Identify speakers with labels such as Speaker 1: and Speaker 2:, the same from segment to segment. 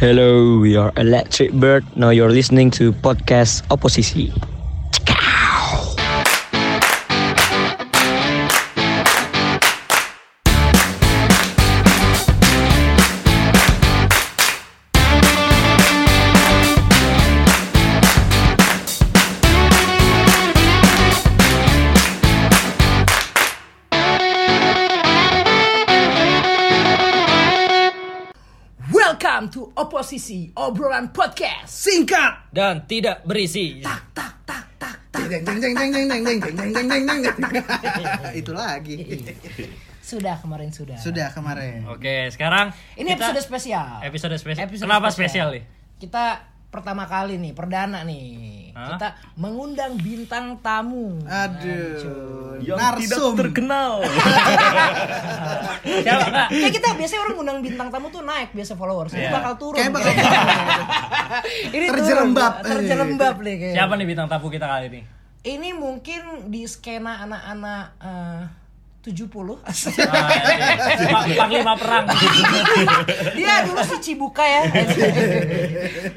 Speaker 1: Hello, we are Electric Bird. Now you're listening to podcast Oposisi.
Speaker 2: Welcome to Oposisi Obrolan Podcast.
Speaker 3: singkat.
Speaker 4: dan tidak berisi.
Speaker 3: Deng, deng, deng, deng, deng, deng, deng, deng, deng, deng, deng, deng, deng. Itu lagi.
Speaker 2: Sudah kemarin sudah.
Speaker 3: Sudah kemarin.
Speaker 4: Oke, sekarang
Speaker 2: Ini
Speaker 4: kita-
Speaker 2: episode spesial.
Speaker 4: Episode spesial.
Speaker 2: Episode
Speaker 4: Kenapa spesial nih?
Speaker 2: Kita pertama kali nih, perdana nih.
Speaker 4: Hah?
Speaker 2: Kita mengundang bintang tamu.
Speaker 3: Ah. Aduh. Narsum.
Speaker 4: terkenal. Siapa? Kak?
Speaker 2: Kayak kita biasanya orang ngundang bintang tamu tuh naik biasa followers, ini
Speaker 4: Iya.
Speaker 2: bakal turun.
Speaker 3: Kayak bakal
Speaker 2: ini turun,
Speaker 3: Terjerembab.
Speaker 2: terjerembab nih kayaknya.
Speaker 4: Siapa nih bintang tamu kita kali ini?
Speaker 2: Ini mungkin di skena anak-anak eh, 70
Speaker 4: Ah, iya. Pa- Panglima perang.
Speaker 2: Dia dulu si Cibuka ya.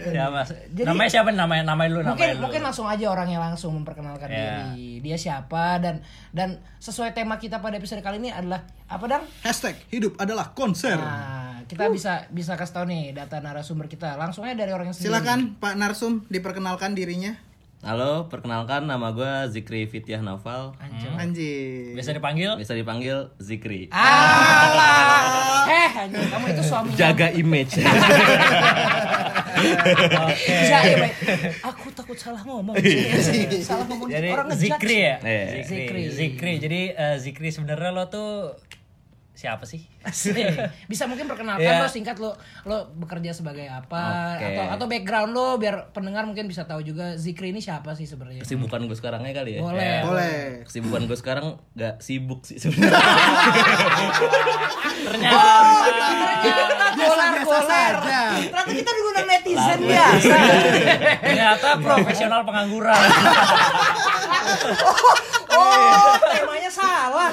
Speaker 4: Siapa?
Speaker 2: Jadi-
Speaker 4: namanya siapa? Namanya namanya lu
Speaker 2: mungkin
Speaker 4: namanya lu.
Speaker 2: mungkin langsung aja orangnya langsung memperkenalkan
Speaker 4: Ya.
Speaker 2: diri dia siapa dan dan sesuai tema kita pada episode kali ini adalah apa dang
Speaker 3: Hashtag hidup adalah konser.
Speaker 2: nah kita bisa bisa kasih tau nih data narasumber kita langsung aja dari orangnya sendiri
Speaker 3: Silakan Pak Narsum diperkenalkan dirinya.
Speaker 5: Halo, perkenalkan nama gue Zikri Fitiah Noval
Speaker 3: Anjir.
Speaker 4: Biasa dipanggil
Speaker 5: Bisa dipanggil Zikri
Speaker 2: Ah. alah eh anjing, kamu itu suami
Speaker 5: Jaga image
Speaker 2: Jaim, eh. aku takut salah ngomong salah ngomong
Speaker 4: Iya. Jadi
Speaker 2: orang ngejudge.
Speaker 4: Zikri ya?
Speaker 5: Iya.
Speaker 4: Zikri.
Speaker 2: Zikri.
Speaker 4: Zikri. Jadi eh, Zikri sebenarnya lo tuh siapa sih?
Speaker 2: Asik. Eh, bisa mungkin perkenalkan
Speaker 4: Iya.
Speaker 2: lo singkat lo lo bekerja sebagai apa
Speaker 5: Oke.
Speaker 2: atau atau background lo biar pendengar mungkin bisa tahu juga Zikri ini siapa sih sebenarnya
Speaker 5: Kesibukan gue sekarangnya kali ya
Speaker 2: Boleh.
Speaker 4: Ya.
Speaker 3: Boleh.
Speaker 5: Kesibukan gue sekarang gak sibuk sih sebenarnya.
Speaker 2: Ternyata golar-golar.
Speaker 3: saja.
Speaker 2: Ternyata kita diundang netizen ya? biasa.
Speaker 4: Ternyata profesional pengangguran.
Speaker 2: Oh, temanya salah.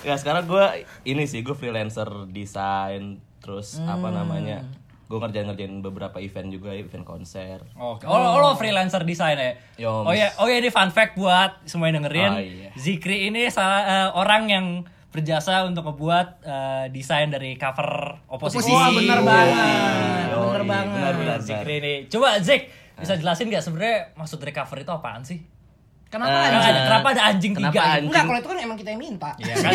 Speaker 5: ya sekarang gue ini sih gue freelancer desain terus apa
Speaker 2: Hmm.
Speaker 5: namanya gue ngerjain ngerjain beberapa event juga event konser
Speaker 4: Oke. Oh, lo- lo freelancer desain ya?
Speaker 5: Hmm. Yo,
Speaker 4: oh
Speaker 5: Mas.
Speaker 4: ya, oh ya ini fun fact buat semua yang dengerin.
Speaker 5: Ah, iya.
Speaker 4: Zikri ini salah eh, orang yang berjasa untuk ngebuat eh, desain dari cover
Speaker 3: Oposisi.
Speaker 4: oposisi.
Speaker 3: Wah, bener
Speaker 2: banget.
Speaker 5: Yoi,
Speaker 2: Bener banget.
Speaker 5: benar, benar, benar. Ah.
Speaker 4: Zikri ini. Coba Zik, bisa jelasin nggak sebenarnya maksud dari cover itu apaan sih?
Speaker 2: Kenapa
Speaker 5: Eh,
Speaker 4: Kenapa
Speaker 2: anjing?
Speaker 4: ada, kenapa ada anjing
Speaker 5: Kenapa
Speaker 4: tiga?
Speaker 5: anjing?
Speaker 2: Enggak, kalau itu kan emang kita yang minta. Iya
Speaker 4: kan?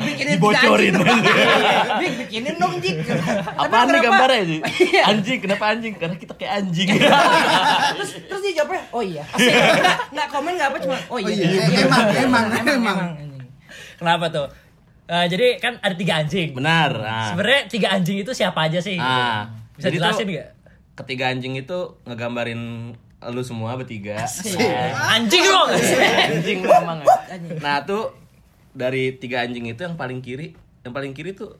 Speaker 2: Bikinin
Speaker 5: Dibocorin.
Speaker 2: tiga anjing. Bik, bikinin dong, Jik. Tapi
Speaker 5: apaan nih
Speaker 2: kenapa- Iya.
Speaker 5: gambarnya sih anjing kenapa anjing karena kita kayak anjing
Speaker 2: terus terus dia jawabnya, "Oh iya." Asik. Enggak komen enggak apa cuma, "Oh iya."
Speaker 3: Oh iya, emang, emang, emang.
Speaker 2: anjing.
Speaker 4: Kenapa tuh? Eh, jadi kan ada tiga anjing.
Speaker 5: benar nah.
Speaker 4: Sebenarnya tiga anjing itu siapa aja sih?
Speaker 5: Ah,
Speaker 4: Bisa
Speaker 5: jadi
Speaker 4: jelasin
Speaker 5: tuh-
Speaker 4: nggak?
Speaker 5: ketiga anjing itu ngegambarin lu semua bertiga Eh.
Speaker 4: Anjing lo.
Speaker 5: anjing memang
Speaker 2: Anjing.
Speaker 5: nah tuh dari tiga anjing itu yang paling kiri yang paling kiri tuh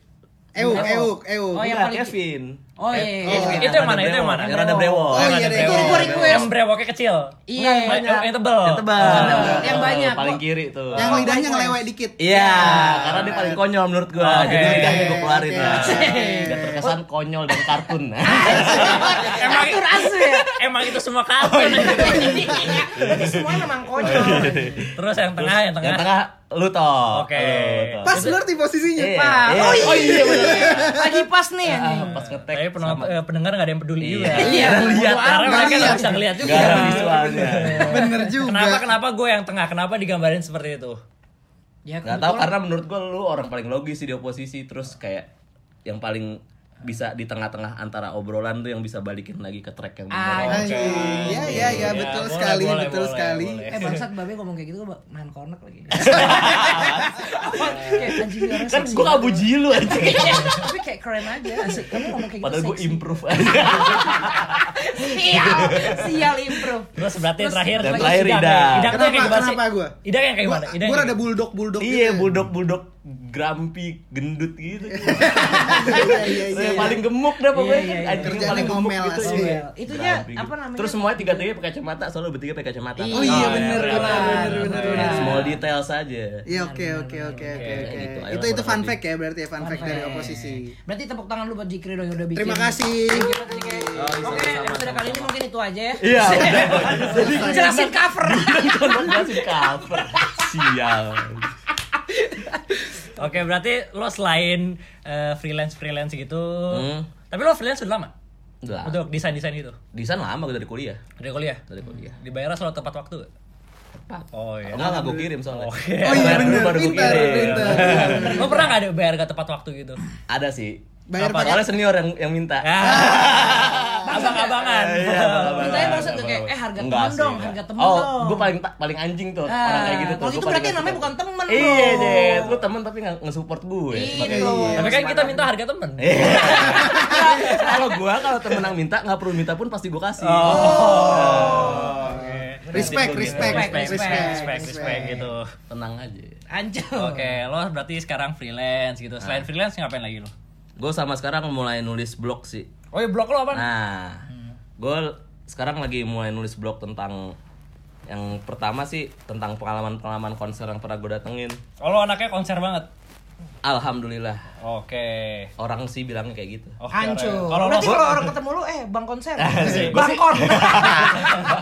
Speaker 3: Euk, euk, euk.
Speaker 2: Oh, yang
Speaker 5: Bukan,
Speaker 2: paling ki-
Speaker 5: Kevin
Speaker 2: Oh iya. iya.
Speaker 4: Itu yang mana? Itu yang mana?
Speaker 5: yang rada
Speaker 3: Oh,
Speaker 5: brewok
Speaker 4: Yang
Speaker 3: iya,
Speaker 4: ada
Speaker 3: deh.
Speaker 4: brewok.
Speaker 3: Gue- gue
Speaker 2: request.
Speaker 4: Yang brewoknya kecil.
Speaker 2: Iya,
Speaker 4: Bukan,
Speaker 2: banyak.
Speaker 4: yang, yang tebel.
Speaker 5: yang tebal
Speaker 2: Yang banyak.
Speaker 5: paling kiri tuh
Speaker 3: Yang Nah. lidahnya ngelewek dikit.
Speaker 5: Oh,
Speaker 3: Ya.
Speaker 5: Iya, karena dia paling konyol menurut gua.
Speaker 4: Oke.
Speaker 5: Jadi lidahnya gua keluarin
Speaker 3: Oke.
Speaker 5: lah. Biar terkesan konyol dan kartun.
Speaker 4: Emang
Speaker 2: Atur asu ya.
Speaker 4: emang itu semua
Speaker 5: Oh,
Speaker 4: kartun.
Speaker 5: iya.
Speaker 2: Iya. Berarti semua memang konyol.
Speaker 4: Terus yang tengah, yang tengah.
Speaker 5: Yang tengah lu toh.
Speaker 4: Oke.
Speaker 3: Pas bener di posisinya.
Speaker 2: Pak.
Speaker 5: Iya.
Speaker 2: Oh iya. Lagi pas nih ya.
Speaker 4: Ah,
Speaker 2: anjing.
Speaker 5: Pas ngetek.
Speaker 4: Tapi penonton, eh, pendengar gak ada yang peduli
Speaker 5: Iya.
Speaker 4: juga.
Speaker 2: Iya,
Speaker 4: lihat.
Speaker 2: bodo
Speaker 4: Karena
Speaker 2: amat.
Speaker 4: mereka
Speaker 3: Nggak
Speaker 4: gak bisa ngeliat juga.
Speaker 5: Gak ada visualnya.
Speaker 3: Bener juga.
Speaker 4: Kenapa kenapa gue yang tengah? Kenapa digambarin seperti itu?
Speaker 2: Ya,
Speaker 5: Gak tau karena menurut gua lu orang paling logis sih di oposisi terus kayak yang paling bisa di tengah-tengah antara obrolan tuh yang bisa balikin lagi ke track yang
Speaker 3: Iya,
Speaker 5: benar.
Speaker 3: Anjing. Ya, ya, ya, betul
Speaker 4: boleh,
Speaker 3: sekali,
Speaker 4: boleh,
Speaker 3: betul
Speaker 4: boleh,
Speaker 3: sekali.
Speaker 4: boleh.
Speaker 2: Eh bangsat babe ngomong kayak gitu gue nahan konek lagi. Apa? Kayak anjing orang
Speaker 5: Kan
Speaker 2: seksi
Speaker 5: gua gak
Speaker 2: banget.
Speaker 5: buji lu aja.
Speaker 2: Tapi kayak keren aja. Asik. Kamu ngomong kayak gitu.
Speaker 5: Padahal gua
Speaker 2: seksi.
Speaker 5: improve aja.
Speaker 2: Sial, sial improve.
Speaker 4: Terus berarti terakhir
Speaker 5: dan terakhir
Speaker 4: Idang.
Speaker 5: Idang.
Speaker 4: Idang tuh
Speaker 3: Kenapa,
Speaker 4: kayak gimana sih?
Speaker 3: kenapa gua?
Speaker 4: Idang yang kayak
Speaker 3: Gua, gitu
Speaker 4: gimana? Idang
Speaker 3: gua
Speaker 4: yang
Speaker 3: ada bulldog bulldog
Speaker 5: Iya, bulldog bulldog grumpy gendut gitu
Speaker 3: Iya, iya, iya,
Speaker 5: yang
Speaker 3: iya.
Speaker 5: paling gemuk dah
Speaker 2: Iya, iya,
Speaker 5: pokoknya kan
Speaker 2: iya.
Speaker 5: anjing yang
Speaker 3: Kerjaannya
Speaker 5: paling gemuk
Speaker 3: ngomel
Speaker 5: gitu
Speaker 3: asli.
Speaker 5: iya.
Speaker 2: Itunya,
Speaker 5: Grumpy
Speaker 2: apa
Speaker 5: gitu.
Speaker 2: namanya?
Speaker 5: terus semuanya tiga tiga pakai kacamata selalu bertiga pakai kacamata
Speaker 3: Oh iya, bener,
Speaker 5: ternyata.
Speaker 3: bener, bener, bener.
Speaker 5: small detail saja
Speaker 3: Iya oke oke oke oke
Speaker 5: Oke,
Speaker 3: oke.
Speaker 5: gitu. Ayo,
Speaker 3: Itu itu
Speaker 5: kurang
Speaker 3: fun
Speaker 5: lebih.
Speaker 3: fact ya berarti ya fun fact dari
Speaker 2: Perfect.
Speaker 3: oposisi.
Speaker 2: Berarti tepuk tangan lu buat Jikri dong yang udah bikin.
Speaker 3: Terima kasih.
Speaker 2: Thank you, Pak Jikri.
Speaker 5: sama-sama,
Speaker 2: Oke, episode kali ini mungkin itu aja ya.
Speaker 5: iya udah
Speaker 2: Jadi jelasin cover.
Speaker 5: masih cover sial
Speaker 4: Oke, berarti lo selain eh, freelance-freelance gitu.
Speaker 5: Hmm.
Speaker 4: Tapi lo freelance udah lama?
Speaker 5: udah
Speaker 4: Untuk desain-desain gitu? itu.
Speaker 5: desain lama gue dari kuliah
Speaker 4: Dari kuliah.
Speaker 5: dari kuliah
Speaker 4: Dibayarnya selalu tepat waktu. Tepat. Oh iya.
Speaker 5: enggak enggak gue kirim soalnya
Speaker 3: Ya. Oh iya
Speaker 5: Baru-
Speaker 3: bener
Speaker 5: baru gue
Speaker 3: pintar
Speaker 5: kirim.
Speaker 3: pintar.
Speaker 4: lo pernah nggak ada bayar gak tepat waktu gitu?
Speaker 5: ada sih
Speaker 3: Bayar
Speaker 5: Apa?
Speaker 3: pakai
Speaker 5: Soalnya senior yang yang minta
Speaker 3: Ya, Iya,
Speaker 4: Ah. Abang-abangan.
Speaker 5: Iya, abang-abangan.
Speaker 2: Mintanya maksud tuh kayak, eh, harga
Speaker 5: Enggak
Speaker 2: temen
Speaker 5: sih,
Speaker 2: dong,
Speaker 5: enggak.
Speaker 2: harga temen
Speaker 5: oh,
Speaker 2: dong.
Speaker 5: gue paling ta- paling anjing tuh orang
Speaker 2: Ah,
Speaker 5: kayak
Speaker 2: kalau
Speaker 5: gitu tuh. Gua
Speaker 2: gitu
Speaker 5: paling
Speaker 2: berarti
Speaker 5: nggak
Speaker 2: namanya
Speaker 5: suka.
Speaker 2: bukan temen
Speaker 5: Iya,
Speaker 2: dong.
Speaker 5: Jet. Lu temen tapi nggak nge-support gue.
Speaker 2: Gitu.
Speaker 4: Tapi kan kita minta harga temen.
Speaker 5: Iya. kalau gua kalau temen yang minta nggak perlu minta pun pasti gue kasih.
Speaker 3: Oh. Respect respect
Speaker 2: Respect,
Speaker 4: respect,
Speaker 3: respect
Speaker 4: respect, respect gitu.
Speaker 5: Tenang aja.
Speaker 2: Anjir.
Speaker 4: Oke, lo berarti sekarang freelance gitu.
Speaker 5: Nah.
Speaker 4: Selain freelance ngapain lagi lo?
Speaker 5: Gue sama sekarang mulai nulis blog sih.
Speaker 4: Oh iya, blog lo apa?
Speaker 5: Nah, gue sekarang lagi mulai nulis blog tentang yang pertama sih tentang pengalaman-pengalaman konser yang pernah gue datengin.
Speaker 4: Oh lo anaknya konser banget.
Speaker 5: Alhamdulillah.
Speaker 4: Oke.
Speaker 5: Orang sih bilangnya kayak gitu.
Speaker 4: Oke,
Speaker 2: Hancur.
Speaker 4: Raya. Kalau lo
Speaker 2: Berarti kalau orang ketemu lu eh bang konser.
Speaker 4: sih.
Speaker 2: bang kon. Iya.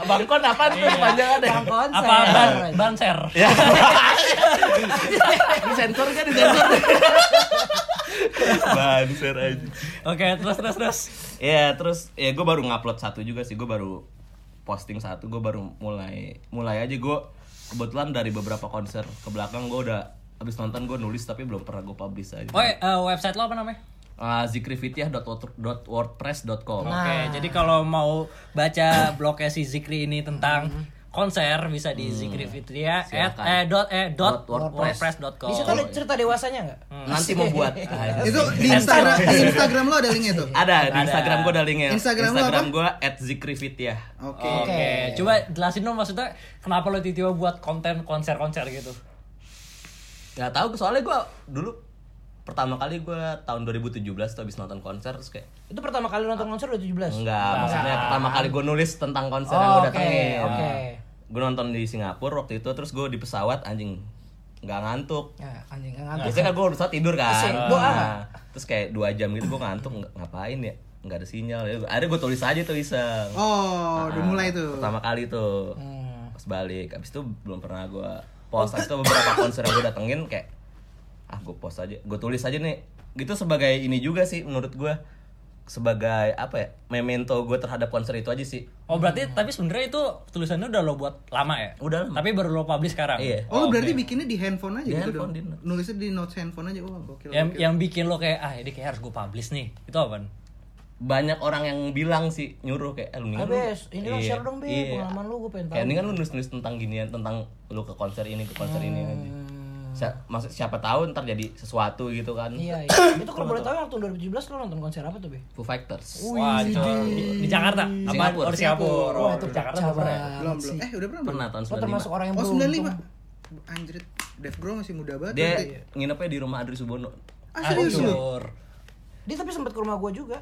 Speaker 5: Bangkon apa tuh panjang ada?
Speaker 2: bang konser. Iya.
Speaker 4: apa ban banser?
Speaker 5: Disensor kan disensor. Banser aja.
Speaker 4: Oke, terus terus terus.
Speaker 5: Ya terus ya gue baru ngupload satu juga sih gue baru posting satu gue baru mulai mulai aja gue kebetulan dari beberapa konser ke belakang gue udah abis nonton gue nulis tapi belum pernah gue publish aja.
Speaker 4: Oh, eh, website lo apa namanya?
Speaker 5: Ah, zikrifitiah.wordpress.com.
Speaker 4: Oke, jadi kalau mau baca blognya si Zikri ini tentang konser bisa di zikrifitria at
Speaker 5: Silakan.
Speaker 4: eh dot eh dot
Speaker 5: WordPress.
Speaker 4: wordpress.com.
Speaker 2: Di situ ada cerita dewasanya enggak?
Speaker 5: Nanti mau buat. Ah,
Speaker 3: Itu di Instagram di Instagram lo ada linknya tuh.
Speaker 5: ada di Instagram gue ada linknya.
Speaker 3: Instagram lu
Speaker 5: gue at zikrifitiah.
Speaker 3: Oke.
Speaker 5: Oh.
Speaker 4: Oke, coba jelasin dong maksudnya kenapa lo tiba-tiba buat konten konser-konser gitu.
Speaker 5: Gak tau, soalnya gue dulu pertama kali gue tahun 2017 tuh abis nonton konser terus kayak
Speaker 2: Itu pertama kali nonton konser udah 17.
Speaker 5: enggak ya. maksudnya pertama kali gue nulis tentang konser yang
Speaker 2: Oh,
Speaker 5: gue
Speaker 2: Oke,
Speaker 5: datengin
Speaker 2: oke.
Speaker 5: gue nonton di Singapura waktu itu terus gue di pesawat anjing nggak ngantuk
Speaker 2: Ya, anjing enggak ngantuk. ah.
Speaker 5: biasanya kan gue pesawat tidur kan
Speaker 2: Asik, doa
Speaker 5: Nah,
Speaker 2: nggak?
Speaker 5: terus kayak dua jam gitu gue ngantuk nggak- ngapain ya nggak ada sinyal ya akhirnya gue tulis aja tuh iseng
Speaker 3: Oh, udah
Speaker 5: Nah,
Speaker 3: mulai tuh.
Speaker 5: pertama kali tuh
Speaker 2: Hmm.
Speaker 5: pas balik abis itu belum pernah gue post abis itu beberapa konser yang gue datengin kayak ah gue post aja gue tulis aja nih gitu sebagai ini juga sih menurut gue sebagai apa ya memento gue terhadap konser itu aja sih
Speaker 4: Oh, berarti tapi sebenarnya itu tulisannya udah lo buat lama ya?
Speaker 5: Udah lama.
Speaker 4: Tapi baru lo publish sekarang.
Speaker 5: Iya.
Speaker 3: Oh, lu berarti bikinnya di handphone aja
Speaker 5: Di
Speaker 3: gitu
Speaker 5: handphone,
Speaker 3: dong.
Speaker 5: di notes. Ya,
Speaker 3: Nulisnya di notes handphone aja. Wah, gokil.
Speaker 4: Yang
Speaker 3: gokil.
Speaker 4: yang bikin lo kayak ah ini kayak harus gue publish nih. Itu apaan?
Speaker 5: banyak orang yang bilang sih nyuruh kayak eh, lu mendingan lu-
Speaker 2: Abes, ini dong
Speaker 5: Iya,
Speaker 2: share dong, Be.
Speaker 5: iya.
Speaker 2: Pengalaman lu gue pengen tahu.
Speaker 5: kayak ini kan lu nulis nulis tentang ginian tentang lu ke konser ini ke konser ini aja
Speaker 2: Hmm.
Speaker 5: Siapa, maksud, siapa tahu ntar jadi sesuatu gitu kan
Speaker 2: Iya, iya. Itu kalau boleh tahu yang tahun 2017 lo nonton konser apa tuh, Be?
Speaker 5: Foo Fighters
Speaker 2: Uh,
Speaker 4: Wah, di, di Jakarta. Apa? Oh,
Speaker 5: Singapura.
Speaker 4: di Singapura. Wah, itu Jakarta belum pernah ya?
Speaker 3: belum belum. Eh, udah pernah? belum?
Speaker 5: pernah tahun
Speaker 2: Lo
Speaker 5: 95
Speaker 2: termasuk orang yang
Speaker 3: Oh,
Speaker 2: beruntung.
Speaker 3: 95. Anjrit, Dev Bro masih muda banget.
Speaker 5: dia
Speaker 3: berarti.
Speaker 5: nginepnya di rumah Adri Subono
Speaker 3: Ah, serius lu?
Speaker 4: Hancur.
Speaker 2: Dia tapi sempat ke rumah gue juga.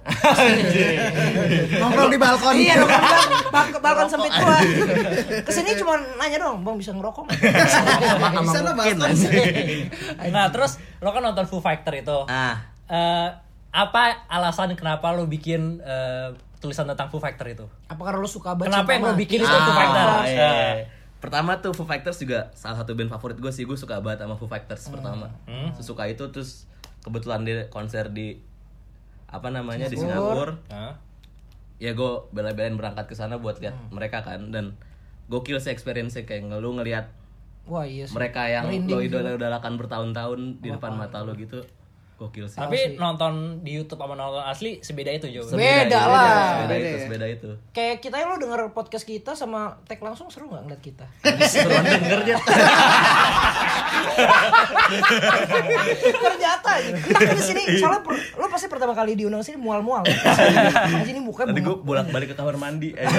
Speaker 3: Nongkrong di balkon.
Speaker 2: iya dong, bang, bang, balkon sempit gua. Kesini cuma nanya dong, bang bisa ngerokok nggak?
Speaker 3: Di sana balkon.
Speaker 4: Nah, terus lo kan nonton Foo Fighter itu.
Speaker 5: ah
Speaker 4: Eh, apa alasan kenapa lo bikin eh, tulisan tentang Foo Fighter itu?
Speaker 2: Apa karena lo suka baca?
Speaker 4: Kenapa yang lo
Speaker 2: Mama?
Speaker 4: bikin itu
Speaker 5: Ah,
Speaker 4: Foo Fighter?
Speaker 5: iya. Pertama tuh Foo Fighters juga salah satu band favorit gue sih Gue suka banget sama Foo Fighters pertama Sesuka itu terus kebetulan dia konser di Apa namanya di Singapura
Speaker 4: Hah?
Speaker 5: Ya gue bela-belain berangkat ke sana buat lihat mereka kan Dan gokil sih experience kayak nge- lu ngelihat
Speaker 2: Wah iya sih.
Speaker 5: mereka yang
Speaker 2: Merinding
Speaker 5: lo
Speaker 2: sih.
Speaker 5: idola-idolakan bertahun-tahun di depan mata lo gitu Gokil sih
Speaker 4: Tapi nonton di YouTube sama nonton asli sebeda itu jauh.
Speaker 5: Sebeda
Speaker 2: Beda
Speaker 5: itu,
Speaker 2: lah.
Speaker 5: Sebeda
Speaker 3: Beda
Speaker 5: itu,
Speaker 3: ya.
Speaker 5: sebeda itu
Speaker 2: Kayak kita lo denger podcast kita sama tag langsung seru nggak ngeliat kita?
Speaker 5: Seruan denger Jet.
Speaker 2: Ternyata aja. Entah di sini
Speaker 5: Iya.
Speaker 2: soalnya per, lo pasti pertama kali diundang
Speaker 5: Iya.
Speaker 2: sini mual-mual. Di sini mukanya
Speaker 5: Tadi
Speaker 2: bengong.
Speaker 5: gue bolak-balik ke kamar mandi aja.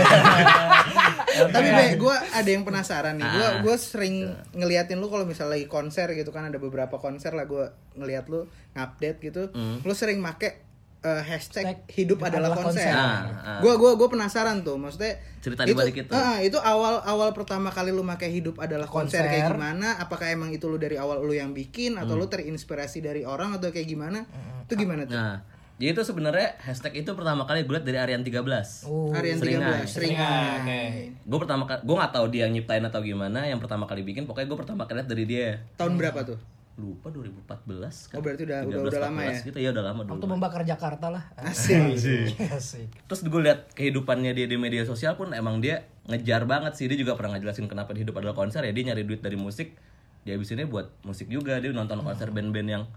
Speaker 3: Tapi be, gue ada yang penasaran nih.
Speaker 5: Ah,
Speaker 3: Gue gue
Speaker 5: iya.
Speaker 3: sering ngeliatin lu kalau misalnya lagi konser gitu kan ada beberapa konser lah gue ngeliat lu ngupdate gitu.
Speaker 5: Hmm.
Speaker 3: Lu sering make eh, hashtag
Speaker 2: Hashtag
Speaker 3: hidup adalah
Speaker 2: adalah konser.
Speaker 3: konser.
Speaker 5: Ah, ah.
Speaker 3: Gue gua gua penasaran tuh. Maksudnya
Speaker 5: Cerita di balik itu.
Speaker 3: ah, itu awal awal pertama kali lu make hidup adalah konser,
Speaker 2: Konser.
Speaker 3: kayak gimana? Apakah emang itu lu dari awal lu yang bikin atau lu
Speaker 5: Hmm.
Speaker 3: terinspirasi dari orang atau kayak gimana? Itu gimana tuh?
Speaker 5: Nah, jadi itu sebenarnya hashtag itu pertama kali gue liat dari Aryan 13.
Speaker 2: Oh.
Speaker 3: Harian 13
Speaker 5: seringai.
Speaker 3: seringai.
Speaker 5: Gue pertama kali, gue nggak tahu dia nyiptain atau gimana. Yang pertama kali bikin, pokoknya gue pertama kali liat dari dia.
Speaker 3: Tahun berapa tuh?
Speaker 5: Lupa 2014 kan?
Speaker 3: Oh, berarti udah- udah- udah lama ya?
Speaker 5: 14 Gitu ya udah lama dulu.
Speaker 2: Waktu membakar Jakarta lah. Iya
Speaker 3: Asik.
Speaker 2: Asik.
Speaker 5: Terus gue liat kehidupannya dia di media sosial pun emang dia ngejar banget sih. Dia juga pernah ngejelasin kenapa dia hidup adalah konser ya. Dia nyari duit dari musik. Dia habisinnya buat musik juga. Dia nonton konser band-band yang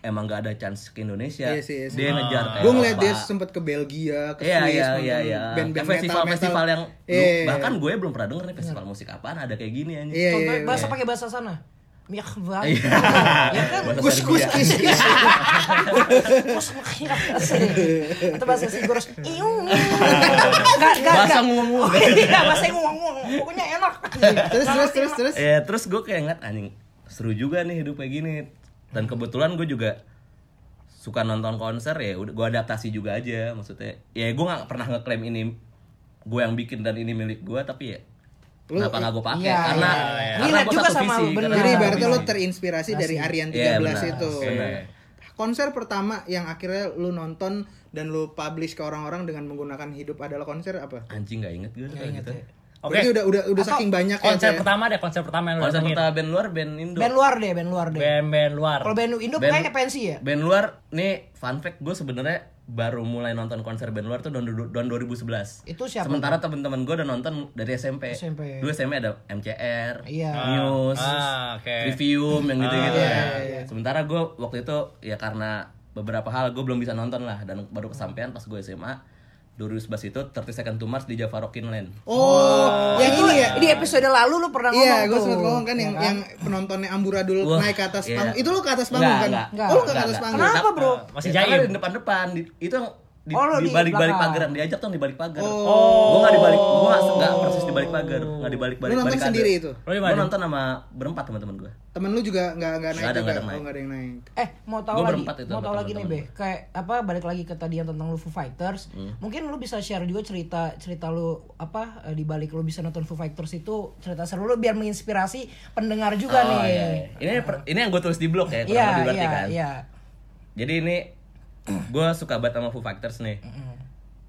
Speaker 5: emang gak ada chance ke Indonesia.
Speaker 3: Hmm. Iya sih, iya sih.
Speaker 5: Dia ngejar. kayak
Speaker 3: Gue ngeliat dia
Speaker 5: apa.
Speaker 3: sempat ke Belgia, ke
Speaker 5: Iya
Speaker 3: Swiss,
Speaker 5: iya
Speaker 3: nonton
Speaker 5: iya iya.
Speaker 3: band-band
Speaker 5: festival
Speaker 3: metal,
Speaker 5: festival
Speaker 3: metal.
Speaker 5: yang
Speaker 3: Iya,
Speaker 5: lu-
Speaker 3: iya, iya.
Speaker 5: bahkan gue belum pernah denger nih festival musik apaan ada kayak gini anjing.
Speaker 3: Iya, iya,
Speaker 2: Contohnya
Speaker 3: iya.
Speaker 2: bahasa pakai bahasa sana. Miakhbar.
Speaker 5: Iya.
Speaker 2: Ya kan?
Speaker 5: Bahasa
Speaker 3: Kus kus Iya.
Speaker 5: Serbia.
Speaker 3: kis kis.
Speaker 2: Iya, ya. Kos makhluk. Asik. Atau bahasa Sigurus. Iung. Enggak enggak.
Speaker 5: Bahasa nguang-nguang.
Speaker 2: Iya, bahasa yang nguang-nguang. Pokoknya enak.
Speaker 3: Terus terus terus terus.
Speaker 5: Ya terus gue kayak ngeliat anjing seru juga nih hidup kayak gini. Dan kebetulan gue juga suka nonton konser ya. Udah gue adaptasi juga aja maksudnya. Ya gue nggak pernah ngeklaim ini gue yang bikin dan ini milik gue tapi ya
Speaker 3: Lu-
Speaker 5: kenapa nggak gue pakai
Speaker 2: Iya,
Speaker 5: karena
Speaker 2: iya, iya.
Speaker 5: karena
Speaker 2: Relate
Speaker 5: gua
Speaker 2: juga
Speaker 5: satu
Speaker 2: sama
Speaker 5: visi,
Speaker 2: lu, bener.
Speaker 5: karena
Speaker 3: Jadi
Speaker 5: satu
Speaker 3: ibaratnya lo
Speaker 5: visi.
Speaker 3: terinspirasi dari Arian 13
Speaker 5: Iya, benar.
Speaker 3: itu.
Speaker 5: Benar.
Speaker 3: Konser pertama yang akhirnya lu nonton dan lu publish ke orang-orang dengan menggunakan hidup adalah konser apa?
Speaker 5: anjing nggak inget gue kayak gitu
Speaker 4: Oke.
Speaker 3: Berarti udah udah udah
Speaker 4: Atau
Speaker 3: saking banyak ya.
Speaker 4: konser
Speaker 3: kayak-
Speaker 4: pertama deh konser pertama yang lu
Speaker 5: konser
Speaker 4: datengin.
Speaker 5: pertama band luar band Indo
Speaker 2: Band luar deh, band luar deh.
Speaker 4: band-band luar
Speaker 2: Kalau band Indo
Speaker 5: Band-
Speaker 2: kayaknya pensi ya.
Speaker 5: Band luar, nih fun fact gue sebenarnya baru mulai nonton konser band luar tuh tahun du- tahun 2011.
Speaker 2: Itu siapa?
Speaker 5: Sementara teman-teman gue udah nonton dari SMP.
Speaker 2: SMP.
Speaker 5: Dulu SMP ada MCR,
Speaker 2: Iya.
Speaker 5: News,
Speaker 4: Ah, oke.
Speaker 5: Trivium yang gitu-gitu. ya. Sementara gue waktu itu ya karena beberapa hal gue belum bisa nonton lah dan baru kesampaian pas gue SMA 2011 itu 30 Second to Mars di Java Rockin Land.
Speaker 3: Oh, yang ini ya.
Speaker 2: Di episode lalu lu pernah ngomong
Speaker 3: Iya, gue
Speaker 2: tuh.
Speaker 3: sempet ngomong kan yang yang penontonnya amburadul
Speaker 5: Wah,
Speaker 3: naik ke atas
Speaker 5: iya.
Speaker 3: panggung. Itu lu ke atas panggung
Speaker 5: Enggak,
Speaker 3: kan?
Speaker 5: enggak.
Speaker 3: Oh, lu nggak ke
Speaker 5: Enggak,
Speaker 3: atas
Speaker 5: enggak.
Speaker 3: panggung.
Speaker 2: Kenapa, Bro?
Speaker 4: Masih
Speaker 5: Ya, karena
Speaker 4: jaim.
Speaker 5: di depan-depan di- itu yang di,
Speaker 2: Oh, lo
Speaker 5: di
Speaker 2: di
Speaker 5: balik-balik
Speaker 2: belakang.
Speaker 5: pagar diajak tuh di balik pagar.
Speaker 3: Oh.
Speaker 5: Gua nggak di balik, gua nggak- nggak persis di balik pagar, nggak di balik
Speaker 3: Lu
Speaker 5: balik.
Speaker 3: nonton sendiri itu.
Speaker 4: Lo di
Speaker 5: Gua
Speaker 4: mana?
Speaker 5: nonton sama berempat teman-teman gua.
Speaker 3: Temen lu juga nggak nggak naik
Speaker 5: Nggak ada,
Speaker 3: juga.
Speaker 5: nggak ada yang
Speaker 3: Oh,
Speaker 5: naik.
Speaker 3: nggak ada yang naik.
Speaker 2: Eh, mau tahu
Speaker 5: Gua
Speaker 2: lagi,
Speaker 5: berempat itu
Speaker 2: mau
Speaker 5: sama
Speaker 2: tahu lagi nih, Beh.
Speaker 5: teman-teman
Speaker 2: Kayak apa balik lagi ke tadi yang tentang lu Foo Fighters.
Speaker 5: Hmm.
Speaker 2: Mungkin lu bisa share juga cerita cerita lu apa eh, di balik lu bisa nonton Foo Fighters itu cerita seru lu biar menginspirasi pendengar juga nih.
Speaker 5: Oh, iya, iya. Ini per- ini yang gua tulis di blog ya, kurang
Speaker 2: Iya,
Speaker 5: lebih berarti
Speaker 2: iya,
Speaker 5: kan.
Speaker 2: iya.
Speaker 5: Jadi ini gua suka banget sama Foo Fighters nih.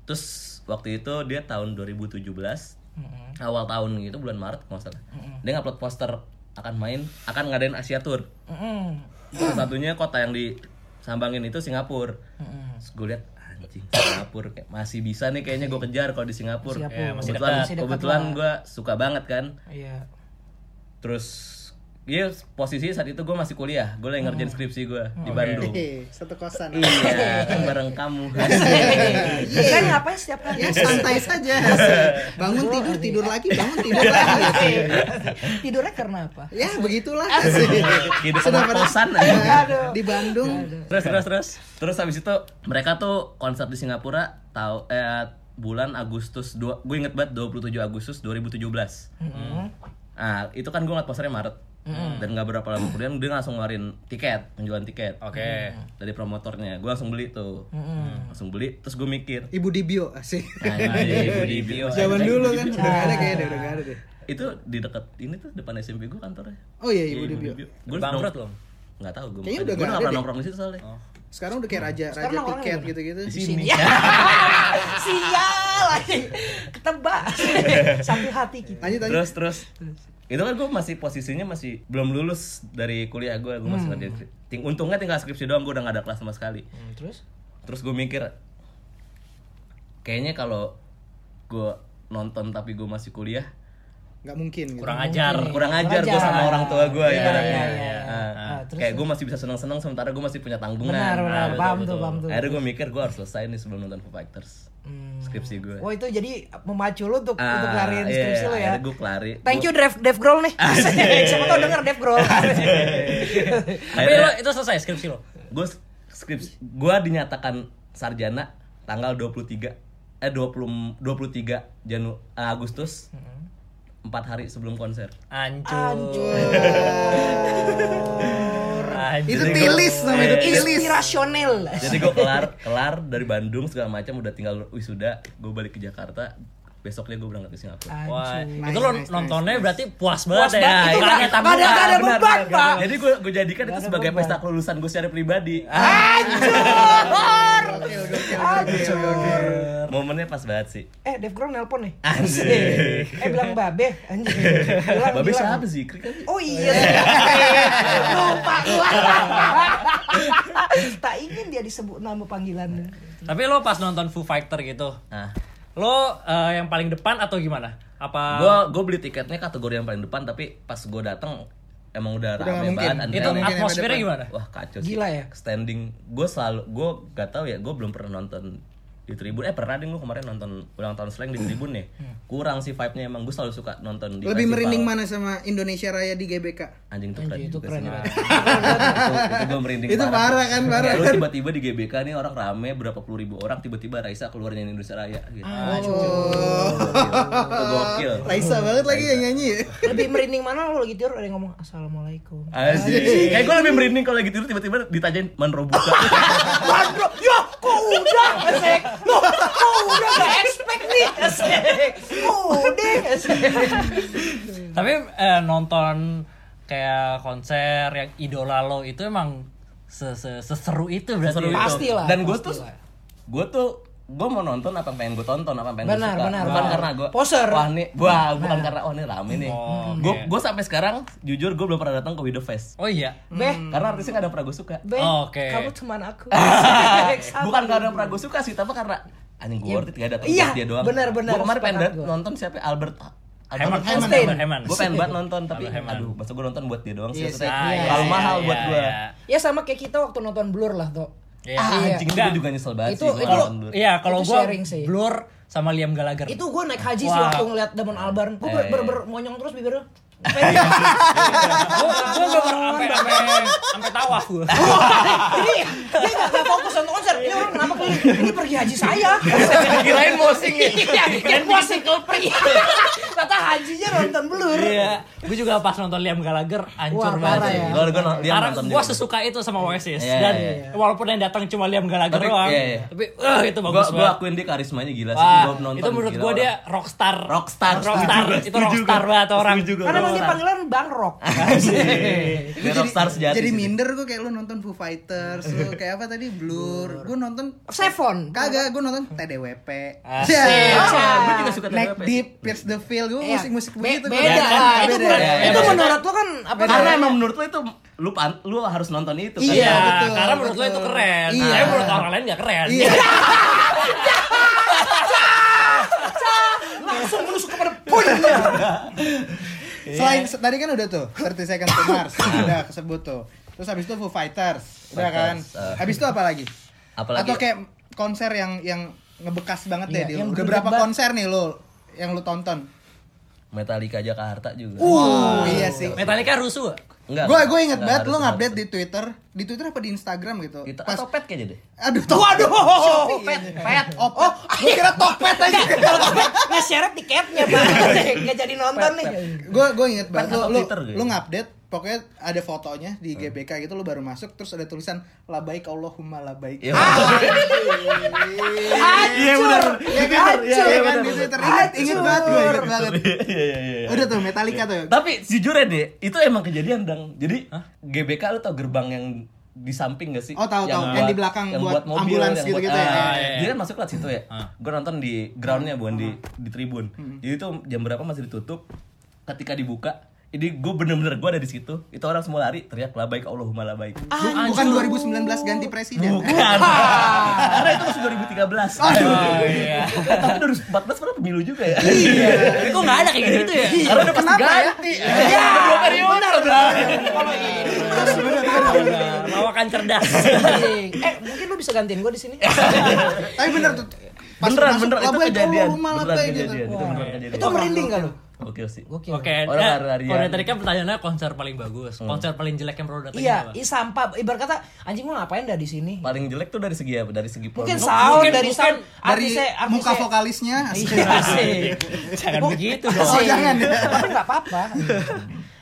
Speaker 5: Terus waktu itu dia tahun 2017 awal tahun gitu bulan Maret kalau nggak salah. Dia ngupload poster akan main akan ngadain Asia Tour.
Speaker 2: Mm-mm.
Speaker 5: Salah satunya kota yang disambangin itu Singapura. Terus gue liat anjing Singapura kayak masih bisa nih kayaknya gue kejar kalau di Singapura.
Speaker 2: Singapura. Ya, masih
Speaker 5: kebetulan
Speaker 2: dekat. Masih dekat
Speaker 5: kebetulan
Speaker 2: lah.
Speaker 5: gue suka banget kan.
Speaker 2: Iya.
Speaker 5: Terus dia posisi saat itu gue masih kuliah, gue lagi ngerjain skripsi gue
Speaker 2: Oh, iya.
Speaker 5: di Bandung.
Speaker 3: Hehe, satu kosan.
Speaker 5: Iya, kan bareng kamu.
Speaker 2: Kan ngapain setiap hari?
Speaker 5: Iya.
Speaker 3: ya santai saja Asik. bangun tidur tidur lagi bangun tidur lagi Asik.
Speaker 2: Tidurnya karena apa?
Speaker 3: ya begitulah Asik.
Speaker 5: Hidup
Speaker 3: Sudah
Speaker 5: anak
Speaker 3: pernah-
Speaker 5: kosan, Iya.
Speaker 3: Ya,
Speaker 2: aduh.
Speaker 3: di Bandung
Speaker 5: terus terus terus. Terus habis itu mereka tuh konser di Singapura tahu eh bulan Agustus dua gue inget banget 27 Agustus 2017.
Speaker 2: Mm-mm.
Speaker 5: Nah, itu kan gue ngeliat posternya Maret. Dan gak berapa lama kemudian dia langsung ngeluarin tiket, penjualan tiket. Mm-hmm.
Speaker 4: Oke.
Speaker 5: Dari promotornya. Gue langsung beli tuh. Mm, Langsung beli, terus gue mikir.
Speaker 3: ibu di bio asik
Speaker 5: Nah, ini ibu di bio.
Speaker 3: zaman dulu kan udah nggak ada kayaknya udah nggak ada deh
Speaker 5: Itu di dekat ini tuh depan SMP gue kantornya.
Speaker 3: oh iya ibu di bio
Speaker 5: Gue
Speaker 4: Bangkrut loh.
Speaker 5: Gak tau, gue
Speaker 3: Kayaknya
Speaker 5: gue
Speaker 3: udah nggak ada deh.
Speaker 5: gak pernah
Speaker 3: Oh.
Speaker 5: nongkrong di situ soalnya.
Speaker 3: sekarang udah kayak raja
Speaker 2: Sekarang
Speaker 3: raja
Speaker 2: orang
Speaker 3: tiket
Speaker 2: gimana?
Speaker 3: gitu gitu
Speaker 5: Di sini. Ah,
Speaker 2: Sial anjing. Ketebak. Satu hati kita.
Speaker 3: lanjut lanjut
Speaker 5: Terus terus. Itu kan gue masih posisinya masih belum lulus dari kuliah gue, gue masih ngerjain skrip- ting- Untungnya tinggal skripsi doang, gue udah gak ada kelas sama sekali.
Speaker 2: Hmm, Terus?
Speaker 5: terus gue mikir kayaknya kalau gue nonton tapi gue masih kuliah
Speaker 3: nggak mungkin gitu.
Speaker 4: Kurang ajar.
Speaker 5: kurang ajar gue sama orang tua ya kan? gue
Speaker 2: Iya,
Speaker 5: ibaratnya
Speaker 2: iya, iya.
Speaker 5: Ah,
Speaker 2: Ah, terus,
Speaker 5: kayak gue masih bisa seneng seneng sementara gue masih punya tanggungan Nah,
Speaker 2: Benar, benar.
Speaker 5: betul,
Speaker 2: Paham
Speaker 5: betul.
Speaker 2: tuh, paham tuh.
Speaker 5: akhirnya gue mikir gue harus selesai nih sebelum nonton Foo Fighters skripsi gue
Speaker 2: Oh itu jadi memacu lu untuk
Speaker 5: Ah,
Speaker 2: untuk ngelarin
Speaker 5: iya,
Speaker 2: skripsi lu ya.
Speaker 5: akhirnya gue kelari
Speaker 2: Thank
Speaker 5: Gua-
Speaker 2: you Dev Dev Grohl nih. Siapa tau denger Dev Grohl.
Speaker 4: Tapi
Speaker 5: akhirnya
Speaker 4: lo itu selesai skripsi lo.
Speaker 5: gue skripsi gue dinyatakan sarjana tanggal 23 eh 20 23 Janu Agustus
Speaker 2: Mm-hmm.
Speaker 5: empat hari sebelum konser
Speaker 4: Ancur. Ancur.
Speaker 3: Itu
Speaker 5: Jadi gua-
Speaker 3: tilis namanya
Speaker 2: Iya.
Speaker 3: itu
Speaker 5: Eh,
Speaker 3: tilis.
Speaker 2: Inspirasional.
Speaker 5: jadi gue kelar kelar dari Bandung segala macam udah tinggal wisuda gue balik ke Jakarta besoknya gue berangkat ke Singapura
Speaker 4: Wah,
Speaker 3: Nice,
Speaker 4: itu lo
Speaker 3: nice,
Speaker 4: nontonnya
Speaker 3: nice,
Speaker 4: berarti puas
Speaker 2: Puas banget,
Speaker 4: banget ya.
Speaker 2: Ah. itu
Speaker 4: Nggak
Speaker 2: nggak-
Speaker 4: tabungan.
Speaker 2: padahal nggak ada
Speaker 4: Benar,
Speaker 2: beban,
Speaker 4: benar, benar.
Speaker 2: Pak.
Speaker 5: jadi gue gue jadikan itu sebagai pesta kelulusan gue secara pribadi
Speaker 2: Ah.
Speaker 3: Gokil,
Speaker 2: Iya,
Speaker 3: gokil, gokil, gokil.
Speaker 5: momennya pas banget sih
Speaker 2: Eh, Dev Grohl nelpon nih.
Speaker 5: Anjing.
Speaker 2: Eh, bilang babe, anjing. Bilang,
Speaker 5: Babe
Speaker 2: bilang.
Speaker 5: siapa sih? Krik kan?
Speaker 2: Oh iya. Lupa gua. tak ingin dia disebut nama panggilannya.
Speaker 4: Tapi lo pas nonton Foo Fighter gitu,
Speaker 5: Nah,
Speaker 4: lo eh, yang paling depan atau gimana? Apa
Speaker 5: gue gue beli tiketnya kategori yang paling depan tapi pas gue datang emang udah
Speaker 3: nggak
Speaker 5: rame
Speaker 3: mungkin.
Speaker 5: banget
Speaker 4: itu
Speaker 5: antreannya.
Speaker 3: mungkin yang
Speaker 4: atmosfernya
Speaker 3: depan.
Speaker 4: gimana?
Speaker 5: Wah kacau sih.
Speaker 2: Gila ya?
Speaker 5: Standing gue selalu gue gak tahu ya gue belum pernah nonton di tribun eh pernah deh gue kemarin nonton ulang tahun slang di tribun ya kurang sih vibe nya emang gue selalu suka nonton di
Speaker 3: Hmm. Lebih
Speaker 5: festival.
Speaker 3: merinding mana sama Indonesia Raya di GBK?
Speaker 5: anjing itu keren
Speaker 2: Anjing, itu
Speaker 5: juga
Speaker 2: keren
Speaker 5: sih.
Speaker 2: banget.
Speaker 5: itu, itu gue merinding
Speaker 3: ya. Itu parah kan, parah.
Speaker 5: lu tiba-tiba di GBK nih orang rame berapa puluh ribu orang tiba-tiba Raisa keluarin Indonesia Raya gitu
Speaker 3: Oh.
Speaker 5: itu gokil
Speaker 3: Raisa banget lagi yang nyanyi. ya.
Speaker 2: Lebih merinding mana lo lagi tidur ada yang ngomong assalamualaikum.
Speaker 5: Asik. Kayak gue lebih merinding kalau lagi tidur tiba-tiba ditanyain Manro buka.
Speaker 2: Lan bro, ya kok udah esek, lo kok udah gak expect nih esek, kok udah esek.
Speaker 4: Tapi eh, nonton kayak konser yang idola lo itu emang se- se- seseru itu berarti. ya?
Speaker 5: Seru itu.
Speaker 2: Pasti lah,
Speaker 5: gitu. Dan gue
Speaker 2: pasti
Speaker 5: tuh,
Speaker 2: lah.
Speaker 5: gue tuh gue mau nonton apa yang pengen gue tonton apa yang pengen gue
Speaker 2: Benar,
Speaker 5: suka
Speaker 2: benar,
Speaker 5: bukan
Speaker 2: benar.
Speaker 5: karena gue
Speaker 2: Poser.
Speaker 5: wah nih wah bukan karena wah ini rame nih
Speaker 4: Oh,
Speaker 5: gue
Speaker 4: oke.
Speaker 5: gue sampai sekarang jujur gue belum pernah datang ke Widow Fest
Speaker 4: Oh iya.
Speaker 2: Beh,
Speaker 5: karena artisnya gak ada yang pernah gue suka
Speaker 2: beh,
Speaker 4: Oke.
Speaker 2: kamu teman aku.
Speaker 5: bukan karena yang pernah gue suka sih tapi karena anjing gue worth it gak datang
Speaker 2: Iya,
Speaker 5: buat dia doang
Speaker 2: benar, benar,
Speaker 5: gue kemarin pengen
Speaker 2: sepakat
Speaker 5: dat-
Speaker 2: gua.
Speaker 5: nonton siapa Albert
Speaker 4: Hemat, hemat,
Speaker 2: Einstein.
Speaker 4: hemat, hemat.
Speaker 5: gue pengen banget nonton tapi
Speaker 4: Albert Hammond.
Speaker 5: aduh masa gue nonton buat dia doang
Speaker 3: Iya
Speaker 5: sih
Speaker 3: sih.
Speaker 5: maksudnya
Speaker 4: Ah, iya,
Speaker 5: terlalu
Speaker 4: iya,
Speaker 5: mahal
Speaker 4: iya,
Speaker 5: buat gue
Speaker 4: iya.
Speaker 2: Ya sama kayak kita waktu nonton Blur lah tuh.
Speaker 4: Iya.
Speaker 5: Ah,
Speaker 2: Iya.
Speaker 5: anjing
Speaker 4: Enggak.
Speaker 5: gue juga nyesel banget
Speaker 2: Itu-
Speaker 5: sih gua
Speaker 2: itu-
Speaker 5: nonton dulu.
Speaker 4: Iya, kalau
Speaker 2: Itu
Speaker 4: gue
Speaker 2: sharing sih.
Speaker 4: blur sama Liam Gallagher.
Speaker 2: Itu gue naik haji sih
Speaker 4: Wah.
Speaker 2: waktu ngeliat Damon Albarn. Gue
Speaker 5: Eh.
Speaker 2: berber monyong terus bibirnya.
Speaker 4: gue gue sampai sampai sampai tawaf gue.
Speaker 2: Jadi dia gak, gak fokus nonton konser. Ini orang kenapa keliling? Ini pergi haji saya.
Speaker 5: kirain mosing ya
Speaker 2: Iya, kirain posting kalau pergi. Kata hajinya nonton Blur.
Speaker 4: Iya, gue juga pas nonton Liam Gallagher
Speaker 2: Wah,
Speaker 4: ancur
Speaker 2: parah
Speaker 4: banget.
Speaker 2: ya.
Speaker 5: Gue gue dia
Speaker 4: Karena
Speaker 5: Iya, nonton
Speaker 4: gue
Speaker 5: juga.
Speaker 4: sesuka itu sama Oasis
Speaker 5: Iya,
Speaker 4: dan
Speaker 5: iya,
Speaker 4: walaupun yang datang cuma Liam Gallagher
Speaker 5: Tapi,
Speaker 4: doang,
Speaker 5: iya, iya.
Speaker 4: tapi eh, itu
Speaker 5: Gua
Speaker 4: bagus
Speaker 5: gua
Speaker 4: banget.
Speaker 5: akuin dia karismanya gila sih.
Speaker 4: Wah,
Speaker 5: Gua nonton.
Speaker 4: itu menurut
Speaker 5: gila
Speaker 4: gue dia
Speaker 5: orang.
Speaker 4: rockstar.
Speaker 5: rockstar.
Speaker 4: rockstar. itu
Speaker 5: Setuju gua, setuju
Speaker 4: rockstar
Speaker 5: gua.
Speaker 4: banget orang.
Speaker 5: Setuju gua.
Speaker 2: Karena emang dia
Speaker 4: Orang.
Speaker 2: panggilan Bang Rock.
Speaker 5: Dia rockstar sejati.
Speaker 3: Jadi
Speaker 5: sih.
Speaker 3: minder gue kayak lu nonton Foo Fighters, lu kayak apa tadi Blur. Gue nonton
Speaker 2: Seven.
Speaker 3: kagak, gue nonton TDWP.
Speaker 4: Asik.
Speaker 5: Ah, gua juga suka
Speaker 3: Neck
Speaker 5: TDWP.
Speaker 3: Deep, Pierce the Veil, gue
Speaker 2: Iya.
Speaker 3: musik-musik
Speaker 2: Be-
Speaker 3: begitu. gua
Speaker 2: Beda
Speaker 3: nonton.
Speaker 2: lah. Itu,
Speaker 3: Beda
Speaker 2: bukan-
Speaker 3: ya.
Speaker 5: iya,
Speaker 2: itu
Speaker 5: iya.
Speaker 2: menurut lo kan apa?
Speaker 5: Karena
Speaker 2: namanya?
Speaker 5: emang menurut lu itu lu pan- lu harus nonton itu kan?
Speaker 3: Iya,
Speaker 4: Iya,
Speaker 3: betul,
Speaker 4: karena menurut lo itu
Speaker 3: betul.
Speaker 4: keren.
Speaker 3: Iya.
Speaker 4: Tapi menurut orang lain gak keren.
Speaker 3: Iya.
Speaker 2: langsung menusuk kepada poinnya.
Speaker 3: Selain tadi kan udah tuh 30 Seconds to Mars udah kesebut tuh. Terus habis itu Foo Fighters, udah kan.
Speaker 5: Fighters, eh.
Speaker 3: Habis itu apa lagi?
Speaker 5: Apalagi-
Speaker 3: Atau kayak konser yang yang ngebekas banget
Speaker 2: Iya,
Speaker 3: deh.
Speaker 2: yang
Speaker 3: Dil. Udah berapa
Speaker 2: berdebat.
Speaker 3: konser nih lo yang lo tonton?
Speaker 5: Metallica Jakarta juga.
Speaker 3: Uh, iya sih.
Speaker 4: Metallica rusuh. gak?
Speaker 5: Enggak.
Speaker 3: Gue gue inget
Speaker 5: enggak
Speaker 3: banget lo
Speaker 5: harus
Speaker 3: ngupdate di Twitter, di Twitter apa di Instagram gitu.
Speaker 5: Gitu.
Speaker 3: Pas
Speaker 5: Atau pet kayaknya deh.
Speaker 3: aduh Waduh.
Speaker 2: Pet,
Speaker 3: Pet, oh, pet. Gue kira topet aja.
Speaker 2: Nge-share tiketnya, Pak. Nggak jadi nonton nih.
Speaker 3: gue gue inget banget
Speaker 5: Pet
Speaker 3: lo
Speaker 5: atau
Speaker 3: lo,
Speaker 5: Twitter gitu?
Speaker 3: lo ngupdate pokoknya ada fotonya di GBK gitu lo baru masuk terus ada tulisan labaik Allahumma labaik
Speaker 5: Iya.
Speaker 2: Iya, benar.
Speaker 3: Iya kan, iya iya kan di Twitter inget inget banget gue inget banget
Speaker 5: Iya iya iya.
Speaker 3: udah tuh Metallica tuh
Speaker 5: Tapi jujur ya deh, itu emang kejadian dong. Jadi GBK lu tau gerbang yang di samping gak sih?
Speaker 3: Oh, tahu, tahu. Yang
Speaker 5: buat-
Speaker 3: di belakang
Speaker 5: yang
Speaker 3: buat
Speaker 5: buat mobil,
Speaker 3: ambulans
Speaker 5: yang
Speaker 3: gitu-gitu ya?
Speaker 5: buat- Ah,
Speaker 4: iya, iya.
Speaker 5: Dia kan masuk lewat situ ya. Gue nonton di groundnya bukan di
Speaker 3: Ah.
Speaker 5: di tribun.
Speaker 3: Hmm.
Speaker 5: Jadi tuh jam berapa masih ditutup. Ketika dibuka, ini gue bener-bener gue ada di situ. Itu orang semua lari teriak labaik Allahumma labaik.
Speaker 3: Bu- bukan 2019 ganti presiden
Speaker 5: Bukan.
Speaker 3: Ah.
Speaker 5: Karena itu masih 2013.
Speaker 4: Oh iya.
Speaker 5: Tapi 2014 pernah pemilu juga ya.
Speaker 3: Iya.
Speaker 4: Tapi kok gak ada kayak gitu ya?
Speaker 5: Karena udah pasti ganti. Iya. Dua periode.
Speaker 4: Iya,
Speaker 2: Kalau ini
Speaker 5: "Iya."
Speaker 4: Lawakan cerdas.
Speaker 2: Eh, mungkin lu bisa gantiin gue di sini. Iya.
Speaker 3: tapi bener tuh
Speaker 5: Beneran
Speaker 3: masuk,
Speaker 5: beneran itu
Speaker 3: labaik
Speaker 5: kejadian.
Speaker 3: Allahumma
Speaker 5: Beneran
Speaker 3: labaik gitu
Speaker 5: kejadian. Itu beneran kejadian.
Speaker 2: Itu merinding gak lu?
Speaker 5: Gokil sih.
Speaker 2: Gokil.
Speaker 4: Oke,
Speaker 5: Orang Hmm.
Speaker 4: eh,
Speaker 5: lari-larian.
Speaker 4: kalau dari tadi kan pertanyaannya konser paling bagus, konser paling jelek yang pernah datengin
Speaker 2: Iya,
Speaker 4: apa?
Speaker 2: i sampah. Ibarat kata anjing lu ngapain dah di sini?
Speaker 5: Paling jelek tuh dari segi apa? Dari segi
Speaker 2: Mungkin
Speaker 5: produk.
Speaker 2: sound
Speaker 4: mungkin-
Speaker 2: dari sound
Speaker 4: mungkin
Speaker 3: dari
Speaker 2: artisnya-
Speaker 3: muka
Speaker 2: artisnya-
Speaker 3: vokalisnya asik.
Speaker 2: Iya, asik.
Speaker 4: Jangan
Speaker 2: Mungkin-
Speaker 4: begitu dong.
Speaker 2: asik.
Speaker 3: Oh, jangan ya.
Speaker 2: Tapi nggak apa-apa.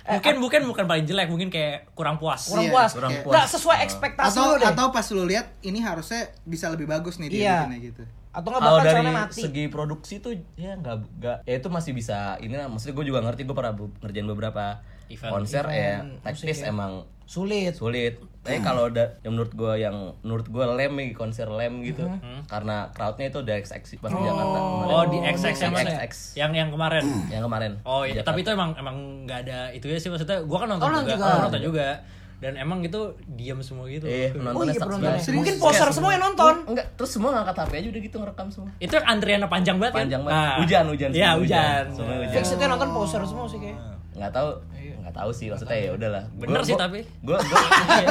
Speaker 4: Mungkin bukan bukan paling jelek, mungkin kayak kurang puas.
Speaker 2: Kurang
Speaker 3: Iya,
Speaker 2: puas.
Speaker 5: Eh, kurang
Speaker 2: Nggak,
Speaker 5: puas.
Speaker 2: sesuai ekspektasi
Speaker 3: atau
Speaker 2: lu deh.
Speaker 3: atau pas lu lihat ini harusnya bisa lebih bagus nih dia
Speaker 2: Iya.
Speaker 3: bikinnya gitu.
Speaker 2: Atau nggak
Speaker 5: Kalau
Speaker 2: bakal
Speaker 5: dari
Speaker 2: soalnya mati.
Speaker 5: segi produksi tuh ya nggak nggak ya itu masih bisa ini lah maksudnya gue juga ngerti gue pernah bu- ngerjain beberapa
Speaker 4: Event.
Speaker 5: konser
Speaker 2: Event,
Speaker 5: ya teknis emang
Speaker 2: Sulit.
Speaker 5: sulit. Tapi kalau da- yang menurut gue yang menurut gue lem nih konser lem gitu
Speaker 2: Mhm.
Speaker 5: karena crowdnya itu dari XX pas di Jakarta kemarin.
Speaker 4: Hmm. Oh, di XX yang mana?
Speaker 5: XX.
Speaker 4: Yang yang kemarin.
Speaker 5: yang kemarin.
Speaker 4: Oh iya,
Speaker 5: Jakarta.
Speaker 4: tapi itu emang emang nggak ada itu ya sih maksudnya. Gua kan
Speaker 2: Oh,
Speaker 4: nonton
Speaker 2: nonton
Speaker 4: juga,
Speaker 2: juga.
Speaker 4: Gua nonton juga. Dan emang gitu diam semua gitu.
Speaker 5: Iya,
Speaker 2: Oh iya
Speaker 5: penontonnya stuck
Speaker 2: penontonnya.
Speaker 5: semua.
Speaker 2: Mungkin poser semua yang nonton.
Speaker 5: Enggak, terus semua ngangkat HP aja udah gitu ngerekam semua.
Speaker 4: Itu yang antriannya panjang banget. kan?
Speaker 5: Panjang banget.
Speaker 4: Nah.
Speaker 5: Hujan, hujan,
Speaker 4: Iya, hujan.
Speaker 5: semua hujan. Semua hujan.
Speaker 2: Fix itu yang nonton poser semua sih kayaknya.
Speaker 5: Nggak tahu, nggak tahu sih maksudnya ya udahlah.
Speaker 4: Bener sih, tapi.
Speaker 5: Gue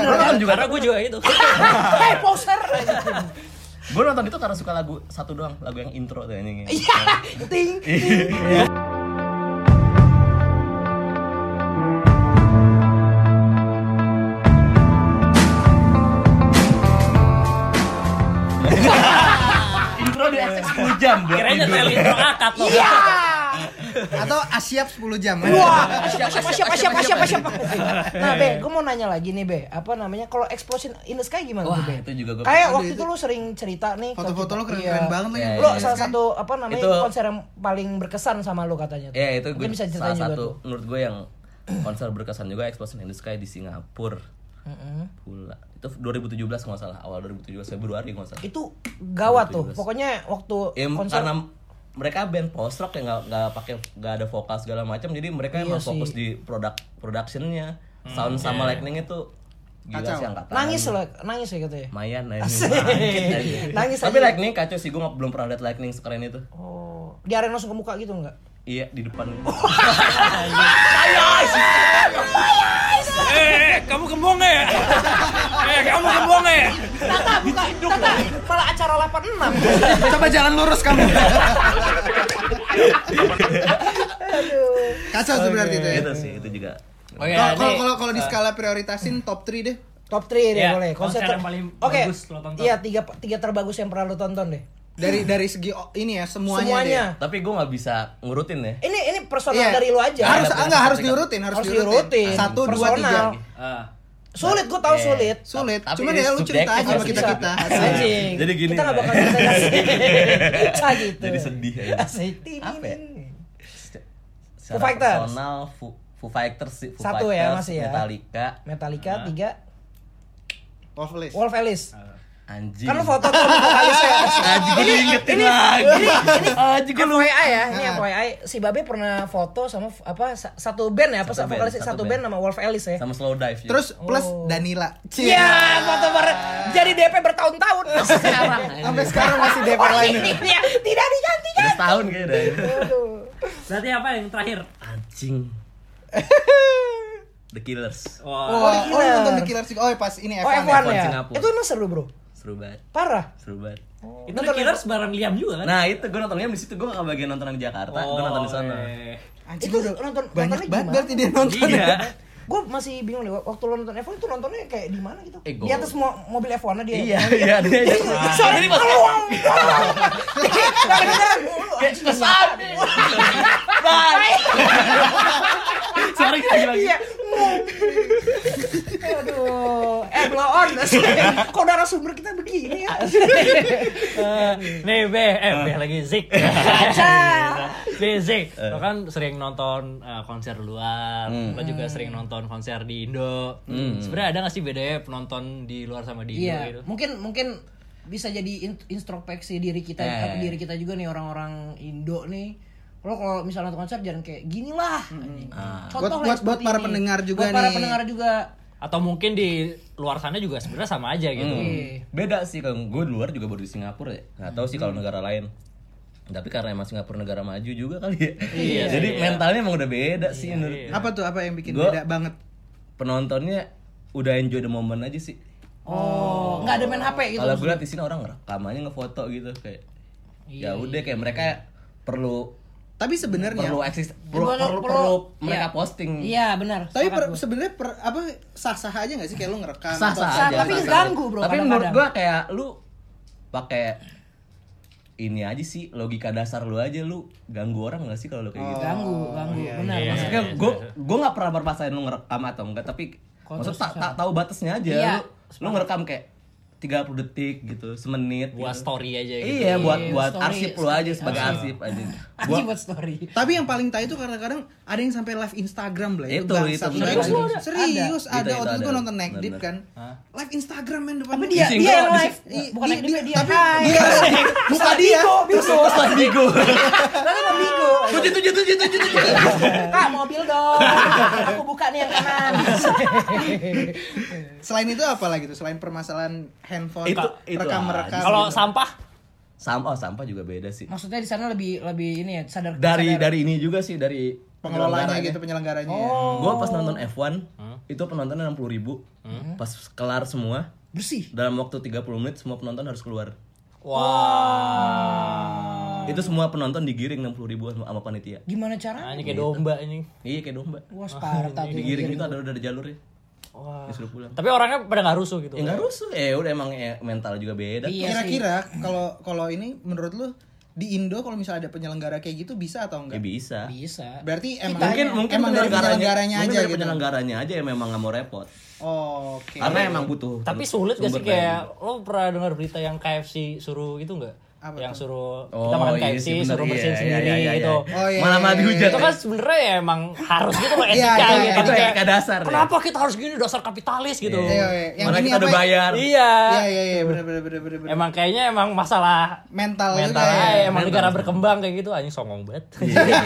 Speaker 5: nonton juga
Speaker 4: Karena gue juga gitu. itu.
Speaker 5: Iya. Ah.
Speaker 2: Hei poser.
Speaker 5: gue nonton itu karena suka lagu satu doang, lagu yang intro tuh anjing.
Speaker 2: Iya, ting.
Speaker 5: intro di XX 10 jam buat
Speaker 4: Kirain
Speaker 5: tidur.
Speaker 4: nyetel intro akad loh.
Speaker 2: Iya.
Speaker 3: Atau asiap 10 jam.
Speaker 2: Wah, siapa siapa siapa siapa siapa. Nah, Be, gue mau nanya lagi nih, Be. Apa namanya? Kalau explosion in the sky gimana
Speaker 5: Wah,
Speaker 2: tuh, Be?
Speaker 5: itu juga gue.
Speaker 2: Kayak
Speaker 3: Aduh,
Speaker 2: waktu itu,
Speaker 3: itu-
Speaker 2: lu sering cerita nih ke
Speaker 3: Foto-foto
Speaker 2: kita.
Speaker 3: lu ya.
Speaker 2: Iya.
Speaker 3: keren-keren banget lagi.
Speaker 5: Iya,
Speaker 2: Lo
Speaker 5: iya.
Speaker 2: salah satu apa namanya
Speaker 5: Itu-
Speaker 2: konser yang paling berkesan sama lu katanya. tuh.
Speaker 5: Ya itu gue
Speaker 2: Mungkin bisa
Speaker 5: salah
Speaker 2: ceritain juga tuh.
Speaker 5: satu menurut gue yang konser berkesan juga Explosion in the Sky di Singapura.
Speaker 2: Mm-mm.
Speaker 5: Pula. Itu 2017 kalau nggak salah, awal 2017 Februari kalau nggak salah.
Speaker 2: Itu gawat
Speaker 5: Itu
Speaker 2: tuh.
Speaker 5: jelas.
Speaker 2: Pokoknya waktu
Speaker 5: Ya, m-
Speaker 2: konser
Speaker 5: karena mereka band post rock yang nggak nggak pakai nggak ada vokal segala macam jadi mereka
Speaker 2: Iya
Speaker 5: emang
Speaker 2: sih.
Speaker 5: fokus di produk productionnya sound sama lightning itu gila
Speaker 3: Kacau.
Speaker 5: sih angkatan
Speaker 2: nangis lah, nangis ya gitu ya.
Speaker 5: lumayan eh, nangis,
Speaker 2: Asik. Nangis
Speaker 5: tapi
Speaker 2: aja.
Speaker 5: lightning kacau sih gue nggak- belum pernah lihat lightning sekeren itu
Speaker 2: Oh, diarahin langsung ke muka gitu enggak?
Speaker 5: iya di depan
Speaker 4: Eh, kamu kembong nggak ya? Eh, kamu kembong nggak ya?
Speaker 2: Tata, buka, tata, malah acara 86.
Speaker 3: Coba jalan lurus kamu.
Speaker 2: Aduh. Nah,
Speaker 3: Kacau sih berarti itu ya.
Speaker 5: itu Gitu sih itu juga
Speaker 4: Oke,
Speaker 3: Kalau
Speaker 5: iya,
Speaker 4: ini-
Speaker 3: kalau- kalau kalau di skala prioritasin top 3 deh.
Speaker 2: Top 3 deh
Speaker 4: Iya,
Speaker 2: boleh.
Speaker 4: konser
Speaker 2: ter-
Speaker 4: yang paling
Speaker 2: Oke.
Speaker 4: bagus lo tonton.
Speaker 2: Iya, tiga tiga terbagus yang pernah lo tonton deh.
Speaker 3: Dari dari segi o- ini ya semuanya.
Speaker 2: Semuanya.
Speaker 3: deh.
Speaker 5: tapi gue nggak bisa ngurutin ya
Speaker 2: Ini ini personal
Speaker 3: Iya.
Speaker 2: dari lo aja.
Speaker 3: Harus
Speaker 5: Ada
Speaker 3: enggak harus
Speaker 5: prioritas.
Speaker 3: diurutin, harus,
Speaker 2: Harus diurutin.
Speaker 3: Satu, dua, tiga.
Speaker 2: Personal.
Speaker 4: Ah.
Speaker 2: Sulit gue tahu
Speaker 5: Iya.
Speaker 2: sulit.
Speaker 3: Sulit.
Speaker 5: Tapi
Speaker 3: Cuman
Speaker 5: ini
Speaker 3: ya lu cerita
Speaker 5: subjektif
Speaker 3: aja sama
Speaker 5: harus
Speaker 3: kita kita.
Speaker 2: Anjing.
Speaker 5: Jadi gini
Speaker 2: Kita nggak
Speaker 5: lah.
Speaker 2: bakal bisa Cah gitu.
Speaker 5: Jadi sedih aja.
Speaker 2: Asik. Tin,
Speaker 5: Apa ya?
Speaker 2: tin, tin.
Speaker 5: Secara
Speaker 2: Foo Fighters.
Speaker 5: personal Foo, Foo Fighters sih Foo
Speaker 2: Satu
Speaker 5: Fighters,
Speaker 2: ya, masih ya.
Speaker 5: Metallica
Speaker 4: Ah.
Speaker 2: Metallica tiga.
Speaker 3: Wolfless.
Speaker 2: Wolf Alice.
Speaker 5: anjing
Speaker 2: Kan lo foto tuh vokalisnya.
Speaker 5: Aji gue diingetin lagi. Aji gue lu.
Speaker 2: FYI ya, ini
Speaker 3: Ah.
Speaker 2: FYI si Babe pernah foto sama f- apa sa- satu band ya, apa satu,
Speaker 5: Satu band,
Speaker 2: vokalis
Speaker 5: satu
Speaker 2: satu band
Speaker 5: band.
Speaker 2: sama Wolf Alice ya.
Speaker 5: Sama slow dive. juga.
Speaker 3: Terus plus Danila. Cie.
Speaker 2: Oh. Iya, foto bareng. Jadi DP bertahun-tahun. Sekarang.
Speaker 3: Sampai sekarang masih DP lain.
Speaker 2: Iya, tidak diganti
Speaker 5: udah setahun kayaknya dah.
Speaker 2: Aduh.
Speaker 4: Berarti apa yang terakhir?
Speaker 5: Anjing. The Killers.
Speaker 4: Wah.
Speaker 3: Oh,
Speaker 2: The
Speaker 3: oh, lu nonton
Speaker 2: Killers.
Speaker 3: The Killers juga. Oh, pas ini
Speaker 2: Oh, F1,
Speaker 3: F1. ya?
Speaker 5: F1
Speaker 2: ya.
Speaker 5: Singapura.
Speaker 2: Itu emang seru, Bro.
Speaker 5: Seru banget.
Speaker 2: Parah.
Speaker 5: Seru banget.
Speaker 4: Itu The Killers bareng Liam juga kan?
Speaker 5: Nah, itu gue nontonnya di situ. Gue gak bagian nonton di Jakarta. gue nonton
Speaker 2: Oh,
Speaker 5: di sana.
Speaker 4: oke.
Speaker 3: Anjing
Speaker 2: Itu
Speaker 3: udah
Speaker 2: nonton- nontonnya
Speaker 3: banyak banget
Speaker 2: gimana?
Speaker 3: berarti dia nonton.
Speaker 4: Iya.
Speaker 2: Gue masih bingung deh waktu lo nonton F1 itu nontonnya kayak di mana gitu?
Speaker 5: Eh,
Speaker 2: Di
Speaker 5: gua-
Speaker 2: atas mo- mobil F1-nya dia.
Speaker 5: Iya, iya, dia aja.
Speaker 2: Soalnya ini masuk.
Speaker 5: Kayak kesan. Sorry, lagi lagi.
Speaker 2: Iya. Aduh, eh blow on. Kok darah sumber kita begini ya?
Speaker 4: Eh, nih B, eh B lagi Zik. B Zik, lo kan sering nonton eh, konser luar, lo juga sering nonton konser di Indo. Sebenarnya ada nggak sih bedanya penonton di luar sama di Indo gitu?
Speaker 2: Iya, mungkin mungkin bisa jadi in- introspeksi diri kita
Speaker 5: Eh.
Speaker 2: diri kita juga nih orang-orang Indo nih. Lo kalau misalnya nonton konser jangan kayak gini lah. anjing.
Speaker 5: Ah.
Speaker 2: Contoh lah yang
Speaker 3: Hmm. Buat- buat- buat
Speaker 2: seperti
Speaker 3: para
Speaker 2: ini.
Speaker 3: pendengar juga
Speaker 2: buat para
Speaker 3: nih.
Speaker 2: pendengar juga.
Speaker 4: Atau mungkin di luar sana juga sebenarnya sama aja gitu.
Speaker 5: Hmm.
Speaker 2: Iya.
Speaker 5: beda sih kalau gue di luar juga baru di Singapura ya nggak tahu sih kalau negara lain tapi karena emang Singapura negara maju juga kali ya jadi mentalnya emang udah beda sih menurut
Speaker 3: Apa tuh apa yang bikin
Speaker 5: Iya. Gua-
Speaker 3: beda banget?
Speaker 5: penontonnya udah enjoy the moment aja sih
Speaker 2: Oh, nggak ada main HP gitu.
Speaker 5: kalau gue liat di sini orang rekamannya ngefoto gitu kayak ya udah kayak mereka perlu
Speaker 3: Tapi sebenarnya
Speaker 5: perlu eksis
Speaker 2: Perlu-
Speaker 5: perlu
Speaker 2: perlu-
Speaker 5: perlu, perlu mereka
Speaker 2: iya.
Speaker 5: posting
Speaker 2: Iya benar.
Speaker 3: tapi
Speaker 2: sepakat
Speaker 3: per-
Speaker 2: gua.
Speaker 3: sebenarnya per- apa sah-sah aja nggak sih kayak lu ngerekam
Speaker 5: sah
Speaker 3: atau-
Speaker 5: sah
Speaker 2: Sah,
Speaker 5: aja
Speaker 2: tapi
Speaker 5: sah-sah aja.
Speaker 2: ngeganggu, bro,
Speaker 5: tapi
Speaker 2: kadang-kadang.
Speaker 5: menurut gua kayak lu pakai ini aja sih logika dasar lu aja lu ganggu orang gak sih kalau lu kayak gitu
Speaker 2: Oh. ganggu, ganggu. benar.
Speaker 4: iya.
Speaker 2: benar.
Speaker 5: maksudnya gue gue nggak pernah berpasain lu ngerekam atau enggak tapi
Speaker 2: Kalau
Speaker 5: maksud
Speaker 2: terus
Speaker 5: tak tak tahu batasnya aja
Speaker 2: Iya,
Speaker 5: lu, lu ngerekam kayak 30 detik gitu semenit
Speaker 4: buat
Speaker 5: gitu.
Speaker 4: story aja gitu.
Speaker 5: iya buat buat
Speaker 2: story,
Speaker 5: arsip lu
Speaker 2: story,
Speaker 5: aja sebagai arsip aja
Speaker 2: Anjing
Speaker 5: buat
Speaker 2: buat story.
Speaker 3: Tapi yang paling tai itu kadang-kadang ada yang sampai live Instagram lah ya,
Speaker 5: Itu,
Speaker 3: bangsat.
Speaker 5: itu,
Speaker 3: Serius,
Speaker 5: itu.
Speaker 3: ada. serius ada
Speaker 5: Ada. Itu,
Speaker 3: waktu
Speaker 5: itu
Speaker 3: itu gue
Speaker 5: ada.
Speaker 3: nonton Neck Deep
Speaker 5: Bener.
Speaker 3: kan. Live Instagram men depan.
Speaker 2: Tapi dia dia yang live.
Speaker 3: Di-
Speaker 2: Bukan
Speaker 3: di-
Speaker 2: dia, dia, dia.
Speaker 3: iya, tapi
Speaker 2: Hai.
Speaker 3: dia muka dia.
Speaker 5: Pas Bigo.
Speaker 2: Lalu mau bigo.
Speaker 5: tujuh tujuh tujuh tujuh tujuh
Speaker 2: Kak mobil dong. Aku buka nih yang kanan.
Speaker 3: Selain itu apa lagi tuh? Selain permasalahan handphone,
Speaker 5: Itu- itu
Speaker 3: rekam-rekam.
Speaker 5: aja.
Speaker 4: Kalau
Speaker 3: gitu.
Speaker 4: sampah
Speaker 5: sampah oh, sampah juga beda sih
Speaker 2: Maksudnya di sana lebih lebih ini ya sadar
Speaker 5: dari
Speaker 2: sadar.
Speaker 5: dari ini juga sih dari
Speaker 3: pengelolanya
Speaker 5: penyelenggaranya.
Speaker 3: gitu penyelenggaranya. ya.
Speaker 5: Gua pas nonton F1
Speaker 4: Hmm?
Speaker 5: itu penontonnya 60 ribu pas kelar semua
Speaker 2: bersih.
Speaker 5: dalam waktu 30 menit semua penonton harus keluar
Speaker 4: wah
Speaker 5: itu semua penonton digiring 60 ribu sama, sama panitia
Speaker 2: Gimana cara?
Speaker 4: ini kayak domba ini.
Speaker 5: iya kayak domba
Speaker 2: Wah, parah tadi.
Speaker 5: digiring
Speaker 3: Iya.
Speaker 5: itu ada udah ada jalurnya
Speaker 4: Wah.
Speaker 5: disuruh pulang
Speaker 4: Tapi orangnya pada nggak rusuh gitu.
Speaker 5: ya nggak rusuh eh udah emang eh, mental juga beda
Speaker 2: Iya sih.
Speaker 3: Kira-kira kalau kalau ini menurut lu di Indo kalau misalnya ada penyelenggara kayak gitu bisa atau
Speaker 5: ya
Speaker 3: enggak?
Speaker 5: bisa
Speaker 2: Bisa.
Speaker 3: Berarti Iya. emang
Speaker 5: mungkin mungkin
Speaker 3: emang dari penyelenggaranya aja
Speaker 5: mungkin dari
Speaker 3: gitu.
Speaker 5: penyelenggaranya aja yang memang nggak mau repot
Speaker 3: Oh, Oke.
Speaker 5: karena emang butuh
Speaker 4: Tapi sulit gak
Speaker 5: sumber
Speaker 4: sih kayak lo pernah dengar berita yang KFC suruh gitu nggak?
Speaker 3: Apa
Speaker 4: Yang suruh
Speaker 5: Oh,
Speaker 4: kita makan
Speaker 5: iya
Speaker 4: KFC
Speaker 5: sih, bener.
Speaker 4: suruh
Speaker 5: Iya,
Speaker 4: bersihin
Speaker 5: iya,
Speaker 4: sendiri
Speaker 5: iya, iya,
Speaker 4: gitu.
Speaker 5: iya.
Speaker 3: Oh, iya,
Speaker 5: malah
Speaker 3: iya,
Speaker 5: dihujat
Speaker 4: Itu kan sebenarnya ya emang harus gitu loh
Speaker 3: Iya,
Speaker 4: etika
Speaker 3: iya,
Speaker 4: gitu.
Speaker 5: itu
Speaker 4: Kayak,
Speaker 5: etika dasar ya.
Speaker 4: Kenapa kita harus gini dasar kapitalis gitu?
Speaker 3: Iya, iya. Yang
Speaker 5: Malah
Speaker 3: ini
Speaker 5: kita udah
Speaker 3: apa ya?
Speaker 5: bayar.
Speaker 4: Iya.
Speaker 3: Iya iya iya benar benar benar benar. benar.
Speaker 4: Emang kayaknya emang masalah
Speaker 3: mental, juga
Speaker 4: mental Iya.
Speaker 3: ya.
Speaker 4: aja, emang negara berkembang kayak gitu anjing songong banget.
Speaker 5: Iya.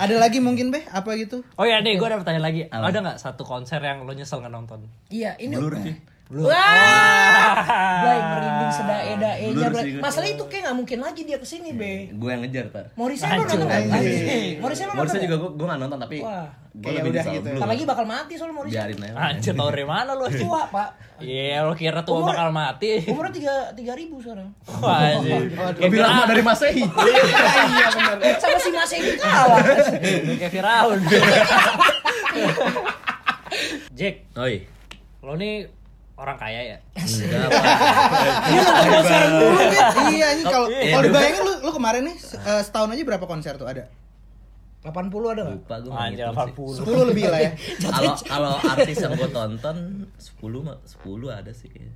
Speaker 3: Ada lagi mungkin beh apa gitu?
Speaker 4: oh iya nih, gue ada pertanyaan lagi. Ada nggak satu konser yang lo nyesel nggak nonton?
Speaker 2: Iya, ini
Speaker 5: Blur sih.
Speaker 2: Blay merinding sedae daenya.
Speaker 5: Blur
Speaker 2: Blay.
Speaker 5: sih Iya. gue.
Speaker 2: Masalah itu kayak nggak mungkin lagi dia kesini be.
Speaker 5: gue Eh, yang ngejar tar
Speaker 2: Morrison lo nonton nggak?
Speaker 3: Anjing.
Speaker 2: Morrison lo nonton
Speaker 5: Morrison
Speaker 2: nggak?
Speaker 5: Iya. juga gue nggak nonton tapi
Speaker 2: Wah.
Speaker 5: gue
Speaker 3: Kayak
Speaker 5: lebih
Speaker 3: udah
Speaker 5: nyesal
Speaker 3: gitu.
Speaker 5: Blur.
Speaker 2: Ntar lagi bakal mati soal Morrison.
Speaker 5: biarin aja
Speaker 4: Anjir tau dari mana lo?
Speaker 2: Tua pak.
Speaker 4: Iya, lo kira tua
Speaker 2: Umur-
Speaker 4: bakal mati.
Speaker 2: Umurnya tiga tiga ribu sekarang.
Speaker 4: Wah, anjir.
Speaker 5: lebih
Speaker 4: gitu.
Speaker 5: lama dari Masehi
Speaker 3: Iya benar.
Speaker 2: Sama si Mas ini kalah.
Speaker 4: Kayak Firaun. Jack,
Speaker 5: oi
Speaker 4: lo nih orang kaya ya?
Speaker 3: Iya ini kalau
Speaker 5: Iya.
Speaker 3: kalau dibayangin lu lu kemarin nih se- eh, setahun aja berapa konser tuh ada?
Speaker 2: 80 ada nggak?
Speaker 5: lupa gue
Speaker 4: Anjir,
Speaker 3: 10
Speaker 4: 80.
Speaker 3: lebih lah ya.
Speaker 5: kalau kalau artis yang gue tonton 10 ma- 10 ada sih kayaknya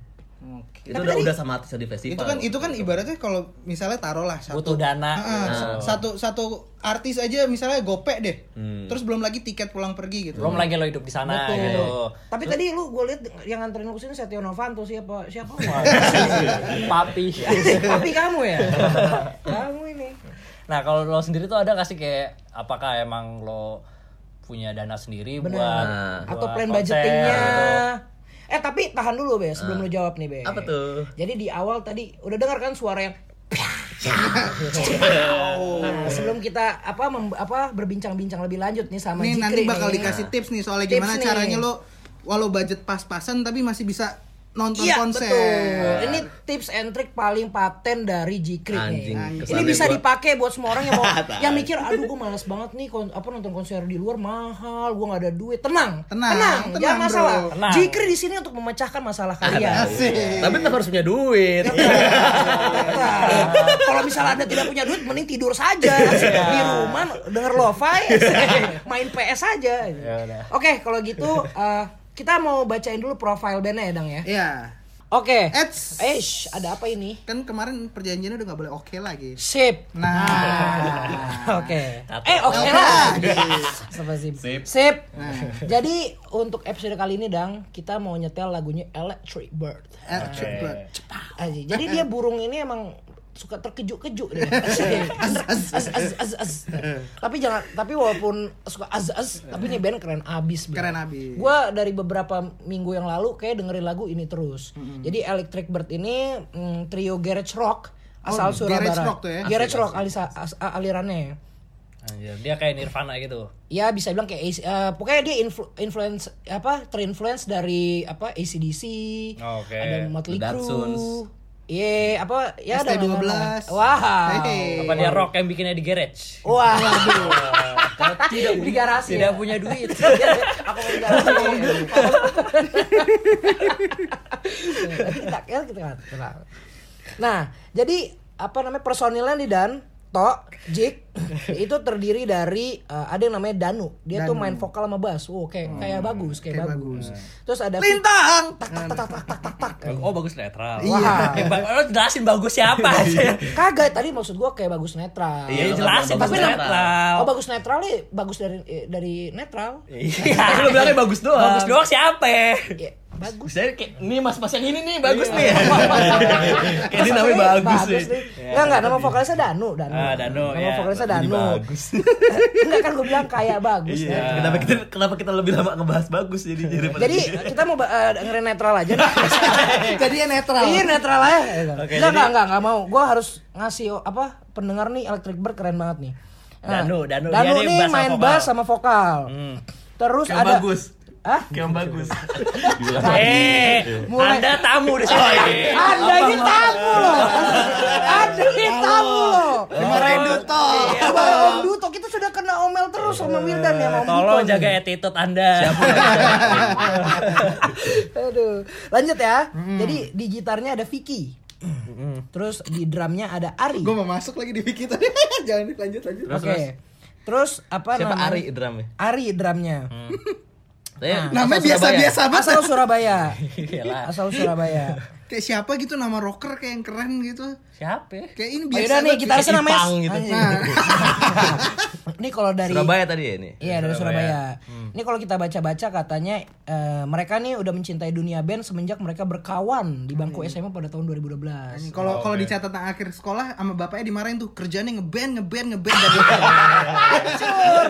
Speaker 5: itu udah udah sama artis yang di festival
Speaker 2: Iya.
Speaker 3: Itu kan itu kan ibaratnya kalau misalnya taruhlah satu
Speaker 4: Butuh dana. Nah,
Speaker 3: Ah, satu satu artis aja misalnya gopek deh.
Speaker 2: Hmm.
Speaker 3: Terus belum lagi tiket pulang pergi gitu.
Speaker 4: Belum lagi lo hidup di sana
Speaker 2: Betul.
Speaker 4: gitu.
Speaker 2: Tapi tadi lu gue lihat yang nganterin lu kesini Setio Novanto siapa siapa? Wah,
Speaker 4: Papi.
Speaker 2: Tapi kamu ya. kamu ini.
Speaker 4: Nah, kalau lo sendiri tuh ada gak sih kayak apakah emang lo punya dana sendiri
Speaker 2: Bener. Nah.
Speaker 4: buat
Speaker 2: Atau
Speaker 4: buat
Speaker 2: plan
Speaker 4: konser
Speaker 2: budgetingnya.
Speaker 4: gitu?
Speaker 2: Eh tapi tahan dulu be sebelum lu jawab nih be.
Speaker 5: Ah. apa tuh
Speaker 2: Jadi di awal tadi udah dengar kan suara yang
Speaker 5: Iya.
Speaker 2: Nah, sebelum kita apa mem- apa berbincang-bincang lebih lanjut nih sama
Speaker 3: Nih
Speaker 2: Jikri
Speaker 3: nanti bakal
Speaker 2: nih.
Speaker 3: dikasih tips nih soalnya
Speaker 2: Tips
Speaker 3: gimana
Speaker 2: nih.
Speaker 3: caranya lo walau budget pas-pasan tapi masih bisa nonton
Speaker 2: Iya
Speaker 3: konser.
Speaker 2: betul. Ini tips and trick paling paten dari Jikri
Speaker 5: Nah. Anjing,
Speaker 3: Nah,
Speaker 2: nih. Ini
Speaker 5: kesannya
Speaker 2: bisa
Speaker 5: gua- Ah,
Speaker 2: dipakai buat semua orang yang mau yang mikir aduh gue malas banget nih kon- apa nonton konser di luar mahal, gue nggak ada duit. Tenang, jangan
Speaker 3: Tenang, tenang,
Speaker 2: masalah.
Speaker 3: bro.
Speaker 4: Tenang.
Speaker 2: Jikri di sini untuk memecahkan masalah
Speaker 5: Ah,
Speaker 2: kalian.
Speaker 3: Asik.
Speaker 5: tapi tetap harus punya duit
Speaker 2: Nah, Kalau misalnya Anda tidak punya duit mending tidur saja di rumah denger lo-fi main PS saja. Oke, kalau gitu eh, kita mau bacain dulu profile bandnya ya, Dang ya.
Speaker 3: Iya.
Speaker 2: Oke.
Speaker 3: Eits.
Speaker 2: Eh, shh, ada apa ini?
Speaker 3: Kan kemarin perjanjiannya udah nggak boleh oke lagi.
Speaker 2: Sip.
Speaker 3: Nah.
Speaker 2: Oke. Eh, oke lah. Sama sip.
Speaker 5: Sip.
Speaker 2: Sip. Jadi untuk episode kali ini Dang, kita mau nyetel lagunya Electric Bird.
Speaker 3: eh, Oke.
Speaker 2: Aji. Jadi dia burung ini emang suka terkejut-kejut dia. Az, az, az, az, az. Tapi jangan tapi walaupun suka az az, tapi ini band keren abis. Bro.
Speaker 3: Keren abis.
Speaker 2: Gua dari beberapa minggu yang lalu kayak dengerin lagu ini terus. Jadi Electric Bird ini mm, trio garage rock asal
Speaker 3: garage
Speaker 2: Surabaya.
Speaker 3: rock tuh ya?
Speaker 2: Garage rock alisa- as- a- alirannya.
Speaker 4: Anjir, dia kayak Nirvana gitu.
Speaker 2: Ya bisa bilang kayak AC, eh, pokoknya dia influ- influence apa terinfluence dari apa ACDC,
Speaker 4: Oke,
Speaker 2: ada Motley
Speaker 5: The Datsuns.
Speaker 2: Crue, Iya, apa ya ada
Speaker 3: ST12.
Speaker 2: nama-nama. Wah.
Speaker 3: Hey.
Speaker 4: Apa dia rock yang bikinnya di garage?
Speaker 2: Wah. Oh, tidak di garasi. ya?
Speaker 4: Tidak punya duit. Iya.
Speaker 2: Aku mau di garasi ngomong dulu. Kita kita kita. gitu kan? tenang. Nah, jadi apa namanya personilnya di Dan Tok, Jik itu terdiri dari eh, ada yang namanya Danu. Dia tuh main vokal sama bass. Wow, kayak kayak bagus, kayak,
Speaker 3: kayak
Speaker 2: bagus. Terus ada Vi-
Speaker 3: Lintang.
Speaker 2: tak tak tak tak tak tak tak.
Speaker 4: Oh bagus netral.
Speaker 2: Wah.
Speaker 4: Eh, Bang, lo jelasin bagus siapa aja.
Speaker 2: Kagak tadi maksud gua kayak bagus netral.
Speaker 4: Ya
Speaker 5: Iya,
Speaker 4: jelasin
Speaker 5: bagus
Speaker 4: bagus
Speaker 5: netral.
Speaker 4: netral.
Speaker 2: Oh bagus netral nih, bagus dari eh, dari netral.
Speaker 4: Iya.
Speaker 5: Tapi lu bilangnya bagus doang.
Speaker 4: Bagus doang siapa? ya?
Speaker 2: Iya, bagus.
Speaker 5: Saya kayak nih mas-mas yang ini nih bagus
Speaker 4: Iya.
Speaker 5: nih. kayak ini
Speaker 2: Masa
Speaker 5: namanya
Speaker 2: sebenarnya
Speaker 5: bagus, nih.
Speaker 2: nih. Enggak enggak nama vokalisnya Danu, Danu.
Speaker 4: Ah, Danu,
Speaker 2: Nama
Speaker 4: ya.
Speaker 2: vokalisnya
Speaker 5: Ini
Speaker 2: Danu.
Speaker 5: bagus.
Speaker 2: Enggak kan gue bilang kayak bagus.
Speaker 5: Iya.
Speaker 2: netral.
Speaker 5: Kenapa kita kenapa kita lebih lama ngebahas bagus jadi daripada
Speaker 2: Jadi kita mau eh, dengerin netral aja. nih.
Speaker 3: Jadi ya netral.
Speaker 2: Iya netral aja. Enggak
Speaker 4: Oke,
Speaker 2: enggak
Speaker 4: jadi-
Speaker 2: enggak enggak mau. Gua harus ngasih oh, apa pendengar nih Electric Bird keren banget nih. Eh,
Speaker 4: Danu, Danu, dia
Speaker 2: Danu
Speaker 4: nih
Speaker 2: nih
Speaker 4: bass sama
Speaker 2: main
Speaker 4: vokal.
Speaker 2: bass sama vokal. Terus
Speaker 5: yang
Speaker 2: ada
Speaker 5: bagus.
Speaker 2: Hah?
Speaker 5: Yang bagus.
Speaker 4: Eh, Iya.
Speaker 2: Mulai.
Speaker 4: ada tamu di sini.
Speaker 2: Anda ini tamu loh. Anda ini tamu loh.
Speaker 4: Iya.
Speaker 3: Lima rendu toh.
Speaker 2: Bang Duto kita sudah kena omel terus sama Wildan ya sama Om
Speaker 4: Tolong
Speaker 2: Duto.
Speaker 4: jaga attitude Anda.
Speaker 2: Aduh. Lanjut ya.
Speaker 5: Hmm.
Speaker 2: Jadi di gitarnya ada Vicky. Terus di drumnya ada Ari.
Speaker 3: Gue mau masuk lagi di Wiki tadi. Jangan lanjut lanjut.
Speaker 5: Terus,
Speaker 2: Oke.
Speaker 5: terus.
Speaker 2: Terus apa
Speaker 5: Siapa
Speaker 2: namanya?
Speaker 5: Ari Hmm. drumnya?
Speaker 2: Ari drumnya.
Speaker 3: Ah.
Speaker 5: Saya
Speaker 3: Namanya
Speaker 5: asal ya? Surabaya.
Speaker 3: biasa-biasa banget.
Speaker 2: Asal Surabaya.
Speaker 5: Iya
Speaker 4: Iyalah.
Speaker 2: Asal Surabaya.
Speaker 3: Kayak siapa gitu nama rocker kayak yang keren gitu.
Speaker 4: Siapa? ya?
Speaker 3: Kayak ini
Speaker 2: Oh,
Speaker 3: biasa.
Speaker 2: yaudah nih
Speaker 3: banget.
Speaker 2: gitarisnya namanya.
Speaker 5: Ipang gitu.
Speaker 2: Anjing. Ini kalau dari
Speaker 5: Surabaya Hmm. tadi ya ini.
Speaker 2: Iya dari Surabaya. Ini kalau kita baca-baca katanya eh, mereka nih udah mencintai dunia band semenjak mereka berkawan di
Speaker 5: Hmm.
Speaker 2: bangku SMA pada tahun 2012.
Speaker 3: Kalau
Speaker 5: Oh,
Speaker 3: kalau di catatan akhir sekolah sama bapaknya dimarahin tuh kerjanya ngeband ngeband ngeband dan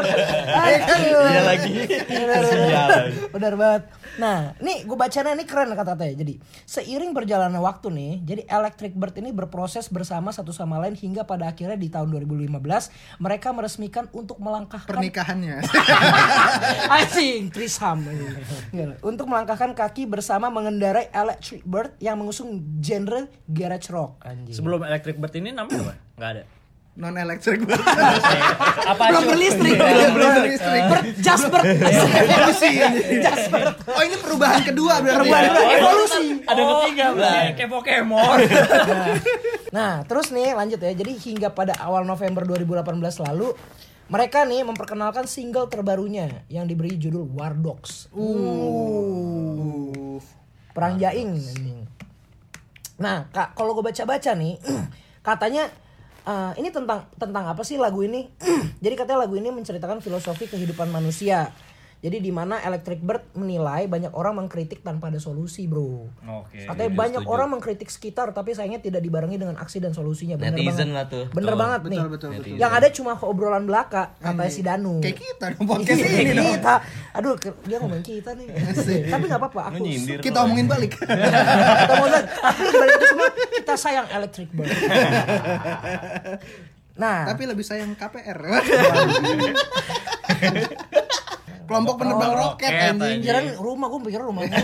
Speaker 5: Iya lagi. Iya Sial.
Speaker 2: Benar banget. Nah, nih gue bacanya nih keren kata-katanya. Jadi, seiring berjalannya waktu nih, jadi Electric Bird ini berproses bersama satu sama lain hingga pada akhirnya di tahun 2015 mereka meresmikan untuk melangkahkan
Speaker 3: pernikahannya.
Speaker 2: Asing, Trisham. Enggak lah. Untuk melangkahkan kaki bersama mengendarai Electric Bird yang mengusung genre garage rock. Anjing.
Speaker 4: Sebelum Electric Bird ini namanya apa? Enggak ada.
Speaker 3: Non electric banget.
Speaker 4: Apa Iya.
Speaker 2: Belum
Speaker 4: cu-
Speaker 2: berlistrik.
Speaker 3: Belum berlistrik.
Speaker 2: Bird, just Bird.
Speaker 5: Iya.
Speaker 3: Evolusi. Oh ini perubahan kedua berarti.
Speaker 2: Perubahan kedua.
Speaker 3: ya?
Speaker 2: Evolusi.
Speaker 4: Ada yang ketiga, Bang. Kayak Pokemon.
Speaker 2: Nah, terus nih lanjut ya. Jadi hingga pada awal November 2018 lalu, mereka nih memperkenalkan single terbarunya yang diberi judul War Dogs.
Speaker 3: Uh,
Speaker 2: Perang Jaing. anjing. Nah, Kak, kalau gue baca-baca nih, katanya eh, ini tentang tentang apa sih lagu ini? Jadi katanya lagu ini menceritakan filosofi kehidupan manusia. Jadi di mana Electric Bird menilai banyak orang mengkritik tanpa ada solusi, Bro.
Speaker 4: Oke.
Speaker 2: Katanya banyak orang mengkritik sekitar tapi sayangnya tidak dibarengi dengan aksi dan solusinya. Bener
Speaker 5: Netizen
Speaker 2: banget.
Speaker 5: lah tuh.
Speaker 2: Bener
Speaker 5: Betul.
Speaker 2: banget nih.
Speaker 3: Betul betul betul.
Speaker 2: Yang ada cuma obrolan belaka katanya si Danu.
Speaker 3: Kayak kita dong podcast
Speaker 2: Iya,
Speaker 3: ini dong.
Speaker 2: kita. Aduh, ke- dia ngomong kita nih. Tapi nggak apa-apa, aku
Speaker 5: nyindir.
Speaker 3: Kita omongin balik.
Speaker 2: kita mau lihat. tapi di balik itu semua kita sayang electric bird nah
Speaker 3: Tapi lebih sayang KPR. Kelompok penerbang roket anjing.
Speaker 2: pikiran rumah gue pikir rumah gua.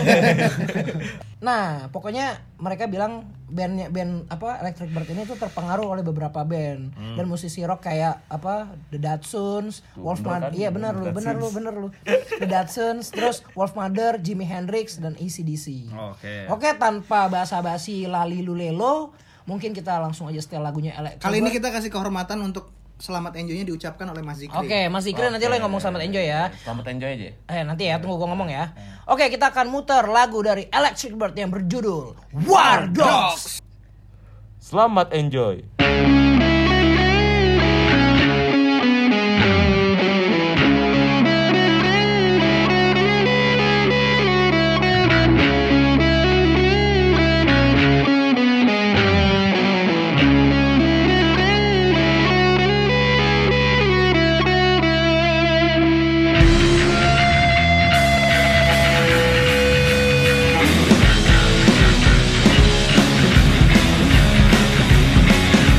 Speaker 2: nah pokoknya mereka bilang bandnya band apa electric bird ini tuh terpengaruh oleh beberapa band
Speaker 3: Hmm.
Speaker 2: dan musisi rock kayak apa the Datsuns wolf Mother
Speaker 3: kan?
Speaker 2: iya benar lu benar lu benar lu the Datsuns terus wolf mother jimi hendrix dan acdc
Speaker 4: Oke.
Speaker 2: oke tanpa basa-basi lali lulelo mungkin kita langsung aja setel lagunya electric
Speaker 3: Kali
Speaker 2: Bird.
Speaker 3: ini kita kasih kehormatan untuk selamat enjoynya diucapkan oleh Mas Zikri.
Speaker 2: Oke, Mas Ikrin nanti lo yang ngomong selamat enjoy ya.
Speaker 5: Selamat enjoy aja.
Speaker 2: Eh nanti ya, tunggu gua ngomong ya.
Speaker 4: Hmm.
Speaker 2: Oke, kita akan muter lagu dari Electric Bird yang berjudul War Dogs.
Speaker 5: Selamat enjoy.
Speaker 6: War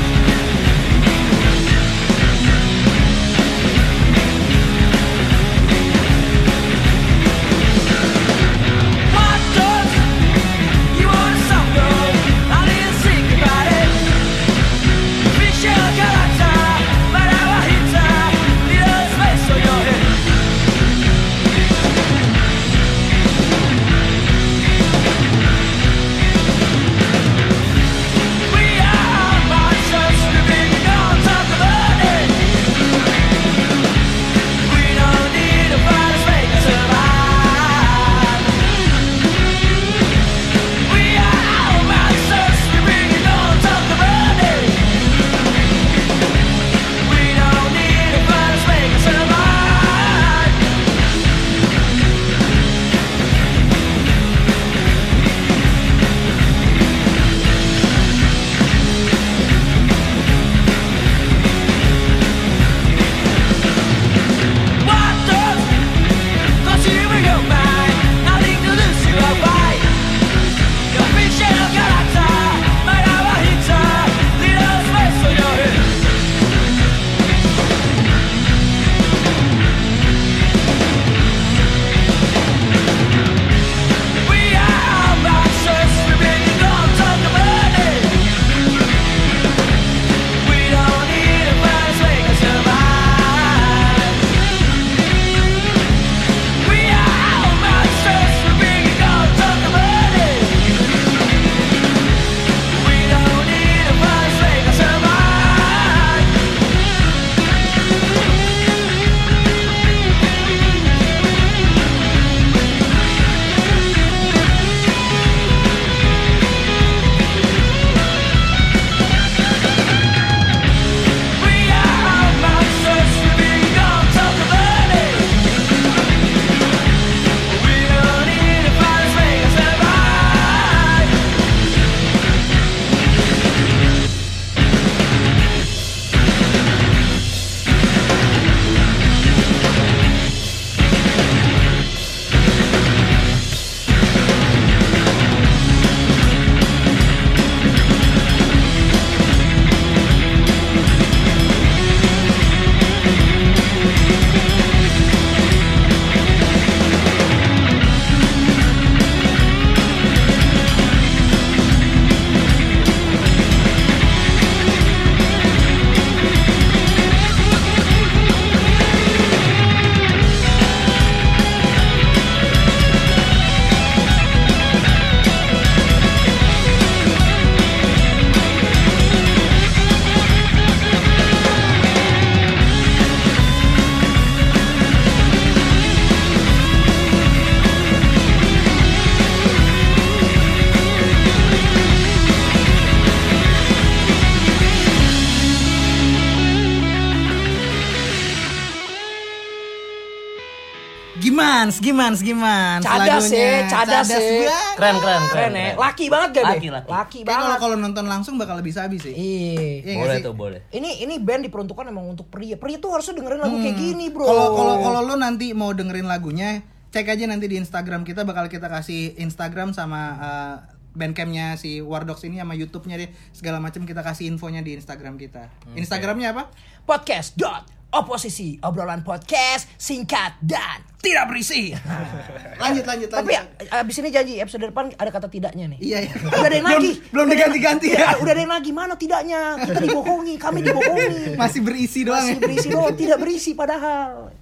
Speaker 3: Gimans, gimans, gimans.
Speaker 2: Cadas ya,
Speaker 3: lagunya.
Speaker 2: cadas ya.
Speaker 3: banget.
Speaker 4: Keren keren keren.
Speaker 2: Keren ya. Laki banget gak
Speaker 4: Laki, laki.
Speaker 3: Kayak kalau
Speaker 2: banget.
Speaker 3: kalau nonton langsung bakal lebih sabi sih.
Speaker 2: Iya.
Speaker 3: Iya nggak
Speaker 5: Boleh
Speaker 3: sih?
Speaker 5: tuh boleh.
Speaker 2: Ini ini band diperuntukkan emang untuk pria. Pria tuh harusnya dengerin lagu kayak gini, Bro.
Speaker 3: Hmm.
Speaker 5: Oh.
Speaker 3: Kalau kalau kalau lu nanti mau dengerin lagunya, cek aja nanti di Instagram kita bakal kita kasih Instagram sama eh, bandcampnya si Wardox ini sama YouTube-nya deh segala macam kita kasih infonya di Instagram kita. Instagramnya apa?
Speaker 2: podcast dot oposisi obrolan podcast singkat dan tidak berisi.
Speaker 3: Nah, Lanjut lanjut lanjut.
Speaker 2: Tapi ya, abis ini janji episode depan ada kata tidaknya nih.
Speaker 3: Iya, iya.
Speaker 2: Udah ada yang
Speaker 3: Belum-
Speaker 2: lagi.
Speaker 3: belum diganti-ganti ya?
Speaker 2: Udah ada yang lagi mana tidaknya? Kita dibohongi, kami dibohongi.
Speaker 3: masih berisi doang.
Speaker 2: Masih
Speaker 3: ya?
Speaker 2: berisi doang, tidak berisi padahal.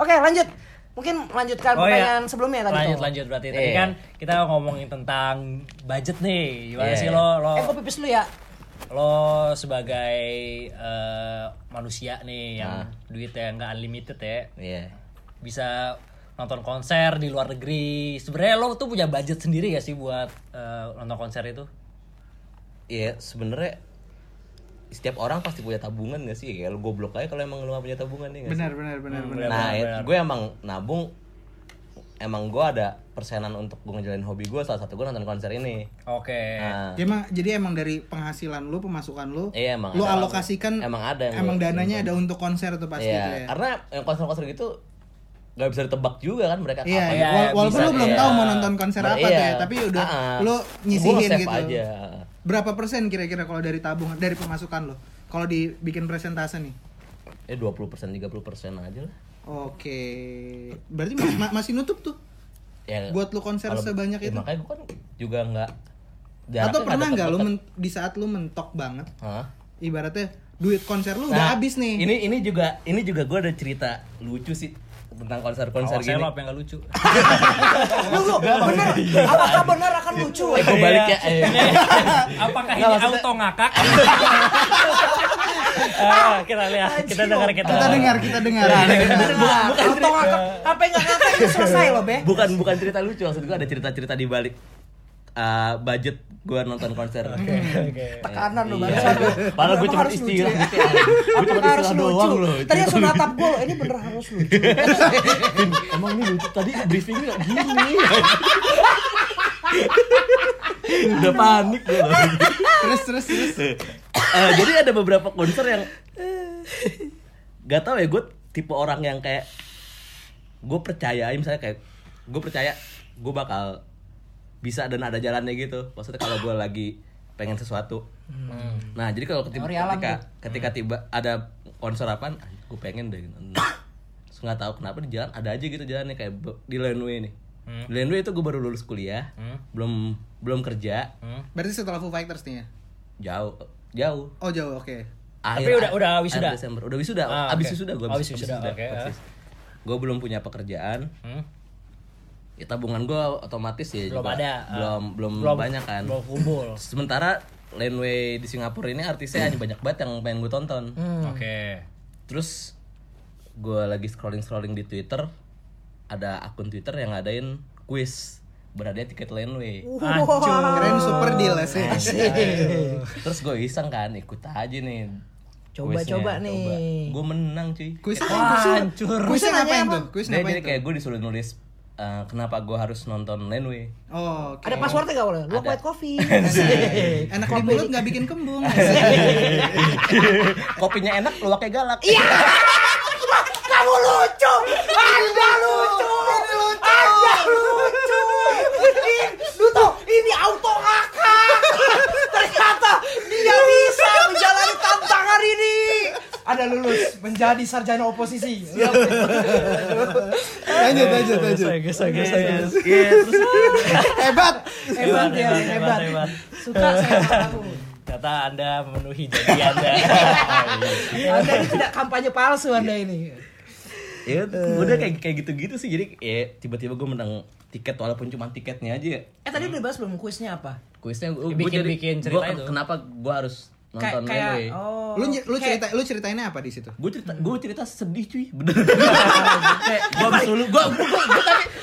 Speaker 2: Oke, lanjut. Mungkin lanjutkan
Speaker 4: Oh,
Speaker 2: pertanyaan
Speaker 4: iya.
Speaker 2: sebelumnya tadi.
Speaker 4: lanjut
Speaker 2: tuh.
Speaker 4: lanjut berarti tadi
Speaker 5: Iya.
Speaker 4: kan kita ngomongin tentang budget nih gimana
Speaker 5: Iya.
Speaker 4: sih lo lo
Speaker 2: Eh, kopi pipis dulu ya.
Speaker 4: lo sebagai eh, manusia nih
Speaker 5: Ah.
Speaker 4: yang duitnya nggak unlimited ya
Speaker 5: Iya.
Speaker 4: bisa nonton konser di luar negeri sebenarnya lo tuh punya budget sendiri gak sih buat eh, nonton konser itu
Speaker 5: Iya, sebenarnya setiap orang pasti punya tabungan gak sih? Ya lu goblok aja kalau emang lu gak punya tabungan ya gak sih?
Speaker 3: Benar benar benar benar.
Speaker 5: Nah, gue emang nabung emang gue ada persenan untuk gue ngejalanin hobi gue salah satu gue nonton konser ini.
Speaker 4: oke
Speaker 5: Nah,
Speaker 3: Jadi Ya, emang, jadi emang dari penghasilan lu, pemasukan lu,
Speaker 5: Iya, emang
Speaker 3: lu
Speaker 5: ada.
Speaker 3: alokasikan
Speaker 5: Emang ada yang
Speaker 3: emang
Speaker 5: gua-
Speaker 3: dananya ada untuk konser tuh pasti
Speaker 5: Iya,
Speaker 3: tuh ya.
Speaker 5: karena yang konser-konser gitu nggak bisa ditebak juga kan mereka
Speaker 3: Iya,
Speaker 5: kapan.
Speaker 3: iya, wala-
Speaker 4: bisa,
Speaker 3: walaupun lu belum
Speaker 5: iya.
Speaker 3: tahu mau nonton konser
Speaker 5: Ber-
Speaker 3: apa tuh
Speaker 5: iya.
Speaker 3: ya, tapi udah
Speaker 5: Ah, ah.
Speaker 3: lu nyisihin
Speaker 5: Gua save
Speaker 3: gitu.
Speaker 5: aja.
Speaker 3: Berapa persen kira-kira kalau dari tabungan, dari pemasukan lu? Kalau dibikin presentase nih.
Speaker 5: Ya 20% 30% aja lah.
Speaker 3: Oke. Berarti ma- ma- masih nutup tuh.
Speaker 5: Ya,
Speaker 3: Buat lu konser
Speaker 5: kalau-
Speaker 3: sebanyak
Speaker 5: ya,
Speaker 3: itu.
Speaker 5: makanya gue kan juga nggak
Speaker 3: Atau
Speaker 5: jaraknya
Speaker 3: pernah nggak lu
Speaker 5: deket-deket.
Speaker 3: men- di saat lu mentok banget,
Speaker 5: Hah?
Speaker 3: ibaratnya duit konser lu udah
Speaker 5: Nah,
Speaker 3: habis nih.
Speaker 5: Ini ini juga ini juga gue ada cerita lucu sih tentang konser-konser
Speaker 4: Awas Oh, saya
Speaker 5: gini.
Speaker 4: lo apa yang gak lucu
Speaker 2: Lu, lu, bener. Apakah bener akan lucu?
Speaker 5: Eh, gue balik ya. eh.
Speaker 4: apakah ini
Speaker 5: Nggak, maksudnya-
Speaker 4: auto ngakak Eh, kita lihat kita dengar kita,
Speaker 3: Kita dengar, kita dengar.
Speaker 2: Nah, Atau ngakak, apa yang nggak ngakak ini selesai loh, Be.
Speaker 5: bukan bukan cerita lucu maksud gue ada cerita-cerita di balik eh, budget gue nonton konser.
Speaker 2: Tekanan lu,
Speaker 5: Iya.
Speaker 2: barusan lu.
Speaker 5: Padahal gue
Speaker 2: Emang
Speaker 5: cuma
Speaker 2: harus lucu
Speaker 5: istirahat
Speaker 2: ya?
Speaker 5: gitu ya. Gue cuma
Speaker 2: Emang harus
Speaker 5: istirahat doang
Speaker 2: lucu.
Speaker 5: loh. gitu.
Speaker 2: Tadi langsung natap gue loh, ini bener harus lucu.
Speaker 5: Din, Emang ini lucu tadi briefingnya nggak gini. Udah panik gue.
Speaker 3: terus terus terus.
Speaker 5: Eh, jadi ada beberapa konser yang gak tau ya gue tipe orang yang kayak gue percaya aja, misalnya kayak gue percaya gue bakal bisa dan ada jalannya gitu maksudnya kalau gue lagi pengen sesuatu
Speaker 4: Hmm.
Speaker 5: nah jadi kalau ketika
Speaker 2: Teori alam
Speaker 5: ketika, ketika tiba ada konser apa gue pengen deh gitu. Nah, terus nggak tahu kenapa di jalan ada aja gitu jalannya kayak be- di Lenwe nih
Speaker 4: Hmm.
Speaker 5: di Lenwe itu gue baru lulus kuliah belum belum kerja
Speaker 4: Hmm?
Speaker 3: Berarti setelah Foo Fighters nih ya.
Speaker 5: jauh jauh
Speaker 3: Oh, jauh, oke.
Speaker 4: Tapi udah- udah wisuda?
Speaker 5: akhir Desember udah wisuda
Speaker 4: Ah,
Speaker 5: abis
Speaker 4: oke.
Speaker 5: wisuda gue
Speaker 4: Abis wisuda, oke, ah.
Speaker 5: gue belum punya pekerjaan
Speaker 4: Hmm?
Speaker 5: ya tabungan gue otomatis ya
Speaker 4: Belum
Speaker 5: juga
Speaker 4: ada, ah.
Speaker 5: belum belum, banyak kan
Speaker 4: belum kumpul
Speaker 5: sementara Laneway di Singapura ini artisnya ada banyak banget yang pengen gue tonton
Speaker 4: oke
Speaker 5: terus gue lagi scrolling scrolling di Twitter ada akun Twitter yang ngadain quiz berhadiah tiket Laneway
Speaker 2: Uh.
Speaker 3: Keren super deal ya sih.
Speaker 5: terus gue iseng kan ikut aja nih
Speaker 2: Coba, coba nih.
Speaker 5: gue menang cuy
Speaker 3: Kuis
Speaker 5: Kayak-
Speaker 3: hancur. Kuisnya ngapain tuh? Kuis
Speaker 5: Dia jadi
Speaker 3: ngapain tuh?
Speaker 5: kayak gue disuruh nulis eh, kenapa gue harus nonton Lenwe
Speaker 3: Oh, oke.
Speaker 2: Ada passwordnya nggak boleh? Lu white coffee. Iya.
Speaker 3: Enak di mulut nggak bikin kembung.
Speaker 5: kopinya enak luwaknya galak
Speaker 2: Kamu lucu, Anda lucu, Anda lucu. Ini, lu tuh, ini auto ngakak. Ternyata dia bisa menjalani tantangan ini. Anda lulus menjadi sarjana oposisi.
Speaker 3: lanjut, lanjut, lanjut.
Speaker 5: Iya, terus
Speaker 3: Hebat.
Speaker 2: Hebat
Speaker 3: iya,
Speaker 2: ya, hebat.
Speaker 4: hebat.
Speaker 2: Suka saya sama kamu.
Speaker 4: Ternyata anda memenuhi janji anda
Speaker 2: Anda ini tidak kampanye palsu Anda ini.
Speaker 5: ya
Speaker 4: Eh.
Speaker 5: udah kayak kayak gitu-gitu sih jadi ya tiba-tiba gue menang tiket walaupun cuma tiketnya aja
Speaker 2: Eh tadi udah bahas belum kuisnya apa?
Speaker 5: kuisnya gue kan-
Speaker 4: Bikin- bikin cerita itu.
Speaker 5: kenapa gue harus
Speaker 2: Kayak-
Speaker 5: nonton
Speaker 2: kayak-
Speaker 5: Broadway.
Speaker 2: oh.
Speaker 3: Lu ny- lu
Speaker 2: Kayak-
Speaker 3: cerita lu ceritainnya apa di situ?
Speaker 5: Gue cerita, gue cerita sedih cuy, bener. Kayak gue baru lulus, gue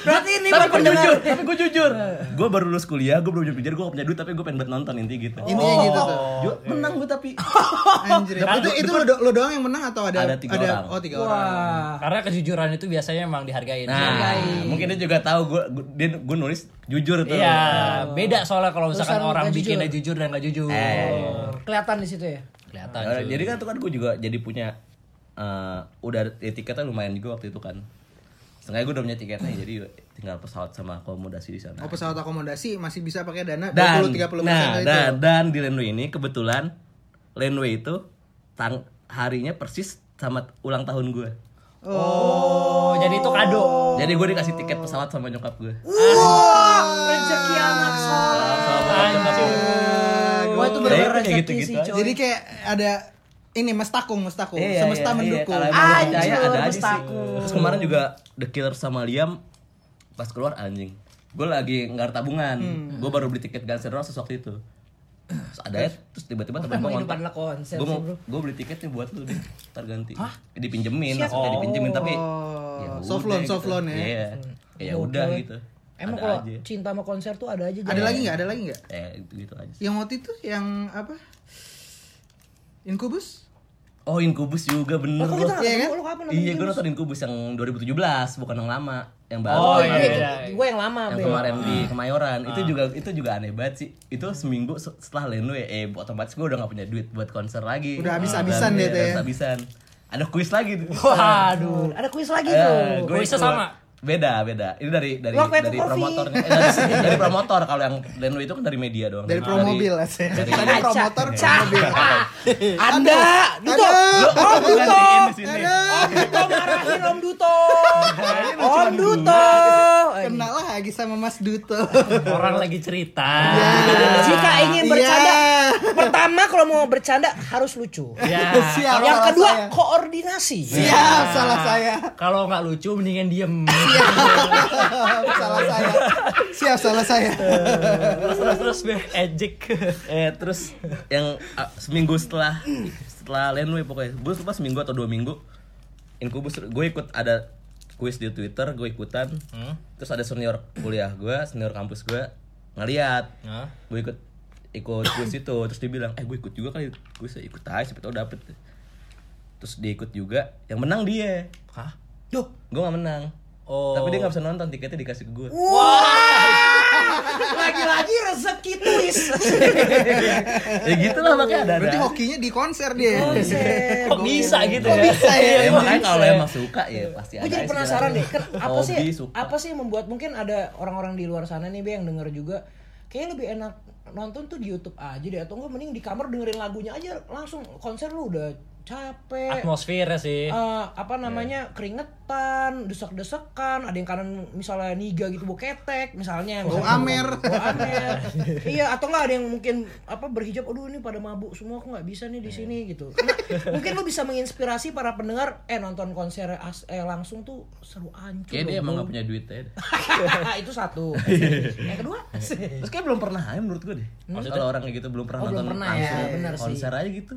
Speaker 2: Berarti ini buat
Speaker 5: tapi gue
Speaker 2: pendengar.
Speaker 5: jujur, tapi gue jujur. Gue baru lulus kuliah, gue belum jujur, gue punya duit tapi gue pengen buat nonton inti gitu.
Speaker 4: Oh.
Speaker 3: Intinya
Speaker 2: Oh.
Speaker 3: gitu tuh.
Speaker 5: Ju- menang gue tapi Nah,
Speaker 3: Anjir. itu itu lu, do- lu doang yang menang atau ada
Speaker 5: Ada tiga orang.
Speaker 3: Oh, tiga orang.
Speaker 2: Wah.
Speaker 4: Karena kejujuran itu biasanya emang dihargain.
Speaker 5: Nah, mungkin dia juga tahu gue dia gue nulis jujur tuh.
Speaker 4: Iya, beda soalnya kalau misalkan
Speaker 2: Terus
Speaker 4: orang
Speaker 2: nggak
Speaker 4: bikinnya jujur dan nggak jujur.
Speaker 5: Iya, Eh.
Speaker 2: Kelihatan di situ ya.
Speaker 4: Kelihatan.
Speaker 5: Nah, jadi kan tuh kan gue juga jadi punya eh, udah ya, tiketnya lumayan juga waktu itu kan. Setengah gue udah punya tiketnya jadi tinggal pesawat sama akomodasi di sana.
Speaker 3: Oh, pesawat akomodasi masih bisa pakai dana 20
Speaker 5: dan
Speaker 3: 30
Speaker 5: nah,
Speaker 3: itu.
Speaker 5: dan, dan di Landway ini kebetulan Landway itu tang harinya persis sama t- ulang tahun gue.
Speaker 4: Oh, jadi itu kado.
Speaker 5: Jadi gue dikasih tiket pesawat sama nyokap gue.
Speaker 2: Rezeki anak soleh. Wah, itu
Speaker 5: Jadi
Speaker 2: benar-benar
Speaker 5: kayak
Speaker 2: rezeki
Speaker 5: gitu-gitu
Speaker 2: sih,
Speaker 5: aja.
Speaker 2: coy.
Speaker 3: Jadi kayak ada ini mestakung, mestakung.
Speaker 5: Iya,
Speaker 3: Semesta
Speaker 5: iya, iya,
Speaker 3: mendukung. Ah,
Speaker 5: kalau emang
Speaker 2: Anjir,
Speaker 5: percaya ada aja sih.
Speaker 2: mestaku.
Speaker 5: Terus kemarin juga The Killer sama Liam pas keluar anjing. Gue lagi nggak ada tabungan.
Speaker 3: Hmm.
Speaker 5: Gue baru beli tiket Guns N' Roses waktu itu. Terus ada ya, terus tiba-tiba temen gue
Speaker 2: Emang hidup
Speaker 5: ngontak
Speaker 2: adalah konsep
Speaker 5: Gue mau,
Speaker 2: sih, bro.
Speaker 5: gue beli tiketnya buat lu deh Ntar ganti Dipinjemin, maksudnya dipinjemin tapi ya
Speaker 3: Oh. Soft
Speaker 5: udah
Speaker 3: loan, soft loan ya.
Speaker 5: Iya, ya udah gitu
Speaker 2: Hmm. Emang
Speaker 5: Ada
Speaker 2: kalau
Speaker 5: aja
Speaker 2: cinta sama konser tuh ada aja.
Speaker 3: Ada lagi nggak? Ada lagi nggak?
Speaker 5: Eh, gitu-gitu aja
Speaker 3: Yang waktu itu yang apa? Incubus?
Speaker 5: Oh Incubus juga bener
Speaker 2: Kok
Speaker 5: gua.
Speaker 2: kita nggak
Speaker 3: Iya,
Speaker 2: tahu?
Speaker 3: kan?
Speaker 2: Lu kapan nonton
Speaker 5: Iya, gue
Speaker 2: Incubus?
Speaker 5: nonton Incubus yang 2017, bukan yang lama, yang baru.
Speaker 4: Oh, iya,
Speaker 5: yang baru.
Speaker 4: iya.
Speaker 2: Gue yang lama,
Speaker 5: Yang
Speaker 2: Bel.
Speaker 5: kemarin di
Speaker 4: Ah.
Speaker 5: Kemayoran itu juga itu juga aneh banget sih. Itu seminggu se- setelah Lenwe eh otomatis gue udah gak punya duit buat konser lagi.
Speaker 3: Udah habis-habisan
Speaker 5: Dan-
Speaker 3: deh tuh ya.
Speaker 5: Udah habisan. Ada kuis lagi. Ah,
Speaker 4: Waduh.
Speaker 2: Ada kuis lagi
Speaker 5: Eh,
Speaker 2: tuh.
Speaker 5: gua
Speaker 4: Kuisnya
Speaker 5: ikut.
Speaker 4: sama?
Speaker 5: Beda, beda. Ini dari dari
Speaker 2: Rock Band
Speaker 5: dari
Speaker 2: Coffee.
Speaker 5: promotornya. Eh, dari, dari promotor kalau yang Lenwe itu kan dari media doang.
Speaker 3: Dari promobil asik.
Speaker 4: Kan
Speaker 3: Ada promotor promobil.
Speaker 2: Anda, Ah. Duto. Om Duto. Om Duto marahin Om Duto. Om Duto.
Speaker 3: Kenal lagi sama Mas Duto.
Speaker 4: Orang lagi cerita.
Speaker 2: Jika ingin bercanda,
Speaker 3: Iya.
Speaker 2: pertama kalau mau bercanda harus lucu.
Speaker 4: Ya.
Speaker 3: Siap.
Speaker 2: Yang
Speaker 3: salah
Speaker 2: kedua
Speaker 3: saya.
Speaker 2: koordinasi.
Speaker 3: Siap,
Speaker 5: Ya.
Speaker 3: salah saya.
Speaker 4: Kalau nggak lucu mendingan diem.
Speaker 3: salah saya. Siap, salah saya.
Speaker 4: terus terus terus be ejek.
Speaker 5: eh terus yang ah, seminggu setelah setelah Lenwe pokoknya gue lupa seminggu atau dua minggu inkubus gue ikut ada kuis di Twitter gue ikutan
Speaker 4: Hmm?
Speaker 5: terus ada senior kuliah gue senior kampus gue ngeliat
Speaker 4: Hah?
Speaker 5: gue ikut ikut kuis itu terus dia bilang eh gue ikut juga kali kuisnya ikut aja siapa tau dapet terus dia ikut juga yang menang dia
Speaker 4: Hah?
Speaker 5: Duh, gue gak menang
Speaker 4: Oh.
Speaker 5: tapi dia gak bisa nonton tiketnya dikasih ke gue
Speaker 2: Lagi-lagi rezeki tulis.
Speaker 5: ya gitu lah makanya ada
Speaker 3: Berarti
Speaker 5: ada
Speaker 3: hokinya di konser dia.
Speaker 4: Kok bisa gitu ya?
Speaker 5: ya, makanya kalau emang suka ya pasti
Speaker 2: Gue
Speaker 5: ada
Speaker 2: jadi
Speaker 5: aja
Speaker 2: penasaran deh,
Speaker 5: sebenarnya.
Speaker 2: ken- apa sih ya?
Speaker 5: Hobi, suka.
Speaker 2: apa sih yang membuat mungkin ada orang-orang di luar sana nih Be yang denger juga kayaknya lebih enak nonton tuh di YouTube aja deh atau enggak mending di kamar dengerin lagunya aja langsung konser lu udah capek
Speaker 4: Atmosfernya sih.
Speaker 5: Iya.
Speaker 2: eh, apa namanya keringetan, desak-desakan, ada yang kanan misalnya niga gitu boketek misalnya,
Speaker 3: Bau
Speaker 2: misalnya
Speaker 3: amer.
Speaker 2: bau amer. iya atau enggak ada yang mungkin apa berhijab, aduh ini pada mabuk semua aku nggak bisa nih
Speaker 5: Iya.
Speaker 2: di sini gitu. Nah, mungkin lu bisa menginspirasi para pendengar eh nonton konser as- eh, langsung tuh seru ancur. dong,
Speaker 5: Kayaknya dia emang
Speaker 2: Bang.
Speaker 5: gak punya duit aja deh.
Speaker 2: itu satu. yang kedua
Speaker 5: Terus kayak belum pernah aja menurut gue deh Kalau orang kayak gitu belum pernah
Speaker 2: Oh, belum
Speaker 5: nonton
Speaker 2: pernah ya,
Speaker 5: langsung
Speaker 2: bener sih.
Speaker 5: konser aja gitu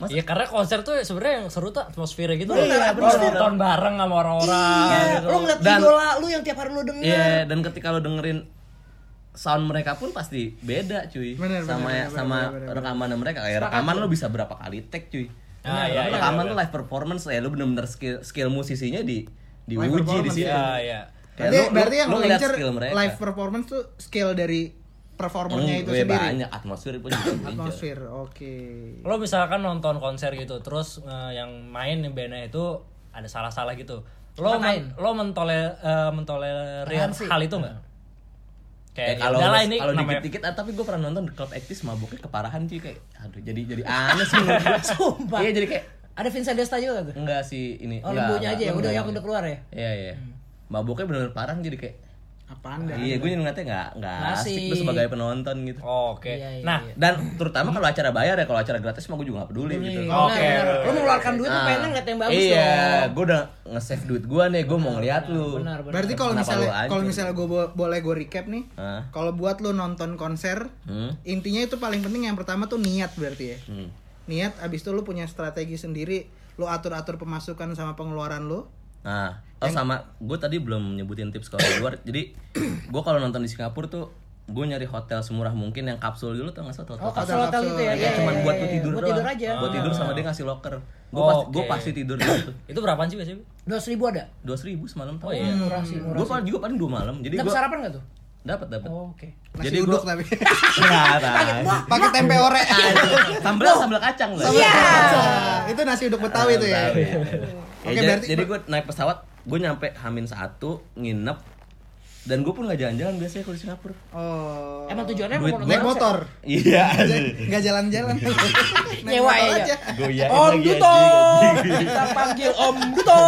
Speaker 5: Mas
Speaker 4: Ya karena konser tuh sebenarnya yang seru tuh atmosfernya gitu.
Speaker 5: Iya,
Speaker 2: Bener,
Speaker 4: Orang nonton bareng sama orang-orang.
Speaker 2: Iya,
Speaker 4: gitu.
Speaker 2: lu ngeliat
Speaker 5: Ah, Dan-
Speaker 2: idola lu yang tiap hari lu denger.
Speaker 5: Iya, dan ketika lo dengerin sound mereka pun pasti beda cuy
Speaker 3: Bener,
Speaker 5: sama
Speaker 3: bener, bener,
Speaker 5: sama
Speaker 3: bener,
Speaker 5: rekaman mereka kayak rekaman lo bisa berapa kali take cuy
Speaker 4: Ah, iya, iya,
Speaker 5: rekaman lo live performance ya lo bener-bener skill skill musisinya di diuji di sini
Speaker 4: Iya, iya.
Speaker 3: Berarti,
Speaker 5: Ya,
Speaker 3: berarti yang
Speaker 5: lo
Speaker 3: lo
Speaker 5: ngeliat
Speaker 3: incer
Speaker 5: skill mereka
Speaker 3: live performance tuh skill dari performernya
Speaker 5: Hmm,
Speaker 3: itu
Speaker 5: weh,
Speaker 3: sendiri.
Speaker 5: banyak atmosfer pun juga lo incer.
Speaker 2: Iya,
Speaker 3: Atmosfer, oke.
Speaker 4: iya. Lo misalkan nonton konser gitu, terus eh, yang main yang bandnya itu ada salah-salah gitu. Lo men- lo mentole eh, mentolerir hal itu nggak?
Speaker 5: Eh,
Speaker 4: Kayak ya
Speaker 5: kalau
Speaker 4: Iya, udahlah ini
Speaker 5: kalau
Speaker 4: namanya
Speaker 5: dikit-dikit ah, tapi gue pernah nonton The Club Actis mabuknya keparahan cuy kayak aduh jadi jadi aneh sih menurut gue.
Speaker 2: Sumpah.
Speaker 5: Iya jadi kayak
Speaker 2: Ada Vincent Desta juga tuh.
Speaker 5: enggak sih ini. iya,
Speaker 2: Oh,
Speaker 5: enggak,
Speaker 2: lembunya aja ya,
Speaker 5: enggak,
Speaker 2: udah yang
Speaker 5: enggak,
Speaker 2: udah keluar ya.
Speaker 5: enggak. Iya iya. Mabuknya bener-bener parah jadi kayak
Speaker 3: Apaan dah?
Speaker 5: Iya, gue ngeliatnya nggak nggak asik
Speaker 2: Asik.
Speaker 5: tuh sebagai penonton gitu.
Speaker 4: Oh, Oke.
Speaker 2: Iya, iya,
Speaker 4: Nah,
Speaker 2: iya.
Speaker 5: Dan terutama kalau acara bayar ya, kalau acara gratis mah gue juga nggak peduli gitu.
Speaker 4: Oke.
Speaker 2: Bener, bener. Oh, Lu mengeluarkan duit tuh
Speaker 5: Ah,
Speaker 2: pengen ngeliat yang bagus
Speaker 5: Iya,
Speaker 2: dong.
Speaker 5: gue udah nge-save duit gue nih, gue mau ngeliat lu.
Speaker 2: Benar, benar.
Speaker 3: Berarti kalau
Speaker 5: Kenapa lu
Speaker 3: misalnya
Speaker 5: hancur?
Speaker 3: kalau misalnya gue bo- boleh gue recap nih,
Speaker 5: Hah?
Speaker 3: kalau buat lo nonton konser,
Speaker 5: Hmm.
Speaker 3: intinya itu paling penting yang pertama tuh niat berarti ya.
Speaker 5: Hmm.
Speaker 3: niat abis itu lu punya strategi sendiri lu atur atur pemasukan sama pengeluaran lu
Speaker 5: Nah, oh sama gue tadi belum nyebutin tips kalau di luar. Jadi gue kalau nonton di Singapura tuh gue nyari hotel semurah mungkin yang kapsul dulu tuh nggak sih hotel
Speaker 2: Oh, kapsul hotel
Speaker 3: kapsul.
Speaker 2: gitu ya.
Speaker 5: Iya,
Speaker 2: iya,
Speaker 5: cuman
Speaker 2: iya,
Speaker 5: buat
Speaker 2: iya.
Speaker 5: lu tidur
Speaker 2: Buat
Speaker 5: doang.
Speaker 2: tidur aja. Ah.
Speaker 5: Buat tidur sama dia ngasih locker. Gue
Speaker 4: Oh,
Speaker 5: pasti gua
Speaker 4: oke.
Speaker 5: pasti tidur di situ.
Speaker 4: Itu berapaan sih biasanya?
Speaker 2: Dua ribu ada.
Speaker 5: Dua ribu semalam
Speaker 4: Oh,
Speaker 5: tau.
Speaker 4: iya.
Speaker 2: Murah sih, murah.
Speaker 5: Gue paling juga paling dua malam. Jadi
Speaker 2: Dapat
Speaker 5: gue
Speaker 2: sarapan nggak tuh?
Speaker 5: dapat dapat.
Speaker 2: Oh, Oke.
Speaker 3: nasi
Speaker 5: Jadi
Speaker 3: uduk
Speaker 5: gua-
Speaker 3: tapi
Speaker 5: Parah.
Speaker 3: pakai tempe orek
Speaker 5: Sambel sambel kacang loh.
Speaker 3: itu nasi uduk betawi tuh ya
Speaker 5: Ah, Betawi. Ya,
Speaker 3: Oke,
Speaker 5: jadi,
Speaker 3: berarti-
Speaker 5: jadi gue naik pesawat, gue nyampe Hamin satu, nginep, dan gue pun nggak jalan-jalan biasanya kalau di Singapura.
Speaker 3: oh
Speaker 2: Emang tujuannya
Speaker 5: Duit
Speaker 2: mau
Speaker 5: gua-
Speaker 3: naik motor
Speaker 5: Iya.
Speaker 3: nggak jalan-jalan Naik
Speaker 2: Nyewa
Speaker 3: motor
Speaker 2: ya.
Speaker 3: aja.
Speaker 5: Goyain
Speaker 2: Om
Speaker 5: lagi
Speaker 2: Duto,
Speaker 5: anjing.
Speaker 2: kita panggil Om Duto,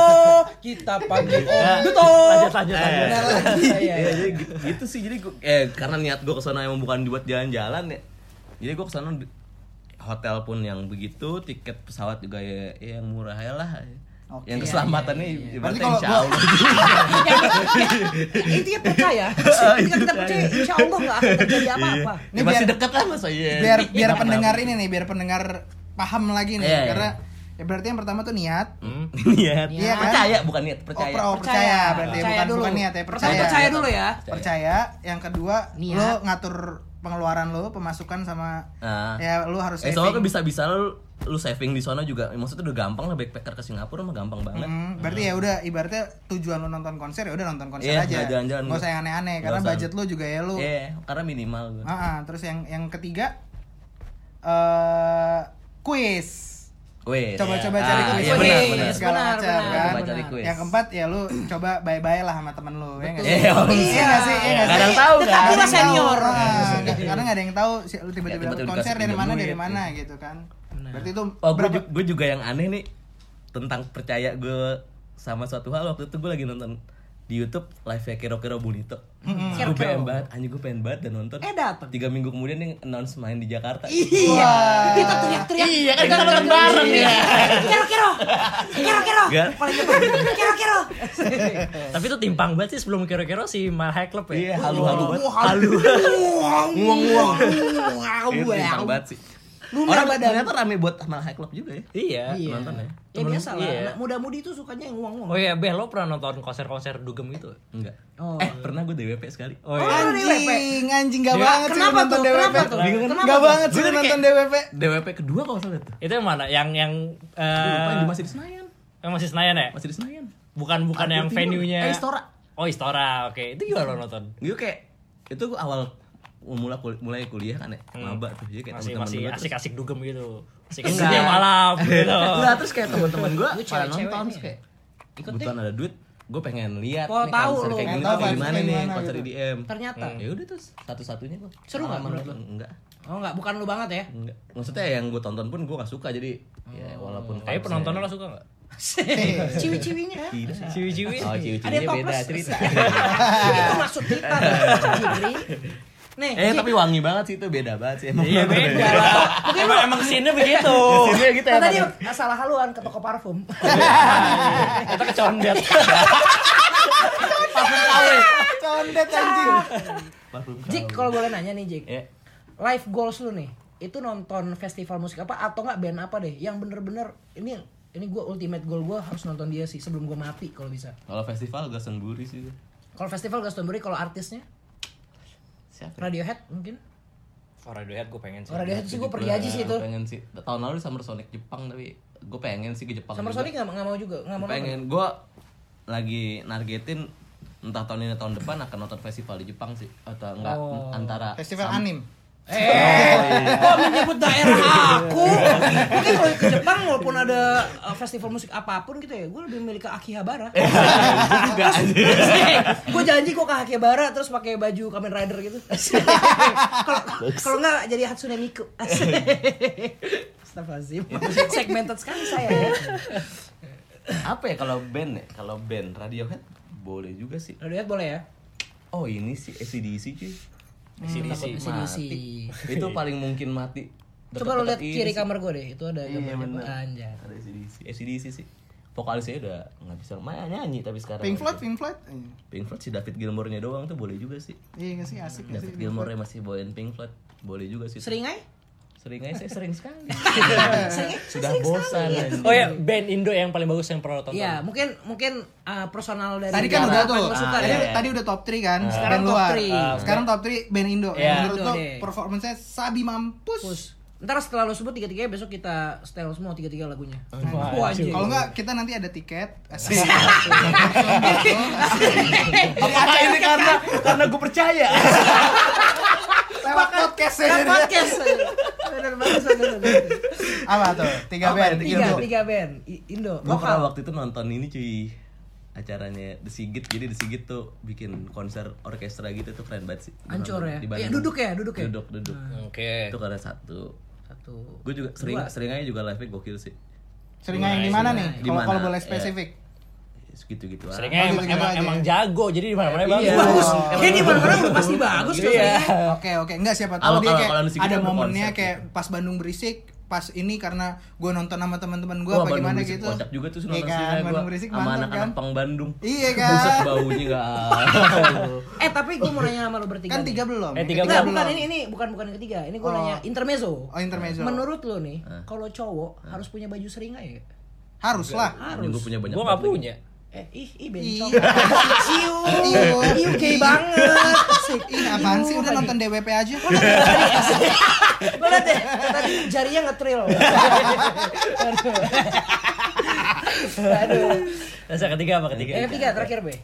Speaker 2: kita panggil Om Duto.
Speaker 4: Lanjut lanjut lanjut.
Speaker 5: Eh.
Speaker 2: Iya, iya,
Speaker 5: Iya,
Speaker 2: iya.
Speaker 5: jadi gitu, gitu sih. Jadi gua- eh karena niat gue kesana emang bukan buat jalan-jalan ya. Jadi gue kesana di- hotel pun yang begitu, tiket pesawat juga ya, ya yang murah ya lah.
Speaker 3: Oke,
Speaker 5: yang
Speaker 2: Iya,
Speaker 5: keselamatannya
Speaker 3: Berarti
Speaker 5: ibaratnya
Speaker 3: kalau
Speaker 5: insya
Speaker 3: gua-
Speaker 5: Allah.
Speaker 2: iya. Intinya percaya. Ketika kita percaya, insya Allah nggak akan terjadi apa-apa.
Speaker 5: Ya,
Speaker 3: Ini
Speaker 5: masih
Speaker 3: biar-
Speaker 5: deket lah masa iya.
Speaker 3: biar biar pendengar ini nih biar pendengar paham lagi nih
Speaker 5: Iya, iya.
Speaker 3: karena ya berarti yang pertama tuh niat
Speaker 5: Hmm, niat.
Speaker 3: Iya, kan?
Speaker 5: Percaya bukan niat, percaya.
Speaker 3: Oh, per- oh, percaya, berarti
Speaker 2: percaya
Speaker 3: bukan,
Speaker 2: dulu.
Speaker 3: bukan niat ya
Speaker 2: Pertama
Speaker 3: percaya
Speaker 2: percaya dulu ya.
Speaker 3: percaya yang kedua
Speaker 2: Niat.
Speaker 3: lo ngatur pengeluaran lo pemasukan sama
Speaker 5: Ah.
Speaker 3: ya lo harus
Speaker 5: Eh, soalnya
Speaker 3: saving.
Speaker 5: bisa-bisa lu, lu saving di sana juga. Maksudnya udah gampang lah backpacker ke Singapura mah gampang banget.
Speaker 3: Hmm, berarti ya udah ibaratnya tujuan lo nonton konser ya udah nonton konser aja
Speaker 5: Iya, nggak jalan-jalan.
Speaker 3: nggak usah yang aneh-aneh karena
Speaker 5: usah.
Speaker 3: budget lo juga ya lo
Speaker 5: Iya, karena minimal gua.
Speaker 3: Ah, ah. terus yang yang ketiga eh kuis
Speaker 5: Wih.
Speaker 3: coba-coba
Speaker 5: iya.
Speaker 3: cari
Speaker 5: Ah,
Speaker 3: kuis
Speaker 5: iya, benar,
Speaker 2: Kuis.
Speaker 5: benar.
Speaker 3: segala
Speaker 2: Benar,
Speaker 3: macam
Speaker 2: benar,
Speaker 3: kan
Speaker 5: benar. Cari kuis.
Speaker 3: yang keempat ya lu coba bye-bye lah sama temen lu ya nggak sih?
Speaker 5: Iya, om.
Speaker 3: iya nggak sih iya nggak sih
Speaker 5: Kadang tahu
Speaker 2: Dekat
Speaker 5: kan.
Speaker 3: Karena
Speaker 2: Kita
Speaker 3: nggak
Speaker 2: senior.
Speaker 3: tahu, ah, nggak- karena nggak ada yang tahu si- lu tiba-tiba
Speaker 5: Ya,
Speaker 3: dapet
Speaker 5: tiba-tiba
Speaker 3: konser
Speaker 5: dikasih
Speaker 3: dari
Speaker 5: pinjam
Speaker 3: mana
Speaker 5: duit,
Speaker 3: dari
Speaker 5: ya.
Speaker 3: mana gitu kan berarti itu
Speaker 5: Oh, gue
Speaker 3: berapa
Speaker 5: juga yang aneh nih tentang percaya gue sama suatu hal waktu itu gue lagi nonton di YouTube live nya Kero Kero Bonito.
Speaker 3: Hmm,
Speaker 5: Gue pengen banget, anjing gue pengen banget dan nonton.
Speaker 2: Eh, dateng.
Speaker 5: Tiga minggu kemudian nih announce main di Jakarta.
Speaker 2: Iya. Kita teriak-teriak. Iya kan kita nonton bareng ya. Kero-kero. Kero-kero.
Speaker 5: Gan.
Speaker 2: Paling depan. Kero-kero.
Speaker 4: Tapi itu timpang banget sih sebelum kira-kira si Mahai Club ya.
Speaker 5: Iya, halu-halu banget.
Speaker 2: Halu.
Speaker 5: Nguang-nguang. Itu timpang
Speaker 2: Wow.
Speaker 5: Iya, banget sih.
Speaker 2: Lu merah
Speaker 5: Orang
Speaker 2: badan.
Speaker 5: ternyata rame buat sama high club juga ya.
Speaker 4: Iya.
Speaker 2: Iya.
Speaker 5: Nonton ya.
Speaker 2: Ya biasa lah.
Speaker 4: Iya.
Speaker 2: Anak muda-mudi itu sukanya yang uang-uang.
Speaker 4: Oh iya, Beh, lo pernah nonton konser-konser dugem gitu?
Speaker 5: Enggak.
Speaker 2: Oh.
Speaker 5: Eh, pernah gue DWP sekali.
Speaker 4: Oh iya.
Speaker 3: anjing anjing nggak banget sih lu
Speaker 2: Kenapa
Speaker 3: nonton
Speaker 2: tuh?
Speaker 3: DWP
Speaker 2: Kenapa tuh? Kenapa
Speaker 3: nggak
Speaker 2: tuh?
Speaker 3: banget sih lu nonton DWP
Speaker 5: DWP kedua kalau salah tuh.
Speaker 4: Itu yang mana? Yang yang
Speaker 5: Gue lupa
Speaker 4: eh
Speaker 5: yang di masih di Senayan.
Speaker 4: yang masih Senayan ya?
Speaker 5: Masih di Senayan.
Speaker 4: Bukan bukan yang
Speaker 5: Timur.
Speaker 4: venue-nya.
Speaker 5: Eh, Istora.
Speaker 4: Oh, Istora. Oke, itu gimana lo nonton?
Speaker 5: Gue kayak itu gua awal mulai mulai kuliah kan ya. Maba tuh. Jadi kayak
Speaker 4: Hmm. Masih
Speaker 5: teman-teman
Speaker 4: masih
Speaker 5: gue terus-
Speaker 4: asik-asik dugem gitu. Asik
Speaker 5: Enggak.
Speaker 4: asiknya malam gitu.
Speaker 5: Enggak, terus kayak teman-teman gue
Speaker 2: Lu
Speaker 5: pada
Speaker 2: cewek-cewek
Speaker 5: nonton
Speaker 2: ini
Speaker 5: terus kayak kebetulan ada duit, gue pengen lihat
Speaker 2: Oh, tahu
Speaker 5: konser
Speaker 2: lu.
Speaker 5: kayak
Speaker 3: Pengen
Speaker 5: gini
Speaker 3: tahu
Speaker 5: tuh kayak
Speaker 3: vibes-nya
Speaker 5: gimana nih
Speaker 3: gimana
Speaker 5: konser
Speaker 3: gitu.
Speaker 5: IDM.
Speaker 2: Ternyata.
Speaker 5: Ya udah terus satu-satunya gua.
Speaker 2: Seru nggak
Speaker 5: Pengalaman
Speaker 2: menurut
Speaker 5: gua. Enggak.
Speaker 2: Oh enggak, bukan lu banget ya.
Speaker 5: Enggak. Maksudnya yang gue tonton pun gue gak suka jadi ya walaupun
Speaker 4: Tapi
Speaker 5: vibes-nya-
Speaker 4: penontonnya Iya. lo suka enggak?
Speaker 2: Ciwi-ciwinya ya.
Speaker 4: Ciwi-ciwi.
Speaker 5: Oh,
Speaker 2: Ada
Speaker 5: ciwi-ciwinya beda
Speaker 2: toples.
Speaker 5: cerita.
Speaker 2: Itu maksud kita. Cibri. Nih,
Speaker 5: Eh tapi wangi banget sih itu beda banget sih emang.
Speaker 4: Iya, beda. lah. Emang emang scene-nya begitu.
Speaker 5: Sini gitu ya.
Speaker 2: Nah, tadi
Speaker 5: Tadi
Speaker 2: salah haluan ke toko parfum.
Speaker 4: Kita kecondet.
Speaker 3: condet anjing
Speaker 2: Jik, kalau boleh nanya nih Jik,
Speaker 5: Ya.
Speaker 2: life goals lu nih, itu nonton festival musik apa atau nggak band apa deh? Yang bener-bener ini ini gue ultimate goal gue harus nonton dia sih sebelum gue mati kalau bisa.
Speaker 5: Kalau festival Glastonbury sih.
Speaker 2: Kalau festival Glastonbury, kalau artisnya
Speaker 5: Siapa?
Speaker 2: Radiohead mungkin.
Speaker 4: Oh, Radiohead gue pengen sih.
Speaker 2: Oh, Radiohead sih gue pergi aja sih itu.
Speaker 5: Pengen sih. Tahun lalu Summer Sonic Jepang tapi gue pengen sih ke Jepang.
Speaker 2: Summer
Speaker 5: juga.
Speaker 2: Sonic nggak nggak mau juga nggak mau nonton.
Speaker 5: Pengen gue lagi nargetin entah tahun ini atau tahun depan akan nonton festival di Jepang sih atau enggak
Speaker 2: Oh.
Speaker 5: antara
Speaker 3: festival anim
Speaker 5: Oh, iya.
Speaker 2: Kok menyebut daerah aku? Mungkin kalau ke Jepang walaupun ada uh, festival musik apapun gitu ya, gue lebih milih ke Akihabara.
Speaker 5: Iya
Speaker 2: gue janji gue ke Akihabara terus pakai baju Kamen Rider gitu. Kalau kalau nggak jadi Hatsune Miku. Astagfirullahaladzim. Segmented sekali saya. ya.
Speaker 5: apa ya kalau band ya? Kalau band Radiohead boleh juga sih.
Speaker 2: Lo lihat boleh ya?
Speaker 5: Oh ini sih ACDC cuy.
Speaker 4: Sini-sini.
Speaker 2: ACDC.
Speaker 5: Mati. Itu paling mungkin mati.
Speaker 2: Coba lo
Speaker 5: Deket-deket
Speaker 2: lihat
Speaker 5: ini
Speaker 2: kiri
Speaker 5: sih.
Speaker 2: kamar gue deh, itu ada
Speaker 5: Iya
Speaker 2: gambar
Speaker 5: benar.
Speaker 2: anjay.
Speaker 5: Ada ACDC. ACDC sih. Vokalisnya udah nggak bisa main nyanyi tapi sekarang.
Speaker 3: Pink Floyd Pink Floyd Iya.
Speaker 5: Pink Floyd si David Gilmour-nya doang tuh boleh juga sih.
Speaker 3: iya nggak sih asik nggak sih
Speaker 5: David Gilmour-nya masih bawain Pink Floyd. Boleh juga sih.
Speaker 2: Seringai?
Speaker 5: Sering aja saya sering sekali.
Speaker 2: Sering-
Speaker 5: Sudah
Speaker 2: sering sekali.
Speaker 5: bosan. anjing.
Speaker 4: Oh ya, band Indo yang paling bagus yang pernah lo tonton.
Speaker 2: Iya, mungkin mungkin uh, personal dari
Speaker 3: Tadi kan
Speaker 2: Jawa apa
Speaker 3: udah tuh. iya.
Speaker 2: yang lo suka
Speaker 3: tadi,
Speaker 2: deh.
Speaker 3: tadi udah top 3 kan,
Speaker 2: Sekarang
Speaker 3: band
Speaker 2: top
Speaker 3: luar.
Speaker 2: three.
Speaker 3: Ah, Sekarang top 3 band Indo.
Speaker 4: Iya.
Speaker 3: Yang Menurut
Speaker 2: Indo
Speaker 3: tuh
Speaker 2: deh.
Speaker 3: performanya sabi mampus.
Speaker 2: Terus, Ntar setelah lo sebut tiga-tiganya besok kita setel semua tiga-tiga lagunya. Wah, anjing.
Speaker 3: Kalau enggak kita nanti ada tiket. Asik.
Speaker 5: Apakah ini karena karena gue percaya?
Speaker 3: Lewat podcast
Speaker 2: Kan
Speaker 3: aja.
Speaker 2: podcast. Bener banget, bener banget.
Speaker 3: Apa tuh? 3
Speaker 5: Apa
Speaker 3: band.
Speaker 5: yang tiga
Speaker 2: Tiga,
Speaker 5: bro.
Speaker 2: tiga band I- Indo.
Speaker 5: Gue pernah
Speaker 2: Lokal.
Speaker 5: waktu itu nonton ini cuy acaranya The Sigit jadi The Sigit tuh bikin konser orkestra gitu tuh keren banget sih Gua
Speaker 2: Hancur
Speaker 5: nonton
Speaker 2: ya?
Speaker 5: di Bandung.
Speaker 2: Iya, duduk ya, duduk ya?
Speaker 5: duduk duduk
Speaker 4: Oke.
Speaker 5: itu kan. karena satu
Speaker 2: Satu.
Speaker 5: gue juga sering
Speaker 2: Dua.
Speaker 5: sering aja juga live nya gokil sih
Speaker 3: Seringnya yang di mana nih?
Speaker 5: Di
Speaker 3: Kalau
Speaker 5: mana?
Speaker 3: kalau boleh
Speaker 5: Iya.
Speaker 3: spesifik.
Speaker 5: segitu gitu aja
Speaker 4: Seringnya
Speaker 3: Oh,
Speaker 4: emang,
Speaker 3: gitu-gitu
Speaker 4: emang,
Speaker 3: aja.
Speaker 4: emang jago, jadi di
Speaker 5: Iya.
Speaker 4: mana-mana bagus.
Speaker 2: Bagus. Kayaknya di mana-mana udah pasti bagus tuh.
Speaker 4: Iya.
Speaker 3: Oke oke enggak siapa
Speaker 5: Kalau-
Speaker 3: tahu dia
Speaker 5: kalau-
Speaker 3: kayak
Speaker 5: kalau di Sigit
Speaker 3: ada
Speaker 5: kan ada
Speaker 3: momennya
Speaker 5: konsep
Speaker 3: kayak pas Bandung berisik pas ini karena gue nonton sama teman-teman gue
Speaker 5: Wah,
Speaker 3: apa
Speaker 5: Bandung
Speaker 3: gimana
Speaker 5: Berisik
Speaker 3: gitu.
Speaker 5: kocak juga tuh
Speaker 3: Iya
Speaker 5: nonton
Speaker 3: kan,
Speaker 5: sini gua
Speaker 3: Bandung berisik
Speaker 5: sama
Speaker 3: mantap
Speaker 5: anak-anak
Speaker 3: kan.
Speaker 5: pang Bandung
Speaker 3: Iya kan.
Speaker 5: Buset baunya nggak
Speaker 2: Eh, tapi gue mau nanya sama lo bertiga.
Speaker 3: Kan
Speaker 2: nih.
Speaker 3: tiga belum.
Speaker 4: Eh,
Speaker 3: yang
Speaker 4: tiga
Speaker 2: Enggak,
Speaker 4: belum.
Speaker 2: bukan ini ini bukan bukan yang ketiga. Ini gue
Speaker 3: Oh.
Speaker 2: nanya intermezzo.
Speaker 3: Oh, intermezzo.
Speaker 2: Menurut lo nih, kalau cowok harus punya baju seringai ya?
Speaker 3: Harus lah.
Speaker 2: Harus.
Speaker 5: gue punya banyak
Speaker 4: Gue
Speaker 5: banget
Speaker 4: nggak punya.
Speaker 2: Eh, ih, ih bencong.
Speaker 3: Iya.
Speaker 2: Iu, iu, iu gay banget. Asik.
Speaker 3: Ih,
Speaker 2: Iu,
Speaker 3: apaan sih udah
Speaker 2: tadi.
Speaker 3: nonton DWP aja.
Speaker 2: Gua liat deh, tadi jarinya ngetril. Aduh. Aduh.
Speaker 4: Nah, saya ketiga apa ketiga?
Speaker 2: Yang ketiga Eh, terakhir, Be.
Speaker 5: lagi.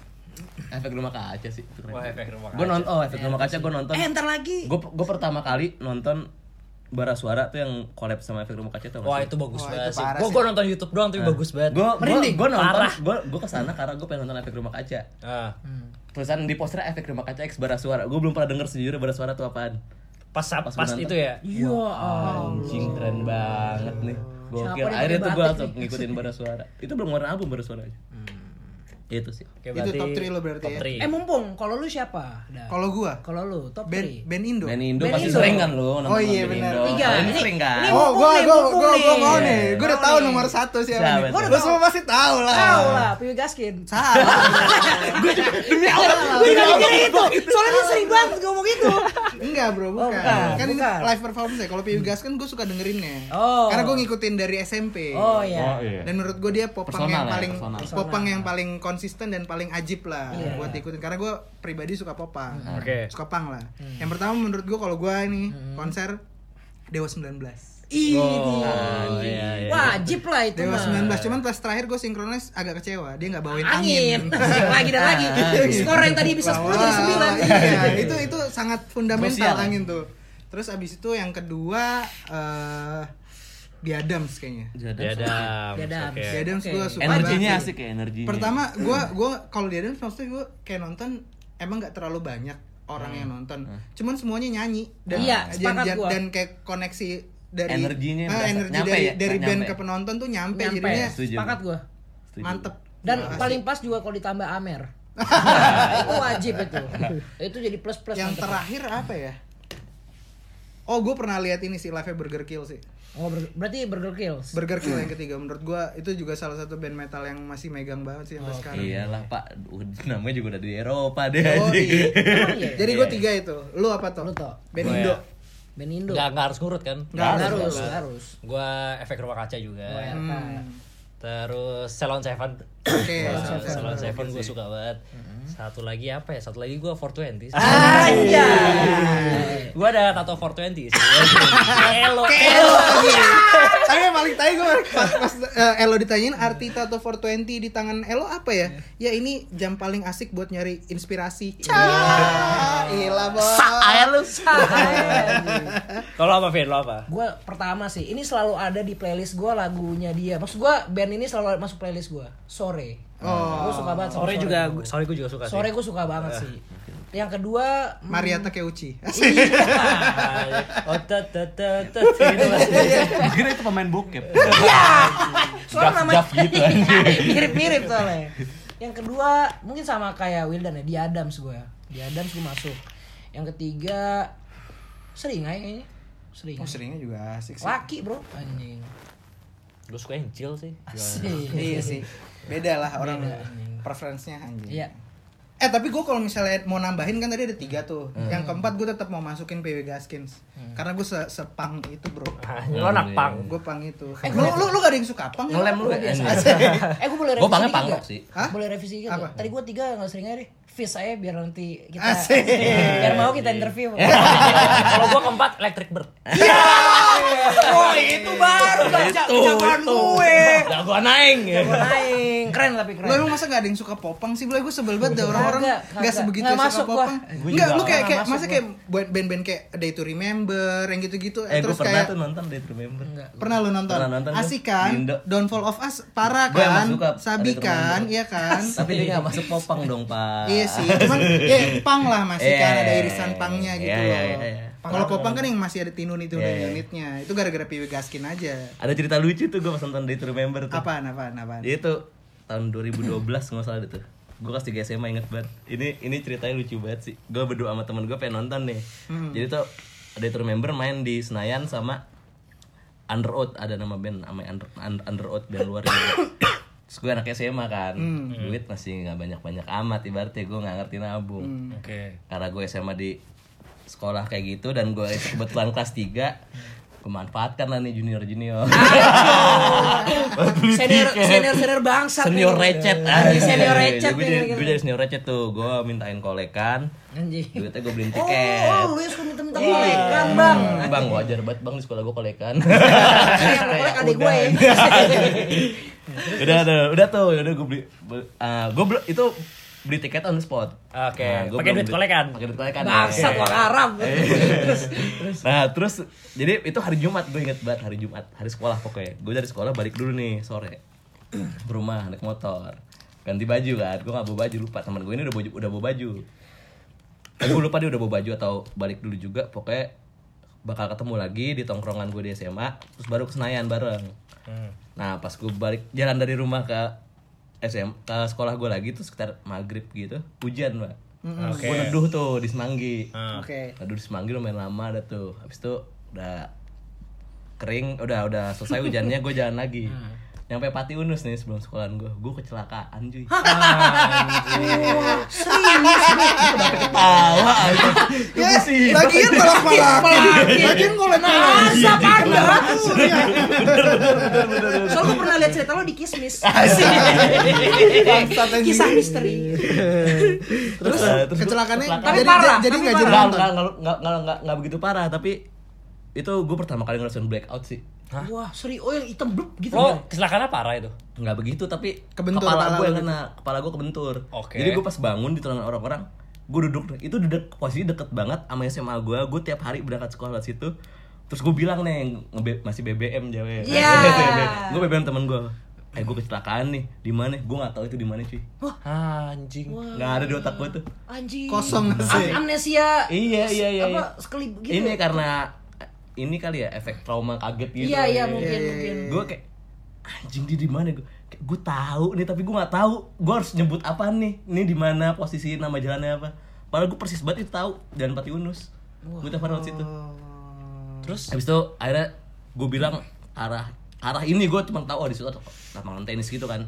Speaker 5: efek rumah kaca sih itu keren
Speaker 4: Wah, efek rumah
Speaker 5: gue
Speaker 4: kaca.
Speaker 5: nonton oh efek rumah kaca gue nonton
Speaker 2: Eh, ntar lagi.
Speaker 5: gue gue pertama kali nonton bara suara tuh yang collab sama efek rumah kaca tuh
Speaker 4: Wah itu
Speaker 3: Wah,
Speaker 4: bagus
Speaker 3: itu
Speaker 4: banget sih.
Speaker 3: parah
Speaker 4: Gue
Speaker 3: sih.
Speaker 4: gue nonton YouTube doang
Speaker 5: Eh.
Speaker 4: tapi bagus banget.
Speaker 5: gue
Speaker 4: Merinding.
Speaker 5: gue nonton
Speaker 4: Parah.
Speaker 5: gue gue kesana karena gue pengen nonton efek rumah kaca
Speaker 4: Ah,
Speaker 5: tulisan di poster efek rumah kaca X bara suara gue belum pernah denger sejujurnya bara suara tuh apaan
Speaker 4: pas pas,
Speaker 5: Pas
Speaker 4: pas
Speaker 5: gua
Speaker 4: itu
Speaker 5: nonton. Iya.
Speaker 4: ya.
Speaker 2: Ya Allah.
Speaker 5: anjing keren banget nih
Speaker 2: Siapa
Speaker 5: gokil
Speaker 2: yang
Speaker 5: akhirnya tuh gue
Speaker 2: batik
Speaker 5: langsung ngikutin bara suara itu belum ngeluarin album bara suara aja
Speaker 3: Hmm.
Speaker 5: itu sih
Speaker 4: Oke,
Speaker 3: Itu
Speaker 4: berarti
Speaker 3: top three lo berarti
Speaker 4: top
Speaker 3: ya?
Speaker 4: three.
Speaker 2: Eh, mumpung kalau lu siapa? Dah.
Speaker 3: Kalau gua
Speaker 2: kalau lu top
Speaker 3: band
Speaker 2: 3.
Speaker 3: band Indo.
Speaker 5: Band Indo
Speaker 2: Band
Speaker 5: pasti
Speaker 2: Indo.
Speaker 5: sering kan lo nonton
Speaker 3: Oh iya,
Speaker 5: band
Speaker 3: benar.
Speaker 5: Indo.
Speaker 2: Tiga.
Speaker 5: Kalian
Speaker 2: Ini-
Speaker 5: sering kan
Speaker 2: ini-
Speaker 3: Oh,
Speaker 2: Mumpung
Speaker 3: gua
Speaker 2: nih,
Speaker 3: gua
Speaker 2: mumpung
Speaker 3: gua gua
Speaker 2: nih.
Speaker 3: mau nih. Gua udah
Speaker 2: Mau
Speaker 3: tahu
Speaker 2: nih.
Speaker 3: nomor satu
Speaker 5: Siapa
Speaker 3: siapa nih.
Speaker 5: tuh?
Speaker 3: Lu semua pasti tahu
Speaker 2: Tahu
Speaker 3: lah.
Speaker 2: lah, Piyu Gaskin.
Speaker 3: Salah.
Speaker 2: Demi Allah. Gue juga mikir itu. Soalnya dia sering banget ngomong itu.
Speaker 3: Enggak, Bro, bukan.
Speaker 2: Oh, bukan,
Speaker 3: Kan ini
Speaker 2: bukan.
Speaker 3: live performance ya. Kalau Piyu Gas kan gua suka dengerinnya.
Speaker 2: Oh.
Speaker 3: Karena gua ngikutin dari SMP.
Speaker 2: Oh iya.
Speaker 5: iya.
Speaker 3: Dan menurut gue dia popang
Speaker 5: Personal
Speaker 3: yang
Speaker 5: ya,
Speaker 3: paling
Speaker 5: personal.
Speaker 3: popang yang paling konsisten dan paling ajib lah
Speaker 2: Iya. Hmm.
Speaker 3: buat diikutin karena gue pribadi suka popang.
Speaker 4: Oke.
Speaker 3: Suka pang lah. Yang pertama menurut gue kalau gue nih konser Dewa 19.
Speaker 2: Ih,
Speaker 5: Oh, iya, iya.
Speaker 2: wajib lah itu mah.
Speaker 3: Dewa 19 cuman pas terakhir gue sinkronis agak kecewa dia nggak
Speaker 2: Angin.
Speaker 3: bawain angin. Ah, iya.
Speaker 2: Asik, lagi dan lagi.
Speaker 5: Ah, gitu.
Speaker 2: Skor yang tadi bisa 10 jadi
Speaker 3: Wah,
Speaker 2: 9.
Speaker 3: Iya, itu itu sangat fundamental
Speaker 5: Krusial. ya?
Speaker 3: angin tuh. Terus abis itu yang kedua eh The Adams kayaknya.
Speaker 4: Diadam.
Speaker 2: Diadam.
Speaker 4: oke.
Speaker 3: The Adams
Speaker 2: Oke.
Speaker 3: gue suka.
Speaker 5: Energinya
Speaker 3: banget.
Speaker 5: asik ya energinya.
Speaker 3: pertama gua gua kalau di Adams maksudnya gua kayak nonton emang nggak terlalu banyak orang
Speaker 5: Hmm.
Speaker 3: yang nonton cuman semuanya nyanyi dan
Speaker 2: Iya,
Speaker 3: dan,
Speaker 2: sepakat
Speaker 3: dan-
Speaker 2: gua.
Speaker 3: dan kayak koneksi dari
Speaker 5: Energinya
Speaker 3: Ah,
Speaker 5: berasa.
Speaker 3: energi
Speaker 5: Nyampe
Speaker 3: dari
Speaker 5: ya?
Speaker 3: dari
Speaker 5: Nyampe.
Speaker 3: band ke penonton tuh nyampe,
Speaker 2: Nyampe.
Speaker 3: jadinya
Speaker 5: Setuju.
Speaker 2: ya. Sepakat gua.
Speaker 5: Setuju.
Speaker 3: mantep Iya,
Speaker 2: Dan
Speaker 3: Terima kasih.
Speaker 2: paling pas juga kalau ditambah Amer. itu wajib itu. itu jadi plus-plus
Speaker 3: yang
Speaker 2: mantep.
Speaker 3: terakhir apa ya oh gua pernah lihat ini sih live Burger Kill sih
Speaker 2: Oh, ber- berarti Burger Kills.
Speaker 3: Burger Kill yang ketiga menurut gua itu juga salah satu band metal yang masih megang banget sih sampai sekarang
Speaker 5: Iyalah Pak, Udah- namanya juga udah di Eropa deh
Speaker 3: Oh,
Speaker 5: anjing.
Speaker 3: iya.
Speaker 2: Emang iya?
Speaker 3: jadi gua tiga itu lu apa toh
Speaker 2: Lu, Toh?
Speaker 3: band
Speaker 4: Gua ya.
Speaker 3: Indo
Speaker 2: Band Indo.
Speaker 4: Nggak nggak harus ngurut kan?
Speaker 2: Nggak harus, nggak harus.
Speaker 4: Gue efek rumah kaca juga.
Speaker 3: Hmm.
Speaker 4: Terus Salon Seven.
Speaker 3: Oke,
Speaker 4: Wah,
Speaker 3: Salon Seven. Mm-hmm.
Speaker 4: Salon Seven gue suka banget. Satu lagi apa ya? Satu lagi gue 420.
Speaker 3: Ah.
Speaker 2: Iya.
Speaker 4: Gue ada tato 420 sih. Elo. Elo.
Speaker 3: Tapi yang paling tai gue pas, pas eh, Elo ditanyain
Speaker 2: Hmm.
Speaker 3: arti tato 420 di tangan Elo apa ya?
Speaker 2: Iya.
Speaker 3: Ya ini jam paling asik buat nyari inspirasi. Cah, Gila, Bos.
Speaker 4: Kalau apa Vin? Lo apa?
Speaker 2: Gue pertama sih, ini selalu ada di playlist gue lagunya dia. Maksud gue band ini selalu masuk playlist gue. Sore.
Speaker 3: Oh.
Speaker 2: Gue suka banget sama
Speaker 4: Sore juga, sore gue juga suka sih.
Speaker 2: Sore gue suka banget sih.
Speaker 5: Eh,
Speaker 2: Yang kedua mm,
Speaker 3: Mariata Keuchi.
Speaker 4: Oh, tet, tet, tet, tet, gitu
Speaker 3: Iya,
Speaker 4: pasti.
Speaker 5: Kira itu pemain bokep.
Speaker 2: soalnya
Speaker 5: Jaf-
Speaker 2: namanya
Speaker 5: Jaf gitu, anjing.
Speaker 2: mirip-mirip soalnya. Yang kedua mungkin sama kayak Wildan ya, di Adams gue. Di Adams gue masuk. Yang ketiga sering aja kayaknya. Sering.
Speaker 3: Oh, seringnya juga asik sih.
Speaker 2: Laki bro, anjing.
Speaker 4: Gue suka yang chill sih.
Speaker 2: Asik.
Speaker 3: Iya sih. Beda lah orang preferensinya anjing.
Speaker 2: Iya.
Speaker 3: Eh tapi gue kalau misalnya mau nambahin kan tadi ada tiga tuh.
Speaker 5: Hmm.
Speaker 3: Yang keempat gue tetap mau masukin PW Gaskins karena gue se sepang itu bro.
Speaker 4: Ah, Lo anak pang.
Speaker 3: Gue pang itu. Eh, lu, lu lu gak ada yang suka pang?
Speaker 5: Ngelem lu ya.
Speaker 2: Eh gue boleh
Speaker 5: Gua
Speaker 2: revisi
Speaker 5: panggil
Speaker 2: dikit
Speaker 5: pangrok
Speaker 2: nggak?
Speaker 5: sih.
Speaker 3: Hah?
Speaker 2: Boleh revisi dikit
Speaker 3: Apa?
Speaker 2: nggak? Tadi gue tiga nggak sering aja deh. Fis aja biar nanti kita
Speaker 3: Asik.
Speaker 2: biar mau
Speaker 5: Iya.
Speaker 2: kita interview.
Speaker 4: Kalau gua keempat electric bird.
Speaker 2: Oh itu baru
Speaker 5: Iya.
Speaker 2: baca jagoan gue.
Speaker 5: Jago Gitu. naik.
Speaker 2: Jagoan Aing keren tapi
Speaker 3: Lu
Speaker 2: keren.
Speaker 3: emang masa gak ada yang suka popang sih? Gue sebel banget dah orang-orang
Speaker 2: Kagak,
Speaker 3: gak
Speaker 2: kagak.
Speaker 3: sebegitu
Speaker 2: Nggak
Speaker 3: yang suka
Speaker 2: masuk gua.
Speaker 3: popang.
Speaker 5: Gua
Speaker 3: Enggak,
Speaker 5: juga.
Speaker 3: lu kayak
Speaker 2: Nggak
Speaker 3: kayak
Speaker 2: masuk
Speaker 3: masa kayak band- band-band kayak Day to Remember yang gitu-gitu
Speaker 5: Eh, gue
Speaker 3: terus
Speaker 5: pernah
Speaker 3: kayak
Speaker 5: tuh nonton Date Remember.
Speaker 3: pernah lu nonton?
Speaker 5: Pernah nonton gua.
Speaker 3: Asik kan?
Speaker 5: Di Indo.
Speaker 3: Downfall of Us parah
Speaker 5: Gua emang
Speaker 3: kan?
Speaker 5: suka
Speaker 3: Sabi
Speaker 5: Day to
Speaker 3: kan?
Speaker 5: Remember.
Speaker 3: Iya kan?
Speaker 5: Tapi dia nggak masuk popang dong, Pak.
Speaker 3: Iya sih, cuman ya pang lah masih
Speaker 5: Ah. Iya,
Speaker 3: kan ada
Speaker 5: iya,
Speaker 3: irisan
Speaker 5: iya,
Speaker 3: pangnya
Speaker 5: iya,
Speaker 3: gitu
Speaker 5: iya,
Speaker 3: loh.
Speaker 5: iya, iya.
Speaker 3: Kalau popang kan yang masih ada tinun itu
Speaker 5: Iya,
Speaker 3: udah
Speaker 5: iya.
Speaker 3: unitnya. Itu gara-gara PW Gaskin aja.
Speaker 5: Ada cerita lucu tuh gue pas nonton Date Remember tuh.
Speaker 3: Apaan apaan apaan?
Speaker 5: Dia tuh tahun 2012 nggak salah deh tuh. Gue kelas 3 SMA inget banget. Ini ini ceritanya lucu banget sih. Gue berdua sama temen gue pengen nonton nih. Jadi tuh Date Remember main di Senayan sama Under Oath ada nama band sama Under, Un- Under Oath band luar juga. Terus gue anak SMA kan, duit masih nggak banyak-banyak amat ibaratnya gue nggak ngerti nabung.
Speaker 4: Oke.
Speaker 5: karena gue SMA di sekolah kayak gitu dan gue itu kebetulan kelas 3 gue manfaatkan lah nih junior junior
Speaker 2: Senior senior senior bangsa.
Speaker 5: senior recet anjing.
Speaker 2: Senior recet
Speaker 5: iya. gue
Speaker 2: nih,
Speaker 5: jadi,
Speaker 2: gitu.
Speaker 5: gue jadi senior recet tuh gue mintain kolekan
Speaker 2: Anjing.
Speaker 5: duitnya gue beliin
Speaker 2: Oh,
Speaker 5: tiket
Speaker 2: lu yang suka minta-minta kolekan bang.
Speaker 5: Hmm, bang wajar banget bang di sekolah gue kolekan
Speaker 2: Kayak kolek Iya, adik ya. gue.
Speaker 5: udah udah udah tuh udah gue beli gue belum itu beli tiket on the spot
Speaker 4: Oke,
Speaker 5: gue
Speaker 4: pakai
Speaker 5: belum
Speaker 4: duit
Speaker 5: beli-
Speaker 4: kolekan.
Speaker 5: pakai duit kolekan
Speaker 2: Bangsat
Speaker 5: Oke.
Speaker 2: orang Arab.
Speaker 5: Iya. nah terus jadi itu hari Jumat gue inget banget hari Jumat hari sekolah pokoknya gue dari sekolah balik dulu nih sore ke rumah naik motor ganti baju kan gue gak bawa baju lupa teman gue ini udah baju udah bawa baju tapi gue lupa dia udah bawa baju atau balik dulu juga pokoknya bakal ketemu lagi di tongkrongan gue di SMA terus baru ke Senayan bareng nah pas gue balik jalan dari rumah ke SM ke sekolah gue lagi tuh sekitar maghrib gitu hujan pak gue neduh tuh di Semanggi
Speaker 3: Oke.
Speaker 5: Aduh di Semanggi lumayan lama ada tuh. Habis itu udah kering, udah udah selesai hujannya gue jalan lagi.
Speaker 3: Ah.
Speaker 5: Nyampe Pati Unus nih sebelum sekolahan gue, gue kecelakaan cuy. Ketawa gitu. aja. Itu
Speaker 3: Ya,
Speaker 5: sih.
Speaker 3: lagian malah
Speaker 2: Iya,
Speaker 3: malah. Lagian kolekan.
Speaker 2: Masa kan
Speaker 3: kan Iya.
Speaker 2: Soalnya gue pernah lihat cerita lo di Kismis.
Speaker 3: Bangsat, anjing.
Speaker 2: Kisah misteri.
Speaker 5: Terus, Nah, terus
Speaker 3: Kecelakaannya
Speaker 2: Tapi
Speaker 3: jadi
Speaker 2: parah,
Speaker 3: jadi
Speaker 2: tapi
Speaker 3: nggak jadi
Speaker 5: nggak
Speaker 3: nonton.
Speaker 5: nggak nggak nggak- nggak nggak begitu parah tapi itu gue pertama kali ngerasain blackout sih.
Speaker 2: Wah, seri oh yang hitam blub gitu.
Speaker 4: Lo kecelakaannya parah itu.
Speaker 5: nggak begitu tapi
Speaker 3: Kebentur
Speaker 5: kepala
Speaker 3: kepala
Speaker 5: gue yang
Speaker 3: lu.
Speaker 5: kena kepala gue kebentur
Speaker 4: Oke.
Speaker 5: jadi gue pas bangun di tengah orang-orang gue duduk itu duduk posisi deket banget sama SMA gue gue tiap hari berangkat sekolah lewat situ terus gue bilang nih nge- masih BBM jawa ya
Speaker 2: Iya.
Speaker 5: gue BBM temen gue eh gue kecelakaan nih di mana gue nggak tahu itu di mana cuy
Speaker 4: Anjing.
Speaker 5: nggak ada di otak gue tuh
Speaker 2: Anjing. Am-
Speaker 3: Kosong sih.
Speaker 2: amnesia.
Speaker 5: iya iya iya, iya.
Speaker 2: Apa sekelip gitu.
Speaker 5: ini karena ini kali ya efek trauma kaget gitu
Speaker 2: Iya, iya mungkin mungkin.
Speaker 5: gue kayak anjing dia di mana gue kayak gue tahu nih tapi gue nggak tahu gue harus nyebut apa nih ini di mana posisi nama jalannya apa padahal gue persis banget itu tahu jalan Pati Unus gue tahu lewat situ
Speaker 4: Terus
Speaker 5: habis itu akhirnya gue bilang arah arah ini gue cuma tahu oh di situ ada lapangan tenis gitu kan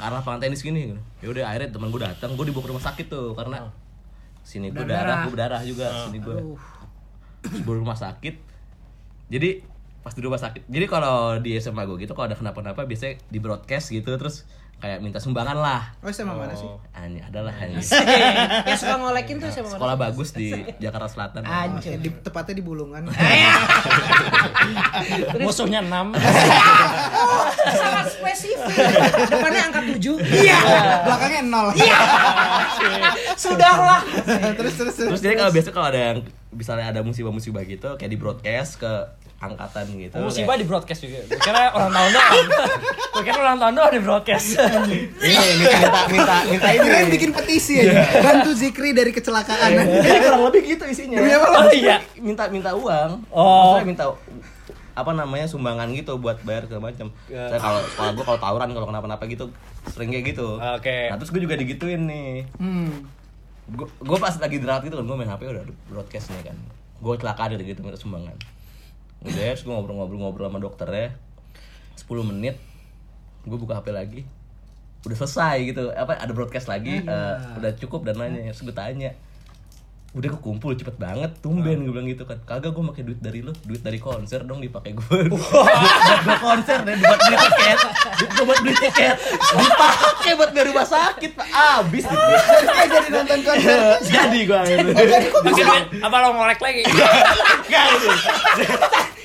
Speaker 5: arah lapangan tenis gini ya udah akhirnya teman gue datang gue dibawa ke rumah sakit tuh karena sini gue darah gue berdarah juga sini gue Terus baru rumah sakit jadi pas di rumah sakit jadi kalau di SMA gue gitu kalau ada kenapa-napa biasanya di broadcast gitu terus kayak minta sumbangan lah
Speaker 3: Oh, sama mana sih?
Speaker 2: Iya.
Speaker 5: Anjing, adalah anjing.
Speaker 2: Yang suka ngolekin tuh siapa?
Speaker 5: sekolah bagus di Jakarta Selatan
Speaker 3: Anjir, di, tepatnya di Bulungan.
Speaker 2: Iya.
Speaker 4: musuhnya 6.
Speaker 2: Oh, sangat spesifik. Depannya angka 7. Iya.
Speaker 3: Belakangnya nol.
Speaker 2: Sudahlah.
Speaker 3: terus terus
Speaker 5: Terus jadi kalau biasa kalau ada yang misalnya ada musibah-musibah gitu kayak di broadcast ke angkatan gitu.
Speaker 4: Oh, Musibah di broadcast juga. Gue kira orang tahun doang. Gue kira orang tahun doang di broadcast.
Speaker 5: Kayak, Ini minta minta minta, minta
Speaker 3: Saya
Speaker 5: ini.
Speaker 3: kirain bikin petisi
Speaker 2: Iya.
Speaker 3: aja. Bantu Zikri dari kecelakaan.
Speaker 5: Jadi kurang lebih gitu isinya.
Speaker 3: Demi apa lo?
Speaker 5: Oh iya, minta minta uang.
Speaker 4: Oh.
Speaker 5: Maksudnya minta apa namanya sumbangan gitu buat bayar ke macam. Saya kalau sekolah gue kalau tawuran kalau kenapa-napa gitu sering kayak gitu.
Speaker 4: Oke.
Speaker 5: Nah, terus gue juga digituin nih.
Speaker 3: Hmm.
Speaker 5: Gue gue pas lagi dirawat gitu kan gue main HP udah ada broadcast nih kan. Gue kecelakaan gitu gitu minta sumbangan. Udah terus gue ngobrol-ngobrol-ngobrol sama dokternya 10 menit. Gue buka HP lagi. udah selesai gitu apa ada broadcast lagi eh, udah cukup dan lainnya terus gue tanya udah gue kumpul cepet banget
Speaker 3: Nah.
Speaker 5: tumben gue bilang gitu kan kagak gue pakai duit dari lu duit dari konser dong dipakai gue Duit buat konser deh buat beli tiket duit gue buat beli tiket dipakai buat biar rumah sakit pak abis gitu
Speaker 3: jadi nonton konser.
Speaker 5: jadi gue akhirnya
Speaker 4: Pakai duit, apa lo ngorek lagi?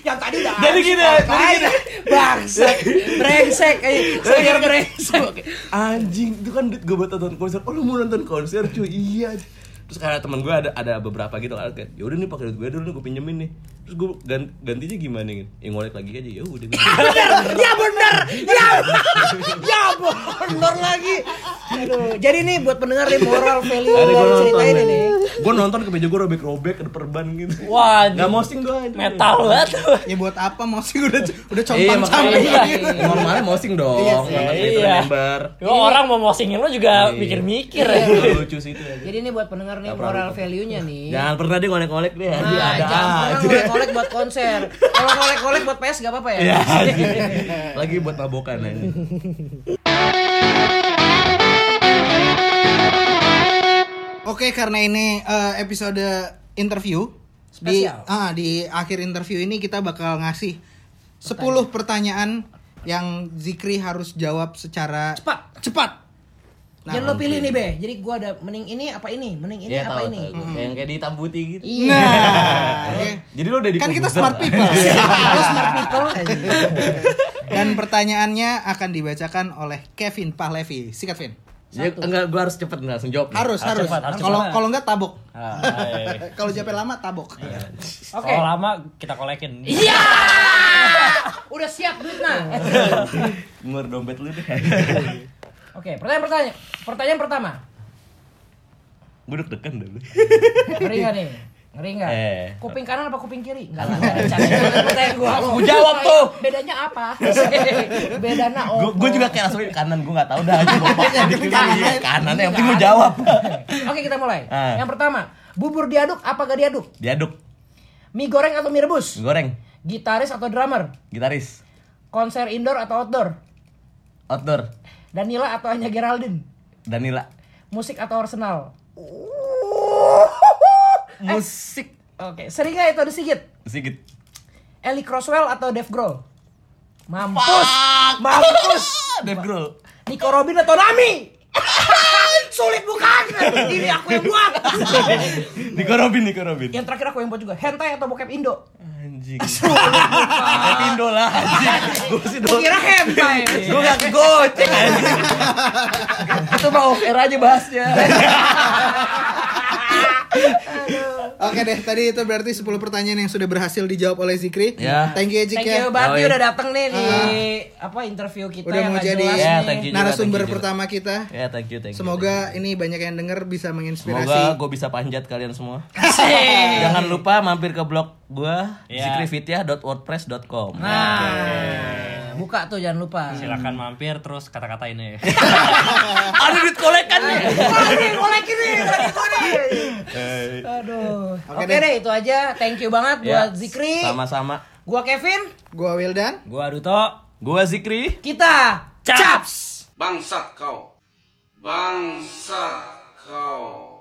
Speaker 2: Yang tadi udah
Speaker 5: jadi gini ya. jadi gini
Speaker 2: bangsat, brengsek, eh, saya brengsek.
Speaker 5: Oke. anjing itu kan duit gue buat nonton konser oh lu mau nonton konser cuy iya terus karena teman gue ada ada beberapa gitu kan kayak yaudah nih pakai duit gue dulu gue pinjemin nih terus gue gan- gantinya gimana gitu ya ngolek lagi aja ya udah
Speaker 2: Ya bener, ya, ya bener lagi. Aduh, jadi nih buat pendengar nih moral value
Speaker 5: Akhirnya gue
Speaker 2: dari cerita
Speaker 5: nonton
Speaker 2: Iya, ini nih.
Speaker 5: Gue nonton ke meja gue robek-robek Ada perban gitu
Speaker 4: Wah,
Speaker 5: Gak mau sing gue
Speaker 4: metal banget. lu.
Speaker 3: Ya buat apa mau sih udah udah
Speaker 5: Iya makanya
Speaker 3: compang-camping.
Speaker 5: iya. Normalnya mau sing dong
Speaker 2: Iya
Speaker 5: Nonton
Speaker 2: sih.
Speaker 5: cerita
Speaker 4: Iya.
Speaker 5: member
Speaker 4: Lu orang mau mosingin lo juga mikir-mikir ya.
Speaker 5: Iya, Lucu sih itu aja.
Speaker 2: Jadi ini buat pendengar nih
Speaker 5: Gak pernah
Speaker 2: moral
Speaker 5: gitu.
Speaker 2: value-nya nih.
Speaker 5: Jangan pernah dia ngolek-ngolek deh anjing,
Speaker 2: Nah,
Speaker 5: Ada
Speaker 2: jangan pernah
Speaker 5: aja
Speaker 2: ngolek-ngolek buat konser. Kalau ngolek-ngolek buat PS gak apa-apa ya?
Speaker 5: Ya, anjing. Lagi buat mabokan anjing.
Speaker 3: Oke, karena ini eh, episode interview
Speaker 2: Spesial.
Speaker 3: di ah, di akhir interview ini kita bakal ngasih 10 pertanyaan yang Zikri harus jawab secara
Speaker 2: Cepat.
Speaker 3: Cepat. Nah,
Speaker 2: Jangan lo pilih nih, Be. Jadi gua ada mending ini apa ini? Mending ini
Speaker 5: Nah, Iya,
Speaker 2: apa
Speaker 5: tahu,
Speaker 2: ini? Iya.
Speaker 5: tahu gua. Yang kayak di Tambuti gitu. Iya.
Speaker 3: Nah, oke.
Speaker 5: Jadi lo udah di
Speaker 3: kan kita
Speaker 5: komputer.
Speaker 3: smart people.
Speaker 4: Iya.
Speaker 2: Lo smart people aja.
Speaker 3: Dan pertanyaannya akan dibacakan oleh Kevin Pahlevi. Sikat, Vin.
Speaker 5: Ya, enggak, gua harus cepet nih langsung jawab. nih.
Speaker 3: Harus, harus.
Speaker 4: cepat, harus
Speaker 3: Kalau
Speaker 4: cepat.
Speaker 3: kalau enggak tabok.
Speaker 4: Ah, iya.
Speaker 3: kalau jawabnya lama tabok.
Speaker 2: Oke.
Speaker 4: Kalau lama kita kolekin.
Speaker 2: Iya. Udah siap duit nah.
Speaker 5: Ngeluar dompet lu deh.
Speaker 2: Oke, pertanyaan pertanyaan pertanyaan pertama.
Speaker 5: Gue deg-degan dah lu.
Speaker 2: Ngeri gak nih? Ngeri gak?
Speaker 5: Eh.
Speaker 2: Kuping kanan apa kuping kiri? Enggak lah, enggak ada caranya. Pertanyaan gua.
Speaker 5: Gua jawab tuh.
Speaker 2: Bedanya apa? Bedana
Speaker 5: Gue
Speaker 2: opo.
Speaker 5: gue juga kayak langsung ke kanan gue nggak tahu dah. anjing, bapak. Di kiri, iya, kanan yang penting lu jawab.
Speaker 2: Oke, kita mulai.
Speaker 5: Ah.
Speaker 2: Yang pertama, bubur diaduk apa gak diaduk?
Speaker 5: Diaduk,
Speaker 2: Mie goreng atau mie rebus?
Speaker 5: mie goreng,
Speaker 2: Gitaris atau drummer?
Speaker 5: gitaris,
Speaker 2: Konser indoor atau outdoor?
Speaker 5: outdoor,
Speaker 2: Danila atau hanya Geraldine?
Speaker 5: Danila,
Speaker 2: Musik atau Arsenal? Eh,
Speaker 5: musik,
Speaker 2: Oke, Seringai atau The Sigit?
Speaker 5: sedikit.
Speaker 2: Ellie Croswell atau Dave Grohl? Mampus! Mampus!
Speaker 5: Dead Grohl.
Speaker 2: Nico Robin atau Nami? Sulit bukan? Ini aku yang buat!
Speaker 5: Nico Robin, Nico Robin.
Speaker 2: yang terakhir aku yang buat juga, Hentai atau Bokep Indo?
Speaker 5: Anjing. Pakai Tindo lah. Gue sih
Speaker 2: Gua
Speaker 5: dong.
Speaker 2: Kira Hentai!
Speaker 5: Gue gak kegocek anjing.
Speaker 2: Itu mau off air aja bahasnya.
Speaker 3: Oke deh, tadi itu berarti 10 pertanyaan yang sudah berhasil dijawab oleh Zikri.
Speaker 5: Ya.
Speaker 3: Thank you ya, Zik
Speaker 2: Thank
Speaker 3: ya.
Speaker 2: you banget
Speaker 5: Yoi.
Speaker 2: nih udah dateng nih di apa interview kita
Speaker 3: Udah
Speaker 2: yang
Speaker 3: mau
Speaker 2: nggak
Speaker 3: jadi
Speaker 2: jelas
Speaker 5: Ya,
Speaker 2: nih.
Speaker 5: thank you juga,
Speaker 3: narasumber
Speaker 5: thank you juga.
Speaker 3: pertama kita.
Speaker 5: Ya, thank you, thank you.
Speaker 3: Semoga ini banyak yang denger bisa
Speaker 5: Semoga
Speaker 3: menginspirasi.
Speaker 5: gue bisa panjat kalian semua.
Speaker 2: Asik.
Speaker 5: Jangan lupa mampir ke blog gue
Speaker 4: Iya.
Speaker 5: zikrifitiah.wordpress.com.
Speaker 2: Nah, buka tuh jangan lupa.
Speaker 4: Silakan mampir terus kata-katain ya.
Speaker 5: Ada duit kolekan nih.
Speaker 2: Wah, ini koleksi nih, lagi gua nih. Aduh. Oke deh. itu aja. Thank you banget
Speaker 5: Ya,
Speaker 2: buat Zikri.
Speaker 5: Sama-sama.
Speaker 2: Gua Kevin,
Speaker 3: Gua Wildan.
Speaker 4: Gua Duto.
Speaker 5: Gue Zikri.
Speaker 2: kita
Speaker 4: Caps.
Speaker 6: Bangsat kau. Bangsat kau.